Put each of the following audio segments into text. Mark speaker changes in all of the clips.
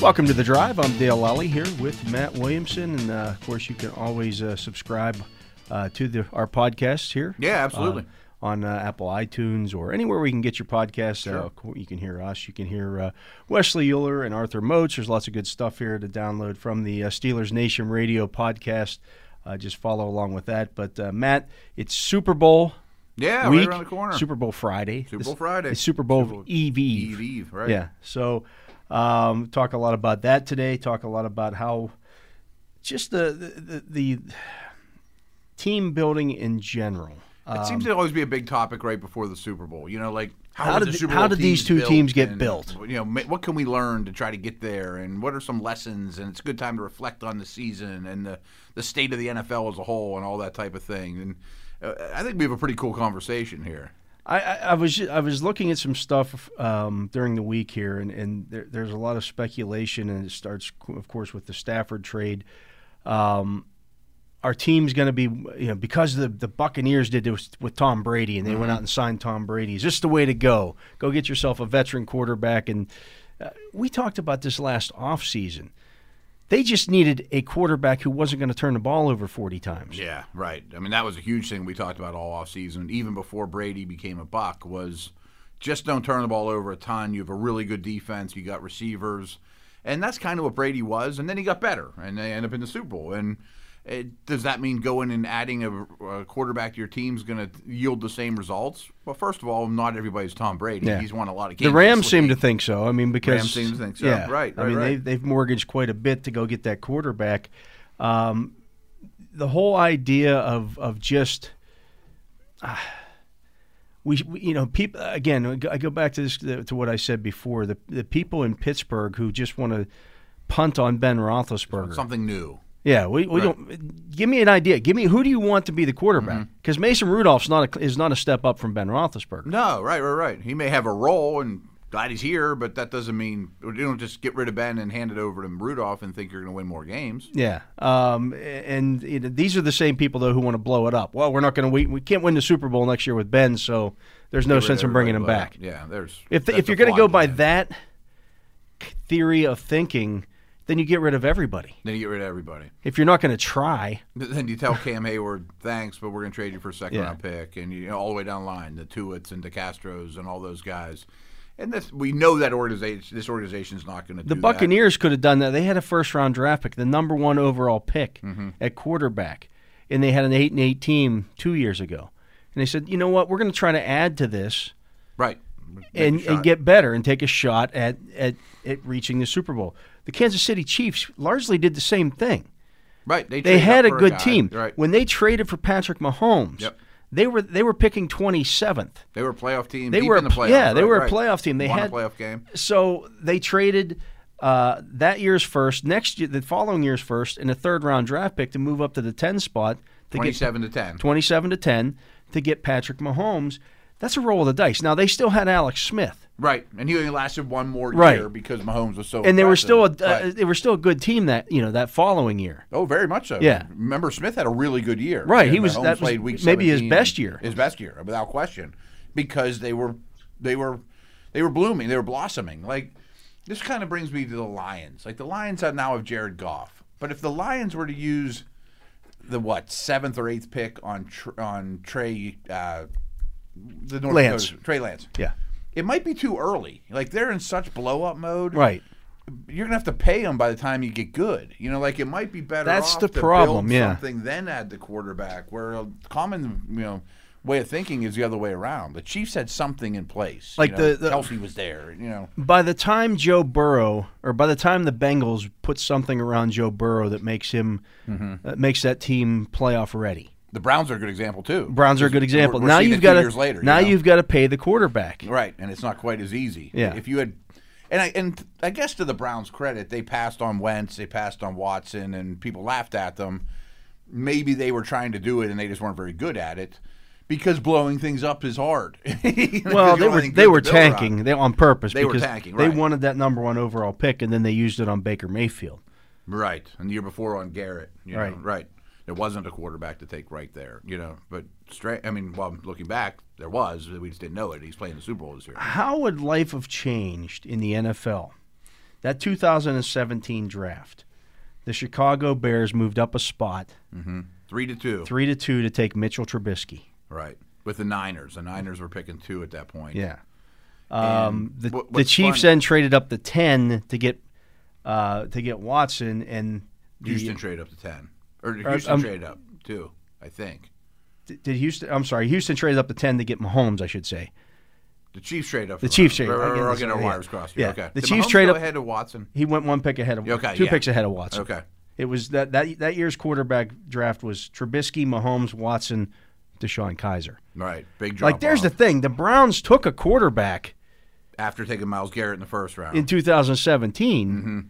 Speaker 1: Welcome to the drive. I'm Dale Lally here with Matt Williamson, and uh, of course, you can always uh, subscribe uh, to the, our podcasts here.
Speaker 2: Yeah, absolutely.
Speaker 1: on uh, Apple iTunes or anywhere where you can get your podcasts. Uh, of course, you can hear us. You can hear uh, Wesley Euler and Arthur Moats. There's lots of good stuff here to download from the uh, Steelers Nation Radio podcast. Uh, just follow along with that. But uh, Matt, it's Super Bowl
Speaker 2: yeah,
Speaker 1: week,
Speaker 2: right around the corner.
Speaker 1: Super Bowl Friday. Super
Speaker 2: Bowl Friday.
Speaker 1: It's Super Bowl
Speaker 2: Super Bowl
Speaker 1: Eve Eve.
Speaker 2: Eve Eve, right?
Speaker 1: Yeah. So, um, talk a lot about that today. Talk a lot about how just the the, the, the team building in general.
Speaker 2: It seems to always be a big topic right before the Super Bowl. You know, like how,
Speaker 1: um, How
Speaker 2: were
Speaker 1: did
Speaker 2: the
Speaker 1: th-
Speaker 2: Super
Speaker 1: how
Speaker 2: Bowl
Speaker 1: did these two
Speaker 2: built
Speaker 1: teams get
Speaker 2: and,
Speaker 1: built?
Speaker 2: You know, ma- what can we learn to try to get there, and what are some lessons? And it's a good time to reflect on the season and the the state of the NFL as a whole, and all that type of thing. And uh, I think we have a pretty cool conversation here.
Speaker 1: I, I, I was ju- I was looking at some stuff um, during the week here, and, and there, there's a lot of speculation, and it starts, co- of course, with the Stafford trade. Um, our team's going to be, you know, because the the Buccaneers did this with Tom Brady, and they went out and signed Tom Brady. Is this the way to go? Go get yourself a veteran quarterback. And uh, we talked about this last offseason. They just needed a quarterback who wasn't going to turn the ball over 40 times.
Speaker 2: Yeah, right. I mean, that was a huge thing we talked about all offseason, even before Brady became a Buck, was just don't turn the ball over a ton. You have a really good defense. You got receivers. And that's kind of what Brady was. And then he got better, and they end up in the Super Bowl. And it, does that mean going and adding a, a quarterback to your team is going to yield the same results? Well, first of all, not everybody's Tom Brady.
Speaker 1: Yeah.
Speaker 2: He's won a lot of games.
Speaker 1: The Rams
Speaker 2: this
Speaker 1: seem to
Speaker 2: league.
Speaker 1: think so. I mean, because
Speaker 2: Rams seem to think so.
Speaker 1: Yeah,
Speaker 2: Right,
Speaker 1: I
Speaker 2: right,
Speaker 1: mean,
Speaker 2: right.
Speaker 1: They've, they've mortgaged quite a bit to go get that quarterback. Um, the whole idea of of just ah, we, we- you know, people again. I go- I go back to this to what I said before. The the people in Pittsburgh who just want to punt on Ben Roethlisberger.
Speaker 2: something new.
Speaker 1: Yeah, we, we don't. Give me an idea. Give me who do you want to be the
Speaker 2: Mm-hmm.
Speaker 1: quarterback? Because Mason Rudolph's not a, is not a step up from Ben Roethlisberger.
Speaker 2: No, right, right, right. He may have a role and glad he's here, but that doesn't mean you don't just get rid of Ben and hand it over to Rudolph and think you're going to win more games.
Speaker 1: Yeah, um, and you know, these are the same people though who want to blow it up. Well, we're not going to we, we can't win the Super Bowl next year with Ben, so there's no sense in bringing him
Speaker 2: Everybody,
Speaker 1: back.
Speaker 2: but, Yeah, there's.
Speaker 1: If the,
Speaker 2: that's
Speaker 1: if
Speaker 2: a
Speaker 1: you're going to
Speaker 2: flawed
Speaker 1: go by
Speaker 2: plan.
Speaker 1: that theory of thinking, then you get rid of everybody.
Speaker 2: then you get rid of everybody.
Speaker 1: If you're not going to try,
Speaker 2: Then you tell Cam Hayward, thanks, but we're going to trade you for a second
Speaker 1: Yeah.
Speaker 2: round pick, and you know, all the way down the line, the Tuitts and the Castros and all those guys. And this, we know that organization, this organization's not going to
Speaker 1: the
Speaker 2: do that.
Speaker 1: Buccaneers could have done that. They had a first round draft pick, the number one overall pick
Speaker 2: Mm-hmm.
Speaker 1: at quarterback, and they had an eight and eight team two years ago, and they said, you know what, we're going to try to add to this.
Speaker 2: right? Make
Speaker 1: and,
Speaker 2: a
Speaker 1: and
Speaker 2: shot.
Speaker 1: get better and take a shot at, at at reaching the Super Bowl. The Kansas City Chiefs largely did the same thing.
Speaker 2: right. They,
Speaker 1: They
Speaker 2: trade
Speaker 1: had
Speaker 2: up
Speaker 1: a
Speaker 2: for
Speaker 1: good
Speaker 2: guy.
Speaker 1: team.
Speaker 2: Right.
Speaker 1: When they traded for Patrick Mahomes,
Speaker 2: Yep.
Speaker 1: they were they were picking twenty seventh.
Speaker 2: they were a playoff team.
Speaker 1: They
Speaker 2: deep
Speaker 1: were a
Speaker 2: in the
Speaker 1: pl-
Speaker 2: playoffs.
Speaker 1: yeah, they
Speaker 2: right,
Speaker 1: were a
Speaker 2: right.
Speaker 1: playoff team. They
Speaker 2: Won
Speaker 1: had-
Speaker 2: a playoff game.
Speaker 1: So they traded uh, that year's first, next year, the following year's first, and a third round draft pick to move up to the ten spot to get
Speaker 2: 27 to 10.
Speaker 1: 27 to 10 to get Patrick Mahomes. That's a roll of the dice. Now they still had Alex Smith.
Speaker 2: Right, and he only lasted one more
Speaker 1: Right.
Speaker 2: year because Mahomes was so.
Speaker 1: and they were still a,
Speaker 2: impressive.
Speaker 1: uh,
Speaker 2: Right.
Speaker 1: they were still a good team that you know that following year.
Speaker 2: oh, very much so.
Speaker 1: Yeah.
Speaker 2: remember Smith had a really good year.
Speaker 1: Right, he
Speaker 2: And
Speaker 1: was-
Speaker 2: Mahomes
Speaker 1: that was
Speaker 2: played week
Speaker 1: maybe his
Speaker 2: 17,
Speaker 1: best year.
Speaker 2: His best year, without question, because they were they were they were blooming, they were blossoming. Like this kind of brings me to the Lions. Like the Lions have now have Jared Goff, but if the Lions were to use the what seventh or eighth pick on tr- on Trey uh, the North
Speaker 1: Lance.
Speaker 2: Dakota- Trey Lance,
Speaker 1: Yeah,
Speaker 2: it might be too early. Like they're in such blow up mode.
Speaker 1: right.
Speaker 2: you're gonna have to pay them by the time you get good. You know, like it might be better.
Speaker 1: That's
Speaker 2: off
Speaker 1: the
Speaker 2: to build
Speaker 1: problem, yeah.
Speaker 2: Something then add the quarterback. Where a common, you know, way of thinking is the other way around. The Chiefs had something in place. you
Speaker 1: Like
Speaker 2: know,
Speaker 1: the- the-
Speaker 2: Kelsey was there. You know,
Speaker 1: By the time Joe Burrow, or by the time the
Speaker 2: Mm-hmm.
Speaker 1: Bengals put something around Joe Burrow that makes him that makes that team playoff ready,
Speaker 2: The Browns are a good example too.
Speaker 1: Browns are a good example.
Speaker 2: We're- we're
Speaker 1: now
Speaker 2: seeing
Speaker 1: you've
Speaker 2: it
Speaker 1: got
Speaker 2: two
Speaker 1: to
Speaker 2: years later.
Speaker 1: now
Speaker 2: you know?
Speaker 1: you've got to pay the quarterback.
Speaker 2: Right, and it's not quite as easy.
Speaker 1: Yeah.
Speaker 2: If you had, and I and I guess to the Browns' credit, they passed on Wentz, they passed on Watson, and people laughed at them. Maybe they were trying to do it, and they just weren't very good at it because blowing things up is hard.
Speaker 1: Well, they were they were tanking they on purpose
Speaker 2: They were
Speaker 1: because
Speaker 2: tanking,
Speaker 1: they
Speaker 2: right.
Speaker 1: wanted that number one overall pick and then they used it on Baker Mayfield.
Speaker 2: Right, and the year before on Garrett. You
Speaker 1: Right.
Speaker 2: know, right. There wasn't a quarterback to take right there, you know. But straight, I mean, well, looking back, there was. We just didn't know it. He's playing the Super Bowl this year.
Speaker 1: How would life have changed in the NFL? That 2017 draft, the Chicago Bears moved up a spot,
Speaker 2: Three to two.
Speaker 1: three to two, to take Mitchell Trubisky.
Speaker 2: Right. With the Niners, the Niners were picking two at that point.
Speaker 1: Yeah. Um, the,
Speaker 2: what-
Speaker 1: the
Speaker 2: what's
Speaker 1: Chiefs
Speaker 2: funny-
Speaker 1: then traded up to ten to get uh, to get Watson and the- uh,
Speaker 2: Houston trade up to ten, or Houston
Speaker 1: um,
Speaker 2: trade up two, I think.
Speaker 1: d- did Houston. I'm sorry, Houston traded up to ten to get Mahomes. I should say
Speaker 2: The Chiefs trade up.
Speaker 1: the Chiefs trade.
Speaker 2: We're,
Speaker 1: I get
Speaker 2: we're
Speaker 1: this-
Speaker 2: getting our
Speaker 1: yeah.
Speaker 2: wires crossed here.
Speaker 1: Yeah.
Speaker 2: Okay.
Speaker 1: The
Speaker 2: Did
Speaker 1: Chiefs
Speaker 2: Mahomes
Speaker 1: trade
Speaker 2: go
Speaker 1: up-
Speaker 2: ahead to Watson.
Speaker 1: He went one pick ahead of
Speaker 2: Okay,
Speaker 1: two
Speaker 2: yeah.
Speaker 1: picks ahead of Watson.
Speaker 2: Okay.
Speaker 1: It was that that that year's quarterback draft was Trubisky, Mahomes, Watson, Deshaun Kaiser.
Speaker 2: Right. Big drop.
Speaker 1: Like there's the
Speaker 2: off.
Speaker 1: thing, the Browns took a quarterback
Speaker 2: after taking Miles Garrett in the first round.
Speaker 1: in 2017.
Speaker 2: Mm-hmm.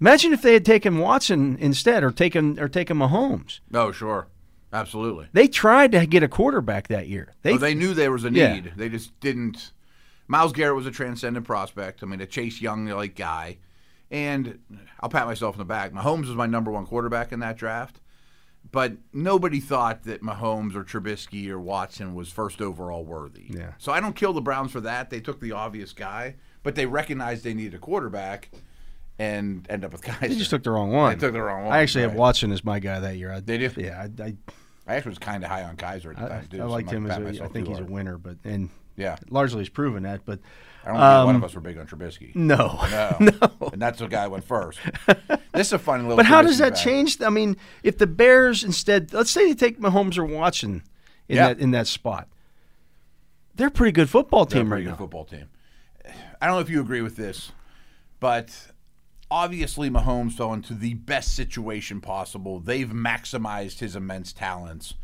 Speaker 1: Imagine if they had taken Watson instead or taken or taken Mahomes.
Speaker 2: oh, sure. Absolutely.
Speaker 1: They tried to get a quarterback that year. They,
Speaker 2: Oh, they knew there was a
Speaker 1: Yeah.
Speaker 2: need. They just didn't. Miles Garrett was a transcendent prospect. I mean, a Chase Young like guy. And I'll pat myself in the back. Mahomes was my number one quarterback in that draft. But nobody thought that Mahomes or Trubisky or Watson was first overall worthy.
Speaker 1: Yeah.
Speaker 2: So I don't kill the Browns for that. They took the obvious guy, but they recognized they needed a quarterback and end up with guys.
Speaker 1: they just took the wrong one.
Speaker 2: They took the wrong
Speaker 1: I
Speaker 2: one,
Speaker 1: actually have
Speaker 2: right.
Speaker 1: Watson as my guy that year. I,
Speaker 2: They do?
Speaker 1: Yeah, I, I,
Speaker 2: I actually was kind of high on Kaiser at the
Speaker 1: I,
Speaker 2: time, too.
Speaker 1: I
Speaker 2: so
Speaker 1: liked
Speaker 2: I'm
Speaker 1: him
Speaker 2: not
Speaker 1: as
Speaker 2: patting
Speaker 1: a, I
Speaker 2: myself
Speaker 1: think
Speaker 2: too
Speaker 1: he's a
Speaker 2: hard.
Speaker 1: winner, but and
Speaker 2: Yeah.
Speaker 1: largely he's proven that. But
Speaker 2: I don't think a
Speaker 1: Um,
Speaker 2: lot of us were big on Trubisky.
Speaker 1: no,
Speaker 2: No. Oh. And that's the guy who went first. this is a funny little.
Speaker 1: But how does
Speaker 2: Trubisky
Speaker 1: that
Speaker 2: fact.
Speaker 1: change? I mean, if the Bears instead, let's say they take Mahomes or Watson in
Speaker 2: Yeah.
Speaker 1: that in that spot, they're a pretty good football
Speaker 2: They're a
Speaker 1: team
Speaker 2: pretty
Speaker 1: right
Speaker 2: good
Speaker 1: now.
Speaker 2: football team. I don't know if you agree with this, but obviously Mahomes fell into the best situation possible. They've maximized his immense talents,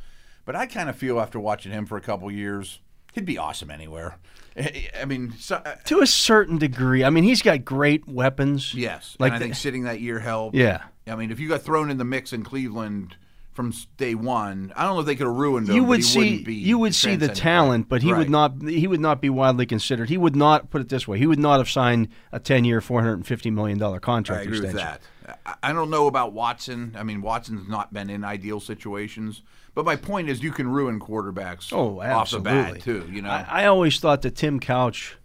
Speaker 2: but I kind of feel after watching him for a couple years, he'd be awesome anywhere. I mean, so, uh,
Speaker 1: To a certain degree, I mean, he's got great weapons.
Speaker 2: yes,
Speaker 1: like
Speaker 2: and I
Speaker 1: the-
Speaker 2: think sitting that year helped.
Speaker 1: yeah.
Speaker 2: I mean, if you got thrown in the mix in Cleveland from s- day one, I don't know if they could have ruined him.
Speaker 1: You
Speaker 2: but
Speaker 1: would
Speaker 2: he
Speaker 1: see
Speaker 2: wouldn't be
Speaker 1: you would see the
Speaker 2: transcendent.
Speaker 1: talent, but he
Speaker 2: Right.
Speaker 1: would not he would not be widely considered. He would not put it this way. He would not have signed a ten year, four hundred and fifty million dollar
Speaker 2: I
Speaker 1: contract
Speaker 2: agree with
Speaker 1: extension.
Speaker 2: that. I I don't know about Watson. I mean, Watson's not been in ideal situations, but my point is, you can ruin quarterbacks
Speaker 1: Oh,
Speaker 2: off the bat
Speaker 1: absolutely.
Speaker 2: too. You know,
Speaker 1: I, I always thought that Tim Couch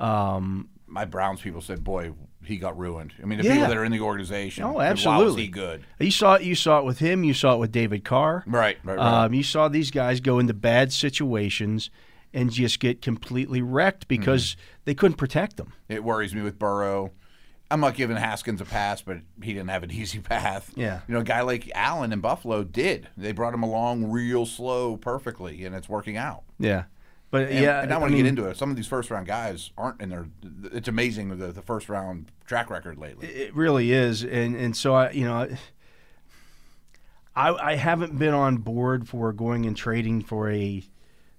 Speaker 2: my Browns people said, "Boy, he got ruined." I mean, the
Speaker 1: Yeah.
Speaker 2: people that are in the organization,
Speaker 1: Oh,
Speaker 2: said, Wow, is
Speaker 1: absolutely.
Speaker 2: he good?
Speaker 1: You saw it. You saw it with him. You saw it with David Carr.
Speaker 2: Right, right, right.
Speaker 1: Um, you saw these guys go into bad situations and just get completely wrecked because
Speaker 2: Mm-hmm.
Speaker 1: they couldn't protect them.
Speaker 2: It worries me with Burrow. I'm not giving Haskins a pass, but he didn't have an easy path.
Speaker 1: Yeah.
Speaker 2: You know, a guy like Allen in Buffalo did. They brought him along real slow, perfectly, and it's working out.
Speaker 1: Yeah, but
Speaker 2: And,
Speaker 1: yeah,
Speaker 2: and I
Speaker 1: I
Speaker 2: want to
Speaker 1: mean,
Speaker 2: get into it. Some of these first round guys aren't in their. It's amazing the, the first round track record lately.
Speaker 1: it really is, and and so I, you know, I I haven't been on board for going and trading for a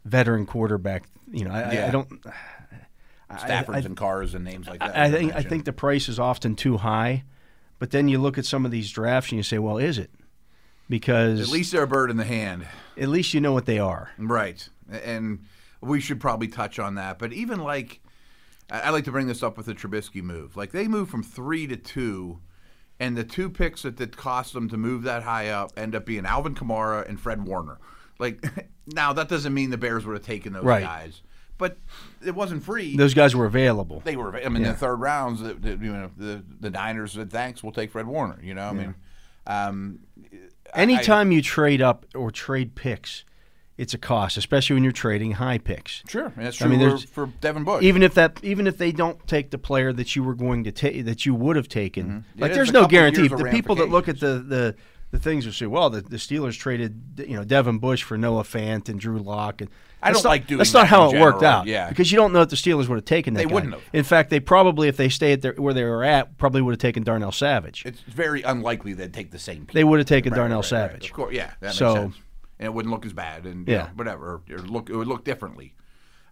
Speaker 1: veteran quarterback. You know, I, I- I
Speaker 2: Yeah.
Speaker 1: don't. I-
Speaker 2: Stafford's and Cars and names like that.
Speaker 1: I, I
Speaker 2: you
Speaker 1: think I
Speaker 2: mentioned.
Speaker 1: think the price is often too high, but then you look at some of these drafts and you say, well, is it? Because
Speaker 2: at least they're a bird in the hand,
Speaker 1: at least you know what they are.
Speaker 2: right? And we should probably touch on that. But even like, I I like to bring this up with the Trubisky move. Like they moved from three to two, and the two picks that that cost them to move that high up end up being Alvin Kamara and Fred Warner. Like now, that doesn't mean the Bears would have taken those
Speaker 1: Right.
Speaker 2: guys, but it wasn't free.
Speaker 1: Those guys were available.
Speaker 2: they were. I mean, the third rounds, the, the, you know, the the Niners said thanks. We'll take Fred Warner. You know, I mean, um,
Speaker 1: Anytime you trade up or trade picks, it's a cost, especially when you're trading high picks.
Speaker 2: sure, and that's
Speaker 1: I
Speaker 2: true
Speaker 1: mean,
Speaker 2: for,
Speaker 1: there's-
Speaker 2: for Devin Bush.
Speaker 1: Even if that, even if they don't take the player that you were going to take, that you would have taken, like
Speaker 2: Mm-hmm. Yeah,
Speaker 1: there's
Speaker 2: there's a
Speaker 1: no
Speaker 2: couple
Speaker 1: guarantee.
Speaker 2: years of
Speaker 1: The people that look at the the the things that say, well, the, the Steelers traded, you know, Devin Bush for Noah Fant and Drew Lock, and
Speaker 2: I
Speaker 1: that's
Speaker 2: don't
Speaker 1: not,
Speaker 2: like doing
Speaker 1: That's
Speaker 2: that
Speaker 1: not how
Speaker 2: in
Speaker 1: it worked
Speaker 2: general,
Speaker 1: out.
Speaker 2: yeah.
Speaker 1: because you don't know if the Steelers would have taken that.
Speaker 2: They
Speaker 1: guy.
Speaker 2: wouldn't have.
Speaker 1: In fact, they probably, if they stayed at their, where they were at, probably would have taken Darnell Savage.
Speaker 2: it's very unlikely they'd take the same. People.
Speaker 1: they would have taken
Speaker 2: Right,
Speaker 1: Darnell
Speaker 2: right, right.
Speaker 1: Savage.
Speaker 2: of course. Yeah, that makes
Speaker 1: So-
Speaker 2: sense. and it wouldn't look as bad and
Speaker 1: Yeah.
Speaker 2: yeah. whatever. Or look, it would look differently.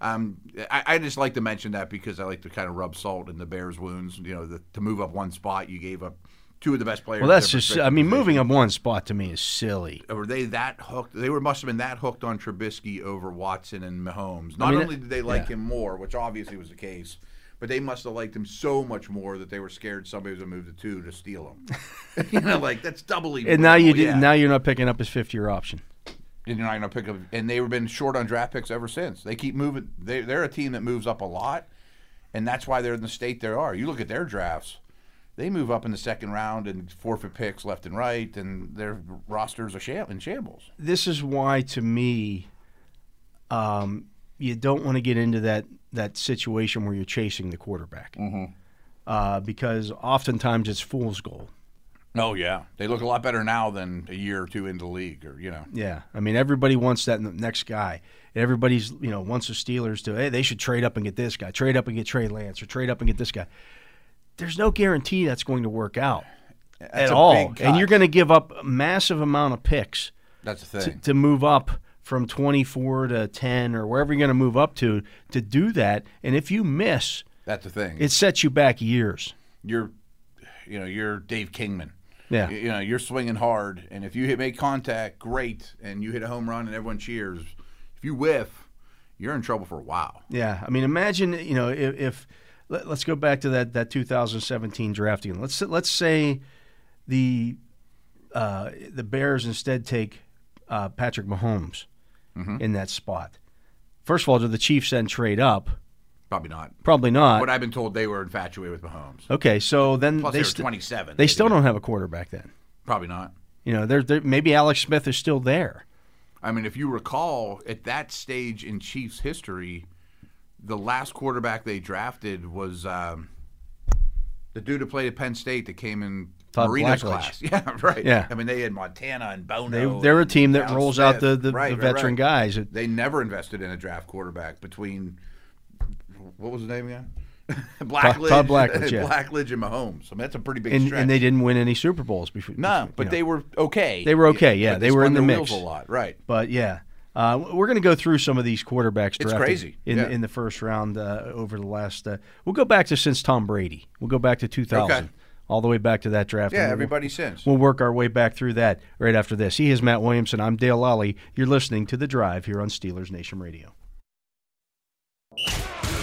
Speaker 2: Um, I, I just like to mention that because I like to kind of rub salt in the Bears' wounds. You know, the, to move up one spot, you gave up two of the best players.
Speaker 1: Well, that's
Speaker 2: at their
Speaker 1: just.
Speaker 2: respective
Speaker 1: I mean,
Speaker 2: positions.
Speaker 1: moving up one spot to me is silly.
Speaker 2: Were they that hooked? They were must have been that hooked on Trubisky over Watson and Mahomes. Not
Speaker 1: mean,
Speaker 2: only did they like him more, which obviously was the case, but they must have liked him so much more that they were scared somebody was going to move to two to steal him. you know, like that's doubly.
Speaker 1: And now you
Speaker 2: brutal,
Speaker 1: did,
Speaker 2: yeah.
Speaker 1: now you're not picking up his fifth year option.
Speaker 2: And you're not going to pick up. And they've been short on draft picks ever since. They keep moving. They, they're a team that moves up a lot, and that's why they're in the state they are. You look at their drafts; they move up in the second round and forfeit picks left and right, and their rosters are sham- in shambles.
Speaker 1: This is why, to me, um, you don't want to get into that that situation where you're chasing the quarterback,
Speaker 2: Mm-hmm.
Speaker 1: uh, because oftentimes it's fool's goal.
Speaker 2: Oh yeah, they look a lot better now than a year or two into the league, or you know.
Speaker 1: Yeah, I mean everybody wants that n- next guy. Everybody's you know wants the Steelers to hey they should trade up and get this guy, trade up and get Trey Lance, or trade up and get this guy. There's no guarantee that's going to work out
Speaker 2: That's
Speaker 1: at
Speaker 2: a
Speaker 1: all,
Speaker 2: big cut.
Speaker 1: and you're going to give up a massive amount of picks
Speaker 2: That's the
Speaker 1: to,
Speaker 2: thing.
Speaker 1: to move up from 24 to 10 or wherever you're going to move up to to do that. And if you miss,
Speaker 2: That's the thing.
Speaker 1: it sets you back years.
Speaker 2: you're, you know, you're Dave Kingman.
Speaker 1: Yeah.
Speaker 2: You, you know, you're swinging hard, and if you hit make contact, great, and you hit a home run, and everyone cheers. If you whiff, you're in trouble for a while.
Speaker 1: Yeah, I mean, imagine you know if, if let, let's go back to that that 2017 draft again. Let's let's say the uh, the Bears instead take uh, Patrick Mahomes
Speaker 2: Mm-hmm.
Speaker 1: in that spot. First of all, do the Chiefs then trade up?
Speaker 2: Probably not.
Speaker 1: Probably not.
Speaker 2: But I've been told they were infatuated with Mahomes.
Speaker 1: okay, so then
Speaker 2: Plus,
Speaker 1: they
Speaker 2: they, were
Speaker 1: st-
Speaker 2: 27.
Speaker 1: they still don't have a quarterback then.
Speaker 2: Probably not.
Speaker 1: You know, they're, they're, maybe Alex Smith is still there.
Speaker 2: I mean, if you recall, at that stage in Chiefs history, the last quarterback they drafted was um, the dude who played at Penn State that came in
Speaker 1: Todd
Speaker 2: Marino's
Speaker 1: Blackledge.
Speaker 2: class. Yeah, right.
Speaker 1: Yeah.
Speaker 2: I mean, they had Montana and Bono.
Speaker 1: They, they're a
Speaker 2: and
Speaker 1: team that
Speaker 2: Oh, Alex
Speaker 1: rolls
Speaker 2: Smith.
Speaker 1: out the, the,
Speaker 2: Right,
Speaker 1: the
Speaker 2: right,
Speaker 1: veteran
Speaker 2: right.
Speaker 1: guys. It-
Speaker 2: They never invested in a draft quarterback between what was his name again?
Speaker 1: Todd
Speaker 2: Blackledge,
Speaker 1: Blackledge, yeah.
Speaker 2: Blackledge and Mahomes. I mean, that's a pretty big
Speaker 1: and,
Speaker 2: stretch.
Speaker 1: and they didn't win any Super Bowls before.
Speaker 2: no, but they were okay.
Speaker 1: They were okay, yeah,
Speaker 2: but
Speaker 1: they were
Speaker 2: spun
Speaker 1: in the
Speaker 2: their wheels
Speaker 1: mix.
Speaker 2: a lot, right?
Speaker 1: But yeah, uh, we're going to go through some of these quarterbacks. Drafted
Speaker 2: crazy,
Speaker 1: in
Speaker 2: yeah.
Speaker 1: in the first round uh, over the last. Uh, we'll go back to since Tom Brady. We'll go back to 2000,
Speaker 2: Okay.
Speaker 1: all the way back to that draft.
Speaker 2: Yeah,
Speaker 1: And we'll-
Speaker 2: everybody since.
Speaker 1: Mm-hmm. We'll work our way back through that right after this. He is Matt Williamson. I'm Dale Lally. You're listening to The Drive here on Steelers Nation Radio.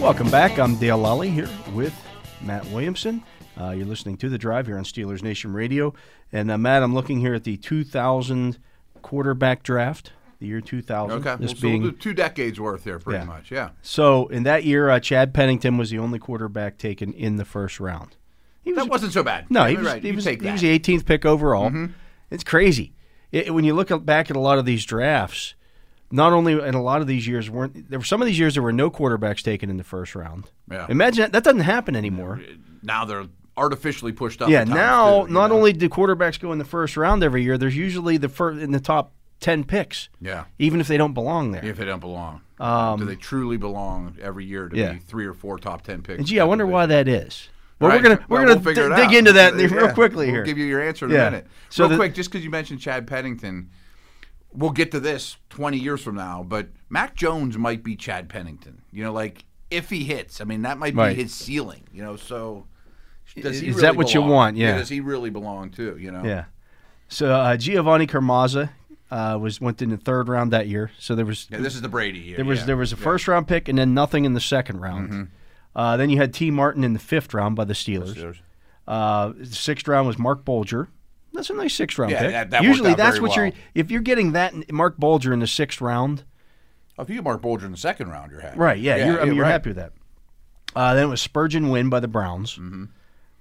Speaker 1: Welcome back. I'm Dale Lally here with Matt Williamson. Uh, you're listening to The Drive here on Steelers Nation Radio. And uh, Matt, I'm looking here at the 2000 quarterback draft, the year 2000.
Speaker 2: Okay,
Speaker 1: This
Speaker 2: well, so
Speaker 1: being
Speaker 2: we'll do two decades worth there, pretty
Speaker 1: Yeah.
Speaker 2: much. Yeah,
Speaker 1: So in that year, uh, Chad Pennington was the only quarterback taken in the first round. He was
Speaker 2: that wasn't so bad.
Speaker 1: no, he
Speaker 2: You're
Speaker 1: was
Speaker 2: right.
Speaker 1: he
Speaker 2: You
Speaker 1: was,
Speaker 2: take
Speaker 1: he was
Speaker 2: that. Mm-hmm.
Speaker 1: the 18th pick overall. It's crazy It- when you look up- back at a lot of these drafts. Not only in a lot of these years weren't there were some of these years there were no quarterbacks taken in the first round.
Speaker 2: Yeah.
Speaker 1: Imagine that, that doesn't happen anymore.
Speaker 2: now they're artificially pushed up.
Speaker 1: Yeah,
Speaker 2: at times,
Speaker 1: now
Speaker 2: too, you
Speaker 1: not
Speaker 2: know?
Speaker 1: onst only do quarterbacks go in the first round every year, there's usually the first in the top 10 picks.
Speaker 2: Yeah.
Speaker 1: Even if they don't belong there.
Speaker 2: if they don't belong, do they truly belong every year to
Speaker 1: Um, yeah.
Speaker 2: be three or four top ten picks?
Speaker 1: And gee, I wonder why that is. Well,
Speaker 2: Right.
Speaker 1: we're gonna we're
Speaker 2: Well,
Speaker 1: gonna
Speaker 2: we'll figure
Speaker 1: d-
Speaker 2: it
Speaker 1: dig
Speaker 2: out.
Speaker 1: into that
Speaker 2: Yeah,
Speaker 1: real quickly
Speaker 2: we'll
Speaker 1: here.
Speaker 2: Give you your answer in
Speaker 1: Yeah.
Speaker 2: a minute.
Speaker 1: So
Speaker 2: real
Speaker 1: the-
Speaker 2: quick, just because you mentioned Chad Pennington, we'll get to this twenty years from now. But Mac Jones might be Chad Pennington. You know, like if he hits, I mean, that might be
Speaker 1: Right.
Speaker 2: his ceiling. You know, so. Does he
Speaker 1: Is
Speaker 2: really
Speaker 1: that what you
Speaker 2: belong?
Speaker 1: want? Yeah.
Speaker 2: Does he really belong too? You know.
Speaker 1: yeah. So uh, Giovanni Carmazza uh, was went in the third round that year. So there was
Speaker 2: Yeah, this is the Brady year.
Speaker 1: there was
Speaker 2: yeah. Mm-hmm.
Speaker 1: there was a first round pick and then nothing in the second round. Uh, then you had T. Martin in the fifth round by the Steelers.
Speaker 2: Steelers.
Speaker 1: Uh, the sixth round was Mark Bolger. That's a nice sixth round
Speaker 2: Yeah,
Speaker 1: pick.
Speaker 2: that- that worked
Speaker 1: Usually
Speaker 2: out
Speaker 1: that's
Speaker 2: very
Speaker 1: what you're
Speaker 2: well.
Speaker 1: if you're getting that in- Mark Bolger in the sixth round.
Speaker 2: Oh, If you get Mark Bolger in the second round, you're happy.
Speaker 1: Right. Yeah. you're, I mean, you're
Speaker 2: right.
Speaker 1: happy with that. Uh, then it was
Speaker 2: Mm-hmm.
Speaker 1: Spurgeon win by the Browns.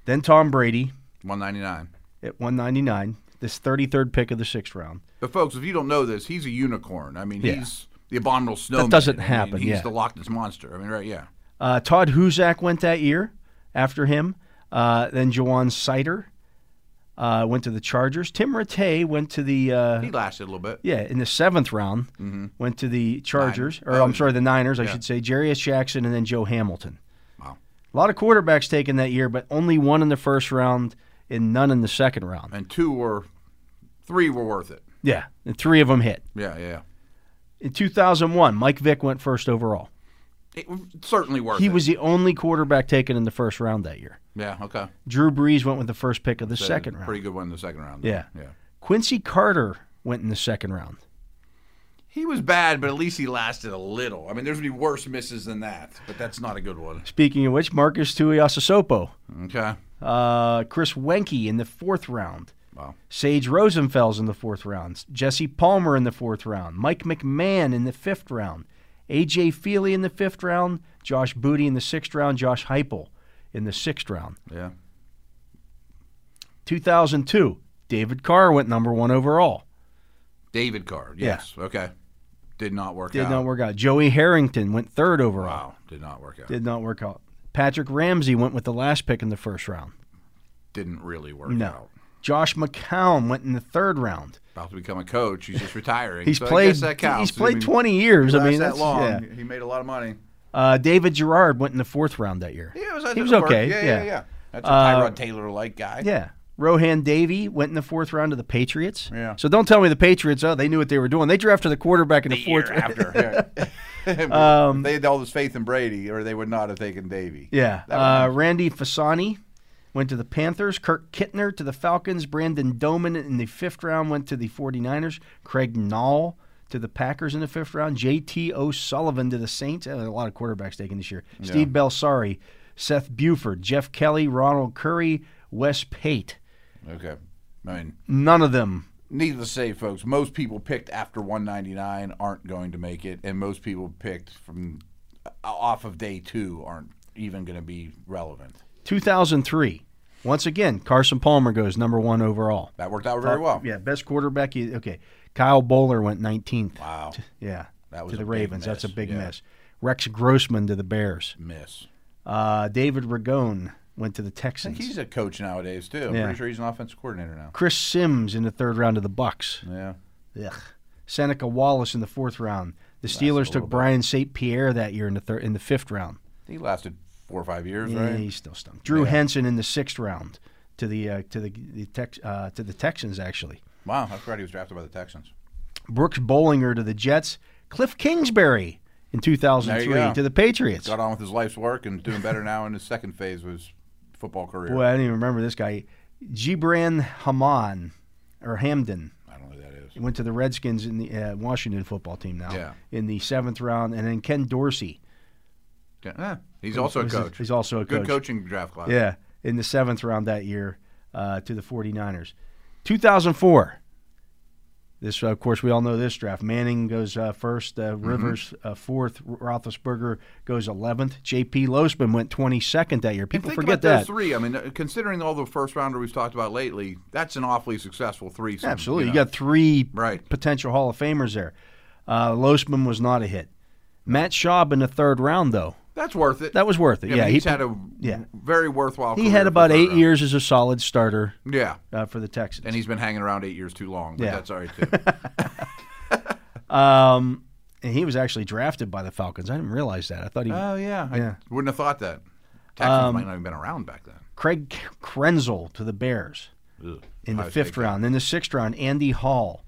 Speaker 1: Then Tom Brady
Speaker 2: 199.
Speaker 1: at 199. this 33rd pick of the sixth round.
Speaker 2: But folks, if you don't know this, he's a unicorn. I mean,
Speaker 1: Yeah.
Speaker 2: he's the abominable snowman.
Speaker 1: doesn't
Speaker 2: I mean,
Speaker 1: happen,
Speaker 2: He's
Speaker 1: yeah.
Speaker 2: the Loch Ness monster. I mean, right? Yeah.
Speaker 1: Uh, Todd Huzak went that year after him. Uh, then Jawan Sider uh, went to the Chargers. Tim Rattay went to the uh,
Speaker 2: He lasted a little bit.
Speaker 1: yeah in the seventh round.
Speaker 2: Mm-hmm.
Speaker 1: Went to the Chargers, or I'm sorry, the Niners, I should say. Jarius Jackson and then Joe Hamilton.
Speaker 2: Wow.
Speaker 1: A lot of quarterbacks taken that year, but only one in the first round and none in the second round.
Speaker 2: And two were, three were worth it.
Speaker 1: Yeah, and three of them hit.
Speaker 2: Yeah, yeah.
Speaker 1: In 2001, Mike Vick went first overall.
Speaker 2: It w- certainly worth
Speaker 1: He
Speaker 2: it.
Speaker 1: was the only quarterback taken in the first round that year.
Speaker 2: Yeah. Okay.
Speaker 1: Drew Brees went with the first pick of the
Speaker 2: So,
Speaker 1: second round.
Speaker 2: Pretty good one in the second round.
Speaker 1: Yeah.
Speaker 2: Yeah.
Speaker 1: Quincy Carter went in the second round.
Speaker 2: He was bad, but at least he lasted a little. I mean, there's gonna be worse misses than that, but that's not a good one.
Speaker 1: Speaking of which, Marcus Tuiasosopo,
Speaker 2: Okay.
Speaker 1: uh, Chris Wenke in the fourth round,
Speaker 2: Wow.
Speaker 1: Sage Rosenfels in the fourth round, Jesse Palmer in the fourth round, Mike McMahon in the fifth round, AJ Feely in the fifth round, Josh Booty in the sixth round, Josh Heupel in the sixth round.
Speaker 2: Yeah.
Speaker 1: 2002, David Carr went number one overall.
Speaker 2: David Card. Yes. Okay. Did not work
Speaker 1: Did
Speaker 2: out.
Speaker 1: not work out. Joey Harrington went third overall.
Speaker 2: Wow. Did not work out.
Speaker 1: Did not work out. Patrick Ramsey went with the last pick in the first round.
Speaker 2: Didn't really work
Speaker 1: No.
Speaker 2: out.
Speaker 1: Josh McCown went in the third round.
Speaker 2: About to become a coach. He's just retiring.
Speaker 1: He's
Speaker 2: so I
Speaker 1: played.
Speaker 2: guess that counts.
Speaker 1: He's
Speaker 2: I
Speaker 1: played
Speaker 2: mean,
Speaker 1: twenty years. I
Speaker 2: lasts
Speaker 1: mean,
Speaker 2: that
Speaker 1: that's
Speaker 2: long.
Speaker 1: Yeah.
Speaker 2: He made a lot of money.
Speaker 1: Uh, David Gerard went in the fourth round that year.
Speaker 2: Yeah, it was,
Speaker 1: he
Speaker 2: it
Speaker 1: was
Speaker 2: worked.
Speaker 1: okay.
Speaker 2: Yeah, yeah, yeah. That's a
Speaker 1: Uh,
Speaker 2: Tyrod Taylor like guy.
Speaker 1: Yeah. Rohan Davey went in the fourth round to the Patriots.
Speaker 2: Yeah.
Speaker 1: So don't tell me the Patriots. Oh, they knew what they were doing. They drafted the quarterback in the,
Speaker 2: The year
Speaker 1: fourth round.
Speaker 2: after. Yeah. If they had all this faith in Brady, or they would not have taken Davy.
Speaker 1: um, Yeah.
Speaker 2: That
Speaker 1: Uh, Randy Fasani went to the Panthers. Kirk Kittner to the Falcons. Brandon Doman in the fifth round went to the 49ers. Craig Knoll to the Packers in the fifth round. J.T. O'Sullivan to the Saints. Uh, a lot of quarterbacks taken this year. Steve Belsari, Seth Buford, Jeff Kelly, Ronald Curry, Wes Pate.
Speaker 2: Okay. I mean,
Speaker 1: None of them.
Speaker 2: needless to say, folks, most people picked after 199 aren't going to make it, and most people picked from uh, off of day two aren't even going to be relevant.
Speaker 1: 2003. Once again, Carson Palmer goes number one overall.
Speaker 2: That worked out very well.
Speaker 1: Uh, Yeah, best quarterback. you- Okay. Kyle Bowler went 19th.
Speaker 2: Wow.
Speaker 1: Yeah.
Speaker 2: That was
Speaker 1: to
Speaker 2: a
Speaker 1: the
Speaker 2: big
Speaker 1: Ravens. That's a
Speaker 2: miss,
Speaker 1: big
Speaker 2: yeah.
Speaker 1: miss. Rex Grossman to the Bears.
Speaker 2: Miss.
Speaker 1: Uh, David Ragone went to the
Speaker 2: I think
Speaker 1: Texans.
Speaker 2: he's a coach nowadays too. I'm
Speaker 1: Yeah.
Speaker 2: pretty sure he's an offensive coordinator now.
Speaker 1: Chris Sims in the third round of the Bucks.
Speaker 2: Yeah.
Speaker 1: Ugh. Seneca Wallace in the fourth round. The Steelers took Brian St. Pierre that year in the third, in the fifth round.
Speaker 2: He lasted four or five years,
Speaker 1: Yeah,
Speaker 2: right?
Speaker 1: he's still stunk. Drew Henson in the sixth round to the uh, to the, the Tex, uh, to the Texans actually.
Speaker 2: Wow, I forgot he was drafted by the Texans.
Speaker 1: Brooks Bollinger to the Jets. Cliff Kingsbury in 2003
Speaker 2: go.
Speaker 1: to the Patriots.
Speaker 2: Got on with his life's work and doing better now in his second phase of his football career.
Speaker 1: Boy, I don't even remember this guy. Gibran Haman or Hamden
Speaker 2: I don't know who that is.
Speaker 1: went to the Redskins in the uh, Washington football team now
Speaker 2: Yeah.
Speaker 1: in the seventh round, and then Ken Dorsey.
Speaker 2: Yeah, eh, He's also a
Speaker 1: was his-
Speaker 2: coach.
Speaker 1: He's also a
Speaker 2: Good
Speaker 1: coach.
Speaker 2: coaching draft class.
Speaker 1: Yeah, in the seventh round that year uh, to the 49ers. 2004. This, of course, we all know this draft. Manning goes uh, first, uh,
Speaker 2: Mm-hmm.
Speaker 1: Rivers uh, fourth, Ro- Roethlisberger goes 11th. J.P. Losman went 22nd that year.
Speaker 2: And
Speaker 1: People
Speaker 2: think
Speaker 1: forget
Speaker 2: about those
Speaker 1: that.
Speaker 2: three. I mean, uh, considering all the first rounder we've talked about lately, that's an awfully successful three.
Speaker 1: Absolutely. You,
Speaker 2: know.
Speaker 1: got three
Speaker 2: Right.
Speaker 1: potential Hall of Famers there. Uh, Losman was not a hit. Matt Schaub in the third round, though.
Speaker 2: That's worth it.
Speaker 1: That was worth
Speaker 2: I
Speaker 1: it.
Speaker 2: mean,
Speaker 1: Yeah,
Speaker 2: he's
Speaker 1: he,
Speaker 2: had a
Speaker 1: yeah.
Speaker 2: very worthwhile.
Speaker 1: he
Speaker 2: career
Speaker 1: had
Speaker 2: for
Speaker 1: about
Speaker 2: third
Speaker 1: eight
Speaker 2: round.
Speaker 1: years as a solid starter
Speaker 2: Yeah,
Speaker 1: uh, for the Texans.
Speaker 2: and he's been hanging around eight years too long. But
Speaker 1: Yeah.
Speaker 2: that's all right too.
Speaker 1: Um, and he was actually drafted by the Falcons. I didn't realize that. I thought he.
Speaker 2: oh yeah, I
Speaker 1: Yeah. Um,
Speaker 2: wouldn't have thought that. Texans might not have been around back then.
Speaker 1: Craig K- Krenzel to the Bears
Speaker 2: Ugh.
Speaker 1: in the
Speaker 2: Ohio State
Speaker 1: fifth round. In the sixth round, Andy Hall.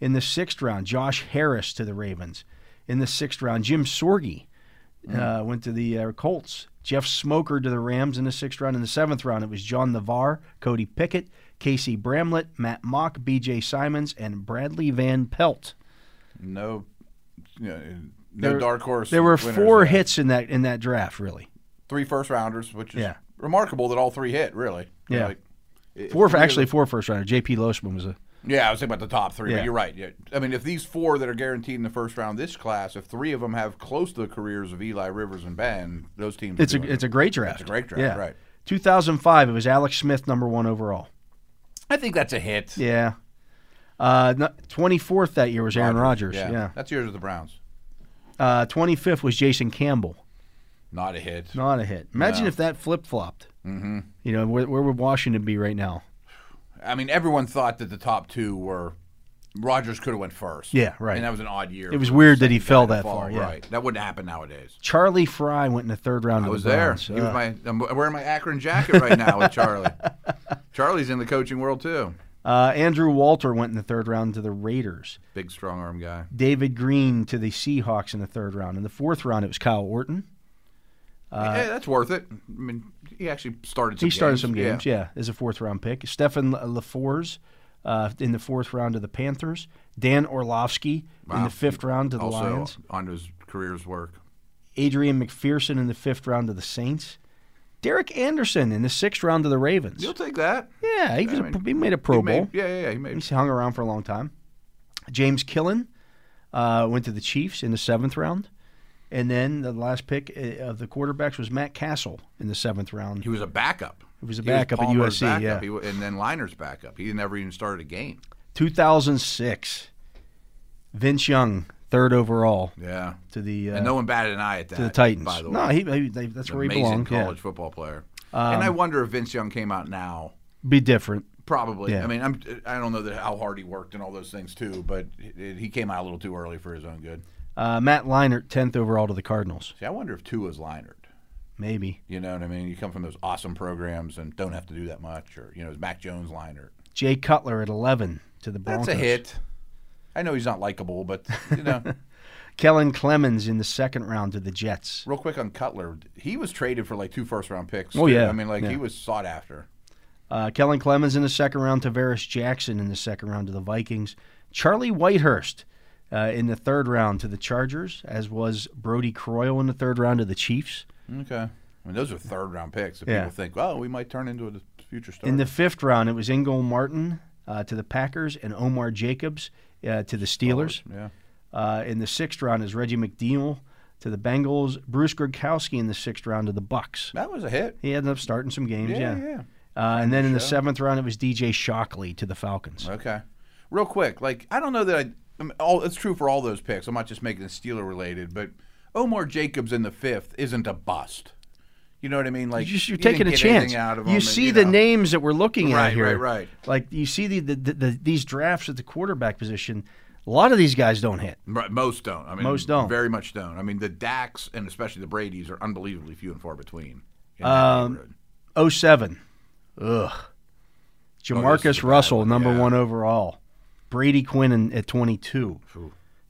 Speaker 1: In the sixth round, Josh Harris to the Ravens. In the sixth round, Jim Sorge uh, went to the uh, Colts. Jeff Smoker to the Rams in the sixth round. In the seventh round, it was John Navarre, Cody Pickett, Casey Bramlett, Matt Mock, B.J. Simons, and Bradley Van Pelt.
Speaker 2: No, you know, no
Speaker 1: There-
Speaker 2: dark horse.
Speaker 1: There were
Speaker 2: winners
Speaker 1: four
Speaker 2: there.
Speaker 1: hits in that in that draft, really.
Speaker 2: three first rounders, which is
Speaker 1: Yeah.
Speaker 2: remarkable that all three hit. Really.
Speaker 1: Yeah.
Speaker 2: it-
Speaker 1: Four,
Speaker 2: if you're-
Speaker 1: actually four first rounders. J.P. Loshman was a
Speaker 2: Yeah, I was thinking about the top three,
Speaker 1: Yeah.
Speaker 2: but you're right. Yeah. I mean, if these four that are guaranteed in the first round this class, if three of them have close to the careers of Eli Rivers and Ben, those teams. are
Speaker 1: It's a
Speaker 2: doing
Speaker 1: it's a
Speaker 2: it.
Speaker 1: great draft.
Speaker 2: It's a great draft, right.
Speaker 1: 2005. It was Alex Smith, number one overall.
Speaker 3: I think that's a hit.
Speaker 1: Yeah. Uh, twenty fourth that year was Aaron Rodgers. Yeah.
Speaker 2: That's yours with the Browns.
Speaker 1: Uh, twenty fifth was Jason Campbell.
Speaker 2: Not a hit.
Speaker 1: Not a hit. Imagine if that flip flopped. Mm-hmm. You know where, where would Washington be right now?
Speaker 2: I mean, everyone thought that the top two were. Rogers could have went first.
Speaker 1: Yeah, right.
Speaker 2: And that was an odd year.
Speaker 1: It was
Speaker 2: for
Speaker 1: weird
Speaker 2: the
Speaker 1: that he
Speaker 2: second
Speaker 1: fell
Speaker 2: guy to
Speaker 1: that
Speaker 2: fall,
Speaker 1: far, yeah.
Speaker 2: Right. That wouldn't happen nowadays.
Speaker 1: Charlie Fry went in the third round.
Speaker 2: I
Speaker 1: of
Speaker 2: was
Speaker 1: the
Speaker 2: there.
Speaker 1: Browns.
Speaker 2: He was
Speaker 1: Uh,
Speaker 2: my. I'm wearing my Akron jacket right now with Charlie. Charlie's in the coaching world too.
Speaker 1: uh, Andrew Walter went in the third round to the Raiders.
Speaker 2: Big strong arm guy.
Speaker 1: David Green to the Seahawks in the third round. In the fourth round, it was Kyle Orton.
Speaker 2: hey, that's worth it. I mean, he actually started. Some
Speaker 1: Uh, He started
Speaker 2: games.
Speaker 1: some games, yeah. as a fourth round pick. Stefan La- LaFours uh, in the fourth round to the Panthers. Dan Orlovsky in
Speaker 2: Wow.
Speaker 1: the fifth round to the
Speaker 2: Also
Speaker 1: Lions.
Speaker 2: on his career's work.
Speaker 1: Adrian McPherson in the fifth round to the Saints. Derek Anderson in the sixth round to the Ravens.
Speaker 2: You'll take that.
Speaker 1: Yeah, he, was a-
Speaker 2: I mean,
Speaker 1: he made a Pro
Speaker 2: He
Speaker 1: Bowl.
Speaker 2: made, yeah, yeah, yeah, he made.
Speaker 1: He's hung around for a long time. James Killen uh, went to the Chiefs in the seventh round. And then the last pick uh, of the quarterbacks was Matt Castle in the seventh round.
Speaker 2: He was a backup. He
Speaker 1: was a backup at
Speaker 2: Palmer's
Speaker 1: USC,
Speaker 2: backup.
Speaker 1: yeah.
Speaker 2: He wa- and then Liner's backup. He never even started a game.
Speaker 1: 2006, Vince Young, third overall
Speaker 2: Yeah,
Speaker 1: to the, uh,
Speaker 2: and no one batted an eye at that.
Speaker 1: to the Titans.
Speaker 2: by the way.
Speaker 1: no, he, he- they- that's where he
Speaker 2: amazing
Speaker 1: belonged. Yeah. Um,
Speaker 2: college football player. and I wonder if Vince Young came out now.
Speaker 1: Be different.
Speaker 2: Probably.
Speaker 1: Yeah.
Speaker 2: I mean, I'm, I don't know that how hard he worked and all those things too, but he he came out a little too early for his own good.
Speaker 1: Uh, Matt Leinart, 10th overall to the Cardinals.
Speaker 2: See, I wonder if Tua's Leinard.
Speaker 1: Maybe.
Speaker 2: You know what I mean? You come from those awesome programs and don't have to do that much, or you know, is Mac Jones Leinart?
Speaker 1: Jay Cutler at 11 to the
Speaker 2: That's
Speaker 1: Broncos.
Speaker 2: a hit. I know he's not likable, but you know,
Speaker 1: Kellen Clemens in the second round to the Jets.
Speaker 2: real quick on Cutler, he was traded for like two first round picks.
Speaker 1: Oh,
Speaker 2: too.
Speaker 1: yeah.
Speaker 2: I mean, like
Speaker 1: Yeah.
Speaker 2: he was sought after.
Speaker 1: Uh, Kellen Clemens in the second round, Tavares Jackson in the second round to the Vikings, Charlie Whitehurst uh, in the third round to the Chargers, as was Brody Croyle in the third round to the Chiefs.
Speaker 2: Okay, I mean, those are third round picks. If
Speaker 1: Yeah.
Speaker 2: people think, oh, we might turn into a future star.
Speaker 1: In the fifth round, it was Ingo Martin uh, to the Packers and Omar Jacobs uh, to the Steelers.
Speaker 2: yeah.
Speaker 1: Uh, in the sixth round is Reggie McDeal to the Bengals, Bruce Gronkowski in the sixth round to the Bucks.
Speaker 2: That was a hit.
Speaker 1: He ended up starting some games, yeah.
Speaker 2: Yeah, yeah.
Speaker 1: Uh, and then in the
Speaker 2: Show.
Speaker 1: seventh round, it was DJ Shockley to the Falcons.
Speaker 2: Okay. Real quick, like I don't know that I. I mean, all it's true for all those picks. I'm not just making it Steeler related, but Omar Jacobs in the fifth isn't a bust. You know what I mean? Like
Speaker 1: You're, just- you're
Speaker 2: you didn't
Speaker 1: taking a
Speaker 2: get anything
Speaker 1: chance.
Speaker 2: Out of
Speaker 1: you
Speaker 2: him and,
Speaker 1: see the
Speaker 2: know.
Speaker 1: names that we're looking at
Speaker 2: Right,
Speaker 1: here,
Speaker 2: right, right.
Speaker 1: Like you see the, the, the, the these drafts at the quarterback position. A lot of these guys don't hit.
Speaker 2: Right, most don't. I mean,
Speaker 1: Most don't.
Speaker 2: Very much don't. I mean, the Dax and especially the Brady's are unbelievably few and far between. In that
Speaker 1: Um,
Speaker 2: neighborhood.
Speaker 1: 07. Ugh.
Speaker 2: this is a
Speaker 1: Jamarcus
Speaker 2: bad
Speaker 1: Russell,
Speaker 2: one,
Speaker 1: number
Speaker 2: yeah.
Speaker 1: one overall. Brady Quinn in, at 22.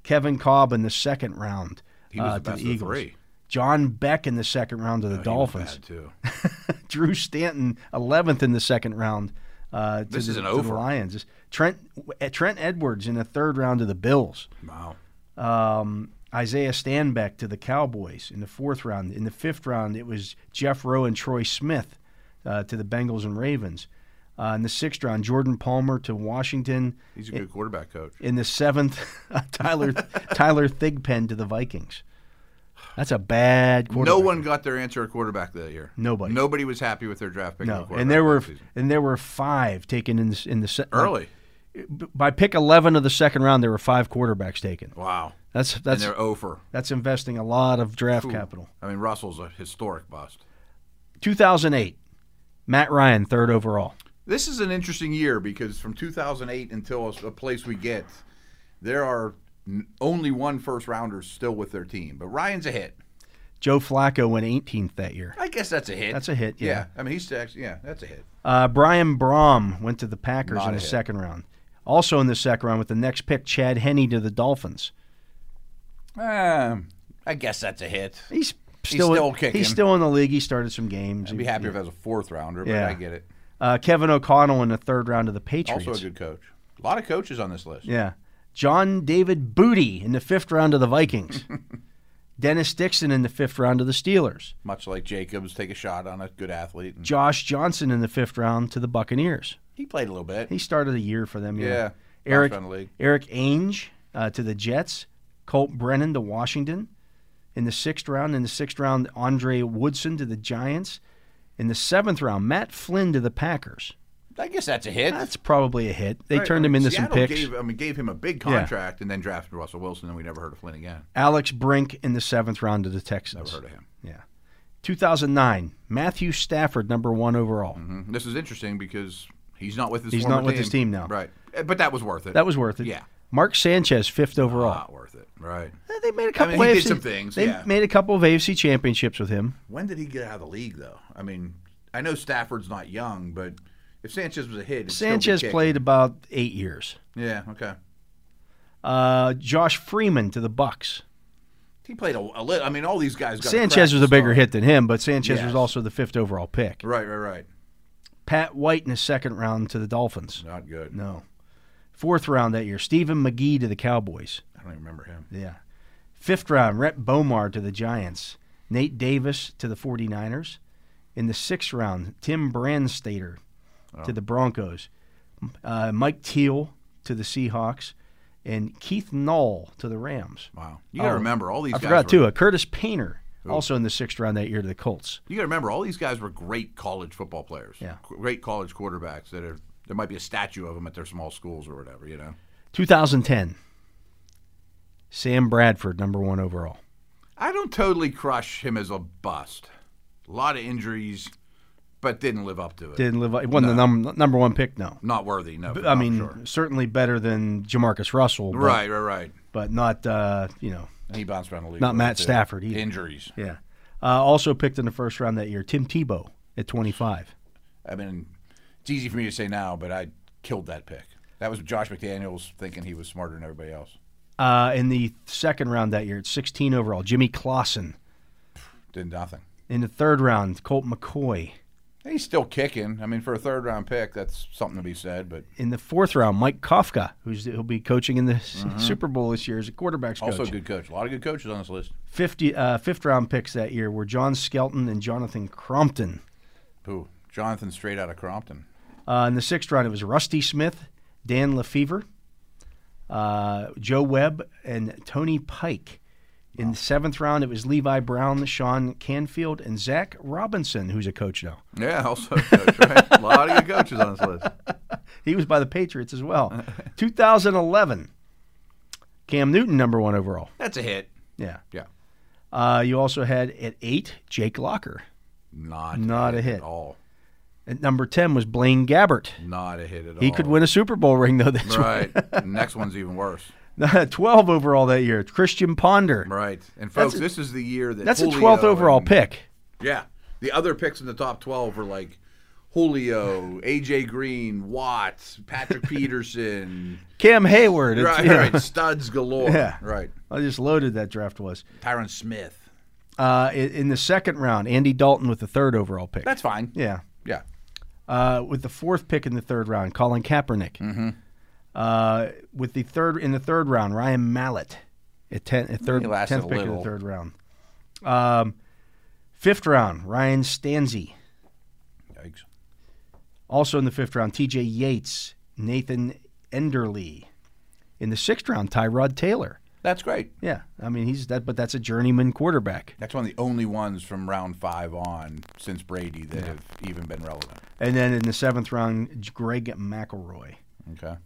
Speaker 1: Kevin Cobb in the second round
Speaker 2: He was
Speaker 1: uh,
Speaker 2: the
Speaker 1: to
Speaker 2: best
Speaker 1: the
Speaker 2: of the
Speaker 1: Eagles.
Speaker 2: three.
Speaker 1: John Beck in the second round to the
Speaker 2: He was
Speaker 1: Dolphins.
Speaker 2: bad, too.
Speaker 1: Drew Stanton, 11th in the second round uh, to,
Speaker 2: This
Speaker 1: the,
Speaker 2: is an
Speaker 1: to the
Speaker 2: over.
Speaker 1: Lions. Trent, uh, Trent Edwards in the third round to the Bills.
Speaker 2: Wow.
Speaker 1: um, Isaiah Standbeck to the Cowboys in the fourth round. In the fifth round, it was Jeff Rowe and Troy Smith uh, to the Bengals and Ravens. Uh, in the sixth round, Jordan Palmer to Washington.
Speaker 2: He's a good quarterback coach.
Speaker 1: In the seventh, Tyler Tyler Thigpen to the Vikings. That's a bad quarterback.
Speaker 2: No one got their answer at quarterback that year.
Speaker 1: Nobody.
Speaker 2: Nobody was happy with their draft pick. at
Speaker 1: No,
Speaker 2: quarterback
Speaker 1: and there were
Speaker 2: that season.
Speaker 1: and there were five taken in the, in the se-
Speaker 2: early.
Speaker 1: by pick eleven of the second round. There were five quarterbacks taken.
Speaker 2: Wow.
Speaker 1: That's
Speaker 2: And
Speaker 1: that's
Speaker 2: they're oh over.
Speaker 1: that's investing a lot of draft capital.
Speaker 2: I mean, Russell's a historic bust.
Speaker 1: 2008, Matt Ryan, third overall.
Speaker 2: This is an interesting year because from 2008 until a a place we get, there are n- only one first rounders still with their team. But Ryan's a hit.
Speaker 1: Joe Flacco went 18th that year.
Speaker 2: I guess that's a hit.
Speaker 1: That's a hit, yeah.
Speaker 2: I mean, he's actually yeah, that's a hit.
Speaker 1: Uh, Brian Brom went to the Packers
Speaker 2: Not
Speaker 1: in
Speaker 2: a
Speaker 1: the
Speaker 2: hit.
Speaker 1: second round. Also in the second round with the next pick, Chad Henney to the Dolphins.
Speaker 2: Um, I guess that's a hit.
Speaker 1: He's still
Speaker 2: still kicking.
Speaker 1: He's still in the league. He started some games.
Speaker 2: I'd be happy if it was a fourth rounder, but
Speaker 1: Yeah.
Speaker 2: I get it.
Speaker 1: Uh, Kevin O'Connell in the third round of the Patriots.
Speaker 2: Also a good coach. A lot of coaches on this list.
Speaker 1: Yeah. John David Booty in the fifth round of the Vikings. Dennis Dixon in the fifth round of the Steelers.
Speaker 2: Much like Jacobs, take a shot on a good athlete. And
Speaker 1: Josh Johnson in the fifth round to the Buccaneers.
Speaker 2: he played a little bit.
Speaker 1: He started a year for them. Yeah.
Speaker 2: Yeah,
Speaker 1: Eric
Speaker 2: first round league.
Speaker 1: Eric Ainge uh, to the Jets. Colt Brennan to Washington. In the sixth round, in the sixth round, Andre Woodson to the Giants. In the seventh round, Matt Flynn to the Packers.
Speaker 3: I guess that's a hit.
Speaker 1: That's probably a hit. They turned him into
Speaker 2: Seattle
Speaker 1: some picks.
Speaker 2: Gave, I mean, gave him a big contract and then drafted Russell Wilson, and we never heard of Flynn again.
Speaker 1: Alex Brink in the seventh round to the Texans.
Speaker 2: Never heard of him.
Speaker 1: Yeah. 2009, Matthew Stafford, number one overall.
Speaker 2: Mhm. This is interesting because he's not with his.
Speaker 1: He's
Speaker 2: former
Speaker 1: not with his team now.
Speaker 2: Right, Eh, but that was worth it.
Speaker 1: That was worth it.
Speaker 2: Yeah.
Speaker 1: Mark Sanchez, fifth overall.
Speaker 2: not worth it. Right.
Speaker 1: Eh, They made a couple
Speaker 2: he
Speaker 1: of
Speaker 2: did
Speaker 1: AFC
Speaker 2: some things,
Speaker 1: They
Speaker 2: yeah.
Speaker 1: made a couple of AFC championships with him.
Speaker 2: When did he get out of the league though? I mean, I know Stafford's not young, but if Sanchez was a hit, it'd still be
Speaker 1: Sanchez
Speaker 2: kicking.
Speaker 1: played about eight years.
Speaker 2: Yeah. Okay.
Speaker 1: Uh, Josh Freeman to the Bucks.
Speaker 2: He played a, a little. I mean, all these guys. Got
Speaker 1: Sanchez
Speaker 2: crack
Speaker 1: was a bigger
Speaker 2: start.
Speaker 1: hit than him, but Sanchez
Speaker 2: Yes.
Speaker 1: was also the fifth overall pick.
Speaker 2: Right. Right. Right.
Speaker 1: Pat White in the second round to the Dolphins.
Speaker 2: Not good.
Speaker 1: No. Fourth round that year, Stephen McGee to the Cowboys.
Speaker 2: I don't even remember him.
Speaker 1: Yeah. Fifth round, Rhett Bomar to the Giants. Nate Davis to the 49ers. In the sixth round, Tim Brandstater
Speaker 2: Oh.
Speaker 1: to the Broncos. Uh, Mike Teal to the Seahawks. And Keith Knoll to the Rams.
Speaker 2: Wow. You got to
Speaker 1: Oh,
Speaker 2: remember all these.
Speaker 1: I
Speaker 2: guys
Speaker 1: forgot,
Speaker 2: were-
Speaker 1: too, a Curtis Painter, also in the sixth round that year to the Colts.
Speaker 2: You got to remember, all these guys were great college football players.
Speaker 1: Yeah.
Speaker 2: Qu- Great college quarterbacks that are. There might be a statue of them at their small schools or whatever. You know.
Speaker 1: 2010, Sam Bradford, number one overall.
Speaker 2: I don't totally crush him as a bust. A lot of injuries, but didn't live up to it.
Speaker 1: Didn't live up. It wasn't the num- number one pick, no.
Speaker 2: Not worthy. No.
Speaker 1: I
Speaker 2: I'm
Speaker 1: mean,
Speaker 2: sure.
Speaker 1: certainly better than Jamarcus Russell. but-
Speaker 2: right, right, right.
Speaker 1: but not uh, you know,
Speaker 2: And He bounced around the league.
Speaker 1: not
Speaker 2: a
Speaker 1: Matt
Speaker 2: little bit.
Speaker 1: Stafford either.
Speaker 2: Injuries.
Speaker 1: yeah. Uh, also picked in the first round that year, Tim Tebow at 25.
Speaker 2: I mean, it's easy for me to say now, but I killed that pick. That was Josh McDaniels thinking he was smarter than everybody else.
Speaker 1: Uh, in the second round that year, at 16 overall, Jimmy Clausen.
Speaker 2: Did nothing.
Speaker 1: In the third round, Colt McCoy.
Speaker 2: And he's still kicking. I mean, for a third round pick, that's something to be said. But
Speaker 1: In the fourth round, Mike Kafka, who's he'll be coaching in the S- Super Bowl this year as a quarterbacks coach.
Speaker 2: also a good coach. A lot of good coaches on this list.
Speaker 1: 50, uh, fifth round picks that year were John Skelton and Jonathan Crompton.
Speaker 2: Who? Jonathan straight out of Crompton.
Speaker 1: Uh, in the sixth round, it was Rusty Smith, Dan Lefevre, uh, Joe Webb, and Tony Pike. In the seventh round, it was Levi Brown, Sean Canfield, and Zach Robinson, who's a coach now.
Speaker 2: Yeah, also a coach, right? a lot of good coaches on this list.
Speaker 1: He was by the Patriots as well. 2011, Cam Newton, number one overall.
Speaker 2: That's a hit.
Speaker 1: Yeah.
Speaker 2: Yeah.
Speaker 1: Uh, you also had at eight, Jake Locker.
Speaker 2: Not
Speaker 1: Not a hit.
Speaker 2: at all.
Speaker 1: At number 10 was Blaine Gabbert.
Speaker 2: Not a hit at all.
Speaker 1: He could win a Super Bowl ring, though. That's
Speaker 2: Right. Next one's even worse.
Speaker 1: right. 12 overall that year, Christian Ponder.
Speaker 2: Right. And
Speaker 1: That's
Speaker 2: folks,
Speaker 1: a-
Speaker 2: this is the year that
Speaker 1: That's the
Speaker 2: Julio
Speaker 1: 12th overall
Speaker 2: and-
Speaker 1: pick.
Speaker 2: Yeah. The other picks in the top 12 were like Julio, AJ Green, Watts, Patrick Peterson,
Speaker 1: Cam Hayward. It's-
Speaker 2: right,
Speaker 1: yeah.
Speaker 2: right, studs galore.
Speaker 1: Yeah.
Speaker 2: Right.
Speaker 1: I just loaded that draft was.
Speaker 2: Tyron Smith.
Speaker 1: Uh, i- in the second round, Andy Dalton with the third overall pick.
Speaker 2: That's fine.
Speaker 1: yeah.
Speaker 2: Yeah.
Speaker 1: Uh, with the fourth pick in the third round, Colin Kaepernick.
Speaker 2: Mm-hmm.
Speaker 1: Uh, with the third in the third round, Ryan Mallett at ten, at third
Speaker 2: He lasted
Speaker 1: tenth
Speaker 2: a
Speaker 1: pick in the
Speaker 2: little.
Speaker 1: third round. Um, fifth round, Ryan Stanzi.
Speaker 2: Yikes.
Speaker 1: Also in the fifth round, T.J. Yates, Nathan Enderly. In the sixth round, Tyrod Taylor.
Speaker 2: That's great.
Speaker 1: Yeah, I mean he's that, but that's a journeyman quarterback.
Speaker 2: That's one of the only ones from round five on since Brady that have even been relevant.
Speaker 1: And then in the seventh round, Greg McElroy.
Speaker 2: Okay.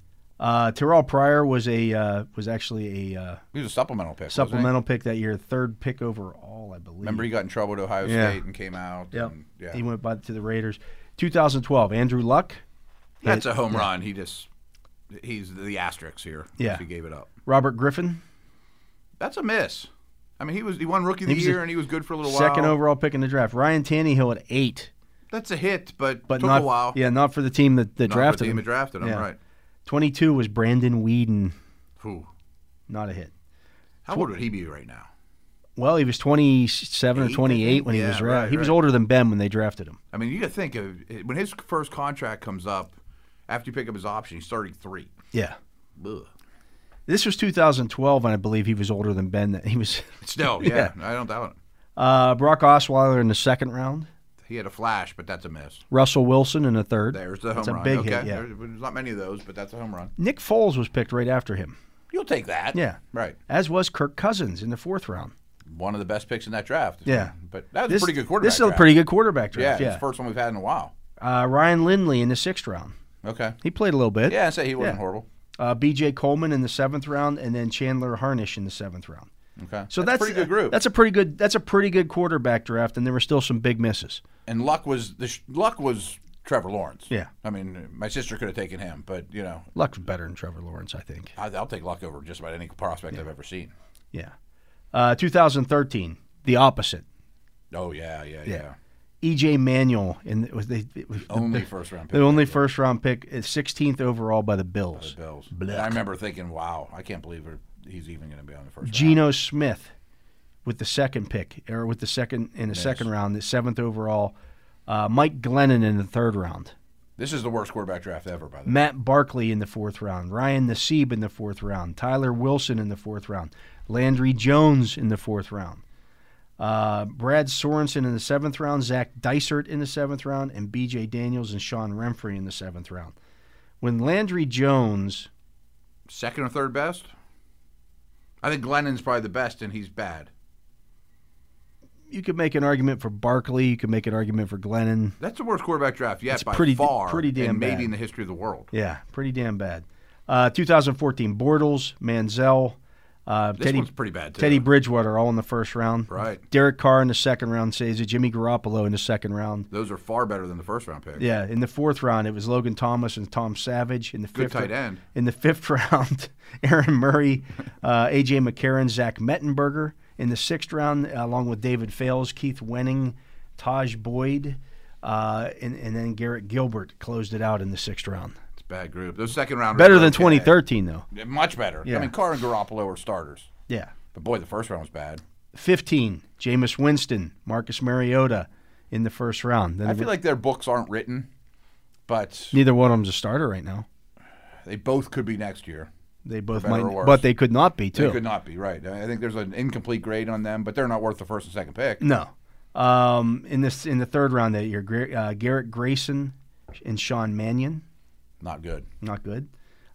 Speaker 1: Uh, Terrell Pryor was a uh, was actually a uh,
Speaker 2: He was a supplemental pick. wasn't he?
Speaker 1: supplemental pick that year, third pick overall, I believe.
Speaker 2: Remember, he got in trouble at Ohio
Speaker 1: Yeah.
Speaker 2: State and came out.
Speaker 1: Yep.
Speaker 2: and- yeah.
Speaker 1: He went by to the Raiders. 2012, Andrew Luck,
Speaker 2: That's a home run. He just he's the asterisk here.
Speaker 1: Yeah.
Speaker 2: he gave it up.
Speaker 1: Robert Griffin,
Speaker 2: That's a miss. I mean, he was he won rookie of
Speaker 1: He
Speaker 2: the
Speaker 1: was the
Speaker 2: year and he was good for a little while.
Speaker 1: second overall pick in the draft. Ryan Tannehill at eight,
Speaker 2: That's a hit, but,
Speaker 1: but
Speaker 2: took
Speaker 1: not
Speaker 2: a while.
Speaker 1: yeah, not for the team that, that
Speaker 2: Not for
Speaker 1: drafted
Speaker 2: the team
Speaker 1: him.
Speaker 2: that drafted him.
Speaker 1: Yeah.
Speaker 2: Right.
Speaker 1: 22 was Brandon Whedon,
Speaker 2: Whew.
Speaker 1: not a hit.
Speaker 2: How old would he be right now?
Speaker 1: Well, he was 27
Speaker 2: Eight, I
Speaker 1: or 28
Speaker 2: think?
Speaker 1: when he
Speaker 2: Yeah,
Speaker 1: was ra-
Speaker 2: right,
Speaker 1: he was
Speaker 2: right.
Speaker 1: older than Ben when they drafted him.
Speaker 2: I mean, you got to think of when his first contract comes up after you pick up his option. He's thirty three.
Speaker 1: Yeah. This was 2012, and I believe he was older than Ben. That he was
Speaker 2: Still, yeah, I don't doubt it.
Speaker 1: uh, Brock Osweiler in the second round,
Speaker 2: He had a flash, but that's a miss.
Speaker 1: Russell Wilson in the third.
Speaker 2: There's the home
Speaker 1: That's a
Speaker 2: run.
Speaker 1: big
Speaker 2: okay,
Speaker 1: hit. Yeah.
Speaker 2: There's, there's not many of those, but that's a home run.
Speaker 1: Nick Foles was picked right after him.
Speaker 2: You'll take that.
Speaker 1: Yeah.
Speaker 2: Right.
Speaker 1: As was Kirk Cousins in the fourth round.
Speaker 2: One of the best picks in that draft.
Speaker 1: Yeah.
Speaker 2: But that was a pretty good quarterback.
Speaker 1: This is a
Speaker 2: draft.
Speaker 1: pretty good quarterback
Speaker 2: Yeah,
Speaker 1: draft.
Speaker 2: it's the first one we've had in a while.
Speaker 1: Uh, Ryan Lindley in the sixth round.
Speaker 2: Okay.
Speaker 1: He played a little bit.
Speaker 2: Yeah, I say he wasn't
Speaker 1: Yeah.
Speaker 2: horrible.
Speaker 1: Uh, B.J. Coleman in the seventh round, and then Chandler Harnish in the seventh round.
Speaker 2: Okay.
Speaker 1: So
Speaker 2: a
Speaker 1: that's, uh,
Speaker 2: pretty good group.
Speaker 1: That's a pretty good. That's a pretty good quarterback draft, and there were still some big misses.
Speaker 2: and luck was the sh- luck was Trevor Lawrence.
Speaker 1: Yeah.
Speaker 2: I mean, my sister could have taken him, but you know,
Speaker 1: Luck's better than Trevor Lawrence, I think.
Speaker 2: I, I'll take luck over just about any prospect I've ever seen.
Speaker 1: Yeah. Uh, 2013, the opposite.
Speaker 2: Oh yeah, yeah, yeah.
Speaker 1: Yeah. E.J. Manuel, and it was they it was the,
Speaker 2: Only first round
Speaker 1: the
Speaker 2: pick.
Speaker 1: only first round pick, uh, 16th overall by the Bills.
Speaker 2: Bills.
Speaker 1: Blech.
Speaker 2: I remember thinking, wow, I can't believe it- he's even going to be on the first round.
Speaker 1: Geno Smith with the second pick, or with the second in the second round, the seventh overall. Uh, Mike Glennon in the third round.
Speaker 2: This is the worst quarterback draft ever, by the way.
Speaker 1: Matt Barkley in the fourth round, Ryan Nassib in the fourth round, Tyler Wilson in the fourth round, Landry Jones in the fourth round, uh, Brad Sorensen in the seventh round, Zach Dysert in the seventh round, and B.J. Daniels and Sean Remfrey in the seventh round. When Landry Jones,
Speaker 2: Second or third best? I think Glennon's probably the best, and he's bad.
Speaker 1: you could make an argument for Barkley, you could make an argument for Glennon.
Speaker 2: That's the worst quarterback draft yet
Speaker 1: It's
Speaker 2: by
Speaker 1: pretty-
Speaker 2: far,
Speaker 1: pretty damn
Speaker 2: and maybe
Speaker 1: bad.
Speaker 2: in the history of the world.
Speaker 1: Yeah, pretty damn bad. Uh, 2014, Bortles, Manziel, uh,
Speaker 2: This
Speaker 1: Teddy
Speaker 2: one's pretty bad too.
Speaker 1: Teddy Bridgewater all in the first round.
Speaker 2: Right.
Speaker 1: Derek Carr in the second round saves it. Jimmy Garoppolo in the second round.
Speaker 2: Those are far better than the first round pick.
Speaker 1: Yeah, in the fourth round it was Logan Thomas and Tom Savage in the
Speaker 2: Good
Speaker 1: fifth
Speaker 2: tight end.
Speaker 1: in the fifth round. Aaron Murray, uh, AJ McCarron, Zach Mettenberger in the sixth round, along with David Fales, Keith Wenning, Taj Boyd, uh, and, and then Garrett Gilbert closed it out in the sixth round.
Speaker 2: It's a bad group. Those second round
Speaker 1: Better than 2013 though.
Speaker 2: Much better.
Speaker 1: Yeah.
Speaker 2: I mean, Carr and Garoppolo were starters,
Speaker 1: Yeah.
Speaker 2: but boy, the first round was bad.
Speaker 1: 15, Jameis Winston, Marcus Mariota in the first round. Then
Speaker 2: I feel like their books aren't written, but
Speaker 1: Neither one of them's a starter right now.
Speaker 2: they both could be next year.
Speaker 1: They both
Speaker 2: For better
Speaker 1: might,
Speaker 2: or worse.
Speaker 1: but they could not be
Speaker 2: They
Speaker 1: too.
Speaker 2: could not be right. I think there's an incomplete grade on them, but they're not worth the first and second pick.
Speaker 1: No, um, in this in the third round that year, Gra- uh, Garrett Grayson and Sean Mannion,
Speaker 2: Not good.
Speaker 1: not good.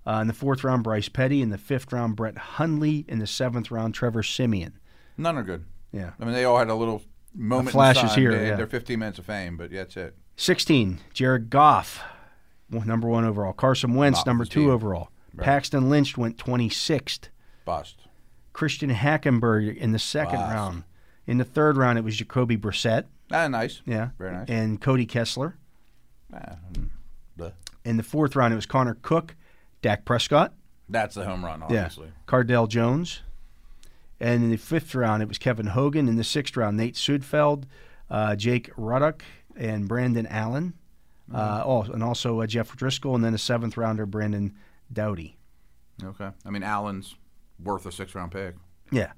Speaker 1: Uh, in the fourth round, Bryce Petty. In the fifth round, Brett Hundley. In the seventh round, Trevor Simeon.
Speaker 2: None are good.
Speaker 1: Yeah,
Speaker 2: I mean, they all had a little moment. in
Speaker 1: Flashes
Speaker 2: time.
Speaker 1: here,
Speaker 2: They-
Speaker 1: yeah.
Speaker 2: They're 15 minutes of fame, but yeah, that's it.
Speaker 1: sixteen, Jared Goff, w- number one overall. Carson Wentz,
Speaker 2: Not
Speaker 1: number
Speaker 2: his
Speaker 1: two
Speaker 2: team.
Speaker 1: overall. Paxton Lynch went twenty sixth.
Speaker 2: Bust.
Speaker 1: Christian Hackenberg in the second
Speaker 2: Wow.
Speaker 1: round. In the third round, it was Jacoby Brissett.
Speaker 2: Ah, nice.
Speaker 1: Yeah,
Speaker 2: Very nice.
Speaker 1: And Cody Kessler.
Speaker 2: Ah, mm, bleh.
Speaker 1: In the fourth round, it was Connor Cook, Dak Prescott,
Speaker 2: That's the home run, obviously.
Speaker 1: Cardell Jones. And in the fifth round, it was Kevin Hogan. In the sixth round, Nate Sudfeld, uh, Jake Ruddock, and Brandon Allen.
Speaker 2: Mm-hmm.
Speaker 1: Uh, oh, and also uh, Jeff Driscoll. And then a seventh rounder, Brandon Dowdy.
Speaker 2: Okay. I mean, Allen's worth a six round pick.
Speaker 1: Yeah.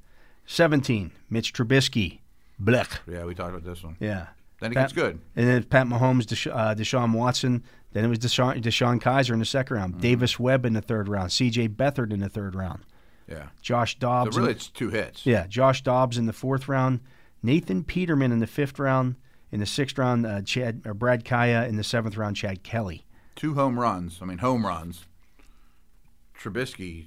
Speaker 1: 17, Mitch Trubisky. Blech.
Speaker 2: Yeah, we talked about this one.
Speaker 1: Yeah.
Speaker 2: Then it
Speaker 1: Pat-
Speaker 2: gets good.
Speaker 1: And then Pat Mahomes, Desha- uh, Deshaun Watson. Then it was Deshaun, Deshaun Kaiser in the second round.
Speaker 2: Mm-hmm.
Speaker 1: Davis Webb in the third round. C.J. Beathard in the third round.
Speaker 2: Yeah.
Speaker 1: Josh
Speaker 2: So
Speaker 1: Dobbs. in-
Speaker 2: really, it's two hits.
Speaker 1: yeah, Josh Dobbs in the fourth round. Nathan Peterman in the fifth round. In the sixth round, uh, Chad or Brad Kaya. In the seventh round, Chad Kelly.
Speaker 2: Two home runs. I mean, home runs. Trubisky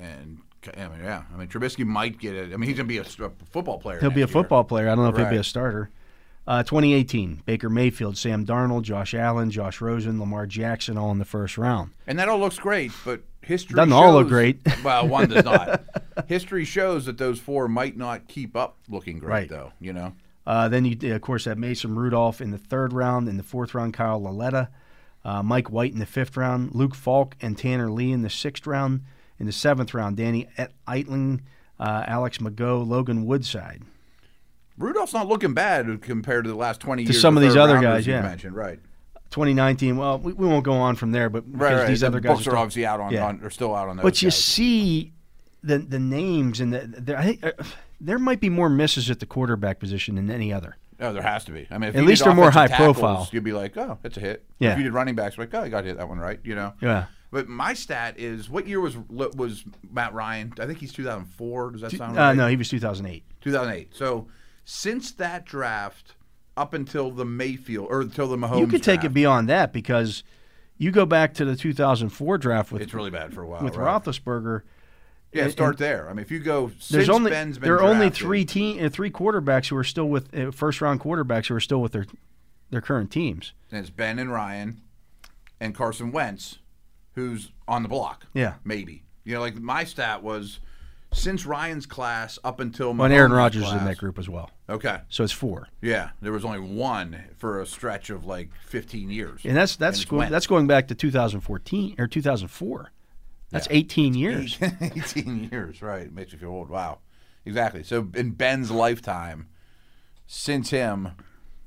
Speaker 2: and I mean, yeah. I mean, Trubisky might get it. I mean, he's gonna be a, s- a football player.
Speaker 1: He'll be a
Speaker 2: next year.
Speaker 1: football player. I don't know if he'll be
Speaker 2: Right.
Speaker 1: a starter. Uh, 2018, Baker Mayfield, Sam Darnold, Josh Allen, Josh Rosen, Lamar Jackson, all in the first round.
Speaker 2: And that all looks great, but history
Speaker 1: Doesn't all look
Speaker 2: shows-
Speaker 1: great.
Speaker 2: well, one does not. history shows that those four might not keep up looking great,
Speaker 1: Right.
Speaker 2: though. You know,
Speaker 1: Uh, then you, of course, have Mason Rudolph in the third round. In the fourth round, Kyle Laletta, uh, Mike White in the fifth round, Luke Falk and Tanner Lee in the sixth round. In the seventh round, Danny Et- Eitling, uh, Alex Mago, Logan Woodside.
Speaker 2: Rudolph's not looking bad compared to the last twenty
Speaker 1: To
Speaker 2: years.
Speaker 1: some of these
Speaker 2: third
Speaker 1: other
Speaker 2: rounders
Speaker 1: guys,
Speaker 2: you
Speaker 1: yeah.
Speaker 2: mentioned right,
Speaker 1: 2019. Well, we, we won't go on from there, but
Speaker 2: right,
Speaker 1: because
Speaker 2: right.
Speaker 1: these
Speaker 2: The
Speaker 1: other
Speaker 2: books
Speaker 1: guys
Speaker 2: are,
Speaker 1: are still-
Speaker 2: obviously out on,
Speaker 1: Yeah.
Speaker 2: on, are still out on those.
Speaker 1: But you
Speaker 2: guys.
Speaker 1: see the the names and the, the I think uh, there might be more misses at the quarterback position than any other.
Speaker 2: Oh, there has to be. I mean, if
Speaker 1: At
Speaker 2: you
Speaker 1: least
Speaker 2: did
Speaker 1: they're more
Speaker 2: offensive
Speaker 1: high
Speaker 2: tackles,
Speaker 1: profile.
Speaker 2: You'd be like, oh, it's a hit.
Speaker 1: Yeah.
Speaker 2: If you did running backs, like, oh, I got to hit that one right. You know.
Speaker 1: Yeah.
Speaker 2: But my stat is, what year was was Matt Ryan? I think he's 2004. Does that sound right?
Speaker 1: Uh, no, he was 2008.
Speaker 2: 2008. So since that draft up until the Mayfield or until the Mahomes,
Speaker 1: you could take it
Speaker 2: draft,
Speaker 1: beyond that because you go back to the 2004 draft with
Speaker 2: It's really bad for a while.
Speaker 1: with
Speaker 2: right?
Speaker 1: Roethlisberger.
Speaker 2: yeah, start there. I mean, if you go,
Speaker 1: There's
Speaker 2: since
Speaker 1: only
Speaker 2: Ben's been
Speaker 1: there are only
Speaker 2: drafted-
Speaker 1: three team uh, three quarterbacks who are still with uh, first round quarterbacks who are still with their their current teams.
Speaker 2: And it's Ben and Ryan, and Carson Wentz, who's on the block.
Speaker 1: Yeah.
Speaker 2: Maybe. You know, like my stat was since Ryan's class up until
Speaker 1: Well, and Aaron
Speaker 2: Mahomes'
Speaker 1: Rodgers is in
Speaker 2: class-
Speaker 1: that group as well.
Speaker 2: Okay.
Speaker 1: So it's four.
Speaker 2: Yeah. There was only one for a stretch of like 15 years.
Speaker 1: And that's that's
Speaker 2: it's
Speaker 1: going
Speaker 2: Wentz.
Speaker 1: that's going back to 2014 or 2004. That's 18 years.
Speaker 2: 18 years, right. Makes you feel old. Wow. Exactly. So in Ben's lifetime, since him,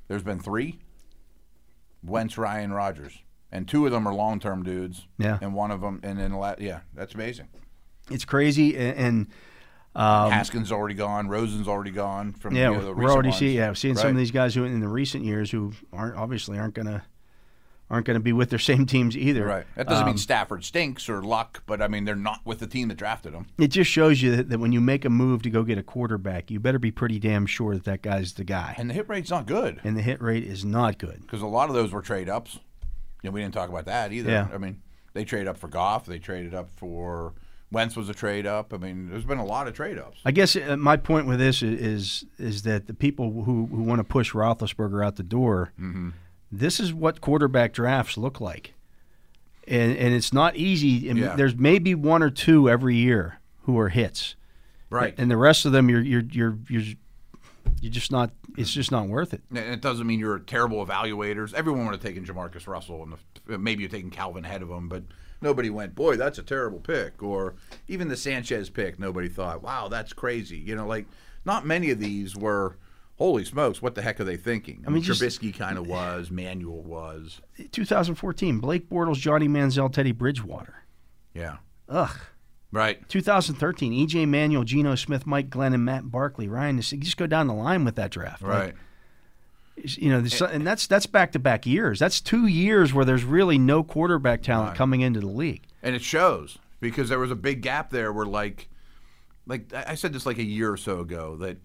Speaker 2: there's been three Wentz, Ryan, Rogers. And two of them are long term dudes.
Speaker 1: Yeah.
Speaker 2: And one of them, and then, la- yeah, that's amazing.
Speaker 1: it's crazy, and, and
Speaker 2: Haskins already gone. Rosen's already gone from
Speaker 1: Um, yeah,
Speaker 2: you know, the
Speaker 1: we're
Speaker 2: recent
Speaker 1: already
Speaker 2: ones.
Speaker 1: seeing yeah, we're seeing some of
Speaker 2: Right.
Speaker 1: these guys who in the recent years who aren't obviously aren't gonna aren't gonna be with their same teams either. Uh,
Speaker 2: Right. That doesn't
Speaker 1: Um,
Speaker 2: mean Stafford stinks or luck, but I mean, they're not with the team that drafted him.
Speaker 1: It just shows you that, that when you make a move to go get a quarterback, you better be pretty damn sure that that guy's the guy.
Speaker 2: And the hit rate's not good.
Speaker 1: and the hit rate is not good.
Speaker 2: because a lot of those were trade ups. And we didn't talk about that either.
Speaker 1: Yeah.
Speaker 2: I mean, they trade up for Goff. They traded up for Wentz was a trade up. I mean, there's been a lot of trade ups.
Speaker 1: I guess uh, my point with this i- is is that the people who, who want to push Roethlisberger out the door,
Speaker 2: Mm-hmm.
Speaker 1: this is what quarterback drafts look like, and and it's not easy. And
Speaker 2: Yeah.
Speaker 1: There's maybe one or two every year who are hits,
Speaker 2: Right. And,
Speaker 1: and the rest of them you're you're you're you're you're just not. It's just not worth it.
Speaker 2: and it doesn't mean you're terrible evaluators. Everyone would have taken Jamarcus Russell, and the, maybe you're taking Calvin ahead of him, but nobody went, boy, that's a terrible pick. Or even the Sanchez pick, nobody thought, wow, that's crazy. You know, like not many of these were. Holy smokes! What the heck are they thinking? I mean,
Speaker 1: mean, just-
Speaker 2: Trubisky kind of was, Manuel was,
Speaker 1: 2014, Blake Bortles, Johnny Manziel, Teddy Bridgewater.
Speaker 2: yeah,
Speaker 1: Ugh.
Speaker 2: right.
Speaker 1: 2013, E.J. E Manuel, Geno Smith, Mike Glenn, and Matt Barkley. Ryan, you just go down the line with that draft. Like,
Speaker 2: Right.
Speaker 1: you know,
Speaker 2: Eh,
Speaker 1: there's so- and that's that's back to back years. That's two years where there's really no quarterback talent coming into the league.
Speaker 2: and it shows because there was a big gap there where like like I I said this like a year or so ago that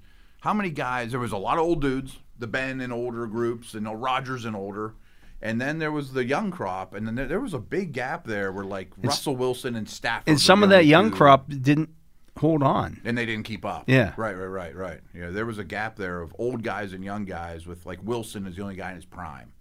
Speaker 2: how many guys there was a lot of old dudes the Ben and older groups and the Rogers and older and then there was the young crop and then there, there was a big gap there where like Russell Wilson and Stafford were
Speaker 1: And some of that young
Speaker 2: two,
Speaker 1: crop didn't hold on.
Speaker 2: and they didn't keep up
Speaker 1: Yeah.
Speaker 2: right right right right yeah there was a gap there of old guys and young guys with like Wilson is the only guy in his prime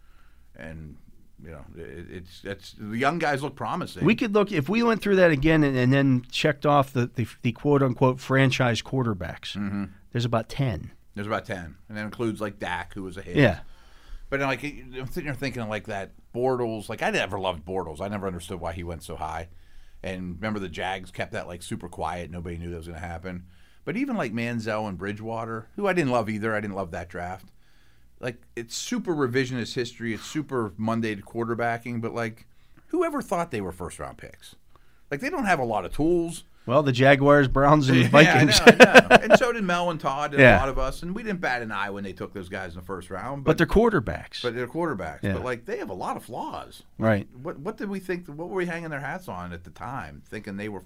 Speaker 2: and you know it, it's it's the young guys look promising
Speaker 1: We could look if we went through that again and, and then checked off the, the, the quote unquote franchise quarterbacks.
Speaker 2: Mm-hmm.
Speaker 1: There's about ten.
Speaker 2: There's about ten, and that includes like Dak, who was a hit.
Speaker 1: Yeah,
Speaker 2: But like I'm sitting here thinking like that Bortles. Like I never loved Bortles. I never understood why he went so high. And remember the Jags kept that like super quiet. Nobody knew that was going to happen. But even like Manziel and Bridgewater, who I didn't love either. I didn't love that draft. Like it's super revisionist history. It's super Monday to quarterbacking. But like, whoever thought they were first round picks? Like they don't have a lot of tools.
Speaker 1: Well, the Jaguars, Browns, and Vikings.
Speaker 2: Yeah, I know, I know. and so did Mel and Todd and
Speaker 1: Yeah.
Speaker 2: a lot of us. And we didn't bat an eye when they took those guys in the first round.
Speaker 1: but
Speaker 2: But,
Speaker 1: they're quarterbacks,
Speaker 2: but they're quarterbacks.
Speaker 1: Yeah.
Speaker 2: But like they have a lot of flaws.
Speaker 1: right?
Speaker 2: What what did we think? What were we hanging their hats on at the time, thinking they were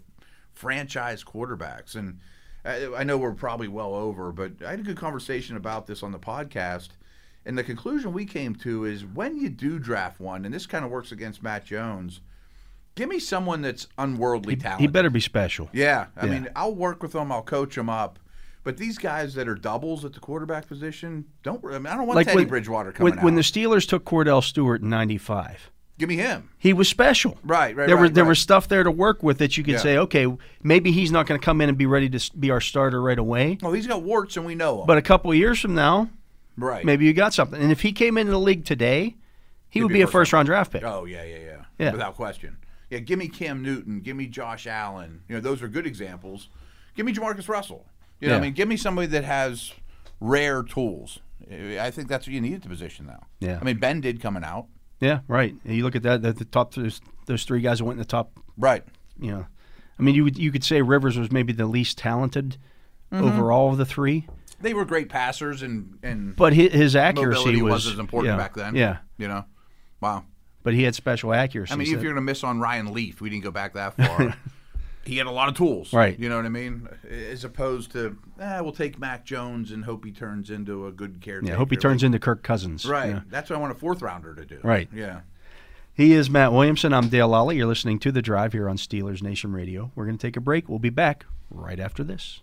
Speaker 2: franchise quarterbacks? And I, I know we're probably well over, but I had a good conversation about this on the podcast. And the conclusion we came to is when you do draft one, and this kind of works against Matt Jones. Give me someone that's unworldly talented.
Speaker 1: He better be special.
Speaker 2: Yeah, I
Speaker 1: Yeah.
Speaker 2: mean, I'll work with them. I'll coach them up. But these guys that are doubles at the quarterback position, don't. I, mean, I don't want Teddy Bridgewater coming
Speaker 1: when,
Speaker 2: out.
Speaker 1: when the Steelers took Cordell Stewart in '95.
Speaker 2: Give me him.
Speaker 1: he was special.
Speaker 2: Right, right,
Speaker 1: There
Speaker 2: right,
Speaker 1: was there
Speaker 2: right.
Speaker 1: was stuff there to work with that you could
Speaker 2: Yeah.
Speaker 1: say, okay, maybe he's not going to come in and be ready to s- be our starter right away,
Speaker 2: Oh, he's got warts, and we know him.
Speaker 1: but a couple of years from now,
Speaker 2: right.
Speaker 1: maybe you got something. And if he came into the league today, he would be, a first round draft pick.
Speaker 2: Oh yeah, yeah, yeah,
Speaker 1: Yeah.
Speaker 2: Without question. Yeah, give me Cam Newton. Give me Josh Allen. You know, those are good examples. Give me Jamarcus Russell. You know, what
Speaker 1: Yeah.
Speaker 2: I mean, give me somebody that has rare tools. I think that's what you need at the position now.
Speaker 1: Yeah.
Speaker 2: I mean, Ben did coming out.
Speaker 1: Yeah, right. And you look at that, that the top those, those three guys that went in the top.
Speaker 2: Right.
Speaker 1: You know, I mean, you would, you could say Rivers was maybe the least talented
Speaker 2: Mm-hmm.
Speaker 1: overall of the three,
Speaker 2: They were great passers and and
Speaker 1: but his, his accuracy
Speaker 2: mobility
Speaker 1: was
Speaker 2: was, as important
Speaker 1: yeah,
Speaker 2: back then.
Speaker 1: Yeah,
Speaker 2: You know? Wow.
Speaker 1: but he had special accuracy.
Speaker 2: I mean,
Speaker 1: so-
Speaker 2: if you're going to miss on Ryan Leaf, we didn't go back that far. he had a lot of tools.
Speaker 1: Right.
Speaker 2: You know what I mean? As opposed to, eh, we'll take Mac Jones and hope he turns into a good caretaker.
Speaker 1: yeah, hope he turns into Kirk Cousins.
Speaker 2: Right.
Speaker 1: Yeah.
Speaker 2: That's what I want a fourth rounder to do.
Speaker 1: Right.
Speaker 2: Yeah.
Speaker 1: He is Matt Williamson. I'm Dale Lally. You're listening to The Drive here on Steelers Nation Radio. We're going to take a break. We'll be back right after this.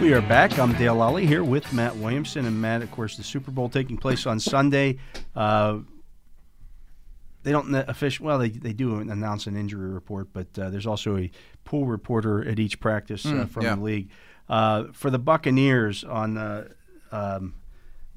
Speaker 1: We are back. I'm Dale Lally here with Matt Williamson. And Matt, of course, the Super Bowl taking place on Sunday. Uh, they don't official. Well, they, they do announce an injury report, but uh, there's also a pool reporter at each practice uh, from
Speaker 2: yeah.
Speaker 1: the league. Uh, for the Buccaneers on uh, um,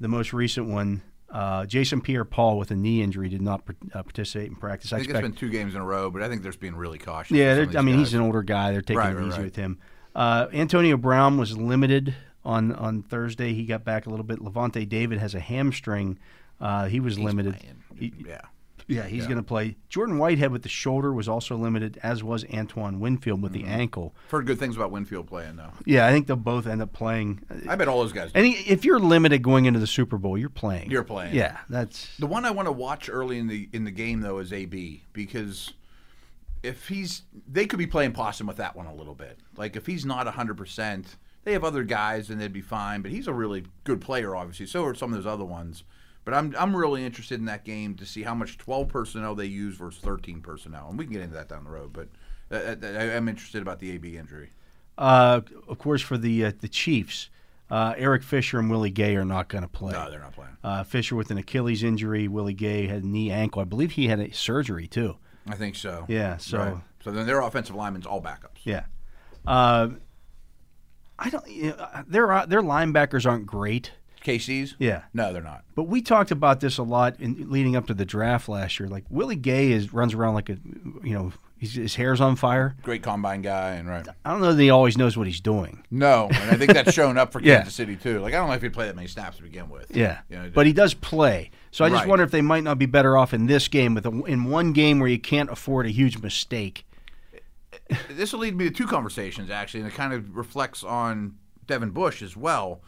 Speaker 1: the most recent one, uh, Jason Pierre-Paul with a knee injury did not par- uh, participate in practice.
Speaker 2: I think it's been two games in a row, but I think there's being really cautious.
Speaker 1: Yeah,
Speaker 2: with some
Speaker 1: they're-
Speaker 2: of these
Speaker 1: I mean
Speaker 2: guys.
Speaker 1: he's an older guy. They're taking
Speaker 2: Right,
Speaker 1: it
Speaker 2: right,
Speaker 1: easy
Speaker 2: right.
Speaker 1: with him. Uh, Antonio Brown was limited on on Thursday. He got back a little bit. Levante David has a hamstring. Uh, he was limited. He-
Speaker 2: yeah.
Speaker 1: yeah, he's going to play. Jordan Whitehead with the shoulder was also limited, as was Antoine Winfield with
Speaker 2: Mm-hmm.
Speaker 1: the ankle.
Speaker 2: I've heard good things about Winfield playing though.
Speaker 1: Yeah, I think they'll both end up playing.
Speaker 2: I bet all those guys.
Speaker 1: And he- if you're limited going into the Super Bowl, you're playing.
Speaker 2: You're playing.
Speaker 1: Yeah, that's
Speaker 2: The one I want to watch early in the in the game though is AB because if he's they could be playing possum with that one a little bit. Like if he's not 100%, they have other guys and they'd be fine, but he's a really good player obviously. So are some of those other ones. But I'm I'm really interested in that game to see how much 12 personnel they use versus 13 personnel. And we can get into that down the road, but uh, uh, I- I'm interested about the AB injury.
Speaker 1: uh, of course for the uh, the Chiefs. Uh, Eric Fisher and Willie Gay are not going to play.
Speaker 2: No, they're not playing.
Speaker 1: Uh, Fisher with an Achilles injury. Willie Gay had a knee ankle. I believe he had a surgery too.
Speaker 2: I think so.
Speaker 1: Yeah. So
Speaker 2: Right. So then their offensive linemen's all backups.
Speaker 1: yeah, uh, I don't. You know, uh, their their linebackers aren't great.
Speaker 2: KC's?
Speaker 1: Yeah.
Speaker 2: No, they're not.
Speaker 1: But we talked about this a lot in leading up to the draft last year. Like Willie Gay is runs around like a, you know, he's, his hair's on fire.
Speaker 2: Great combine guy and right.
Speaker 1: I don't know that he always knows what he's doing.
Speaker 2: No, and I think that's shown up for
Speaker 1: Yeah.
Speaker 2: Kansas City too. Like I don't know if he played that many snaps to begin with.
Speaker 1: Yeah,
Speaker 2: You know,
Speaker 1: but he does play. So I just
Speaker 2: Right.
Speaker 1: wonder if they might not be better off in this game with a, in one game where you can't afford a huge mistake.
Speaker 2: this will lead me to two conversations actually, and it kind of reflects on Devin Bush as well.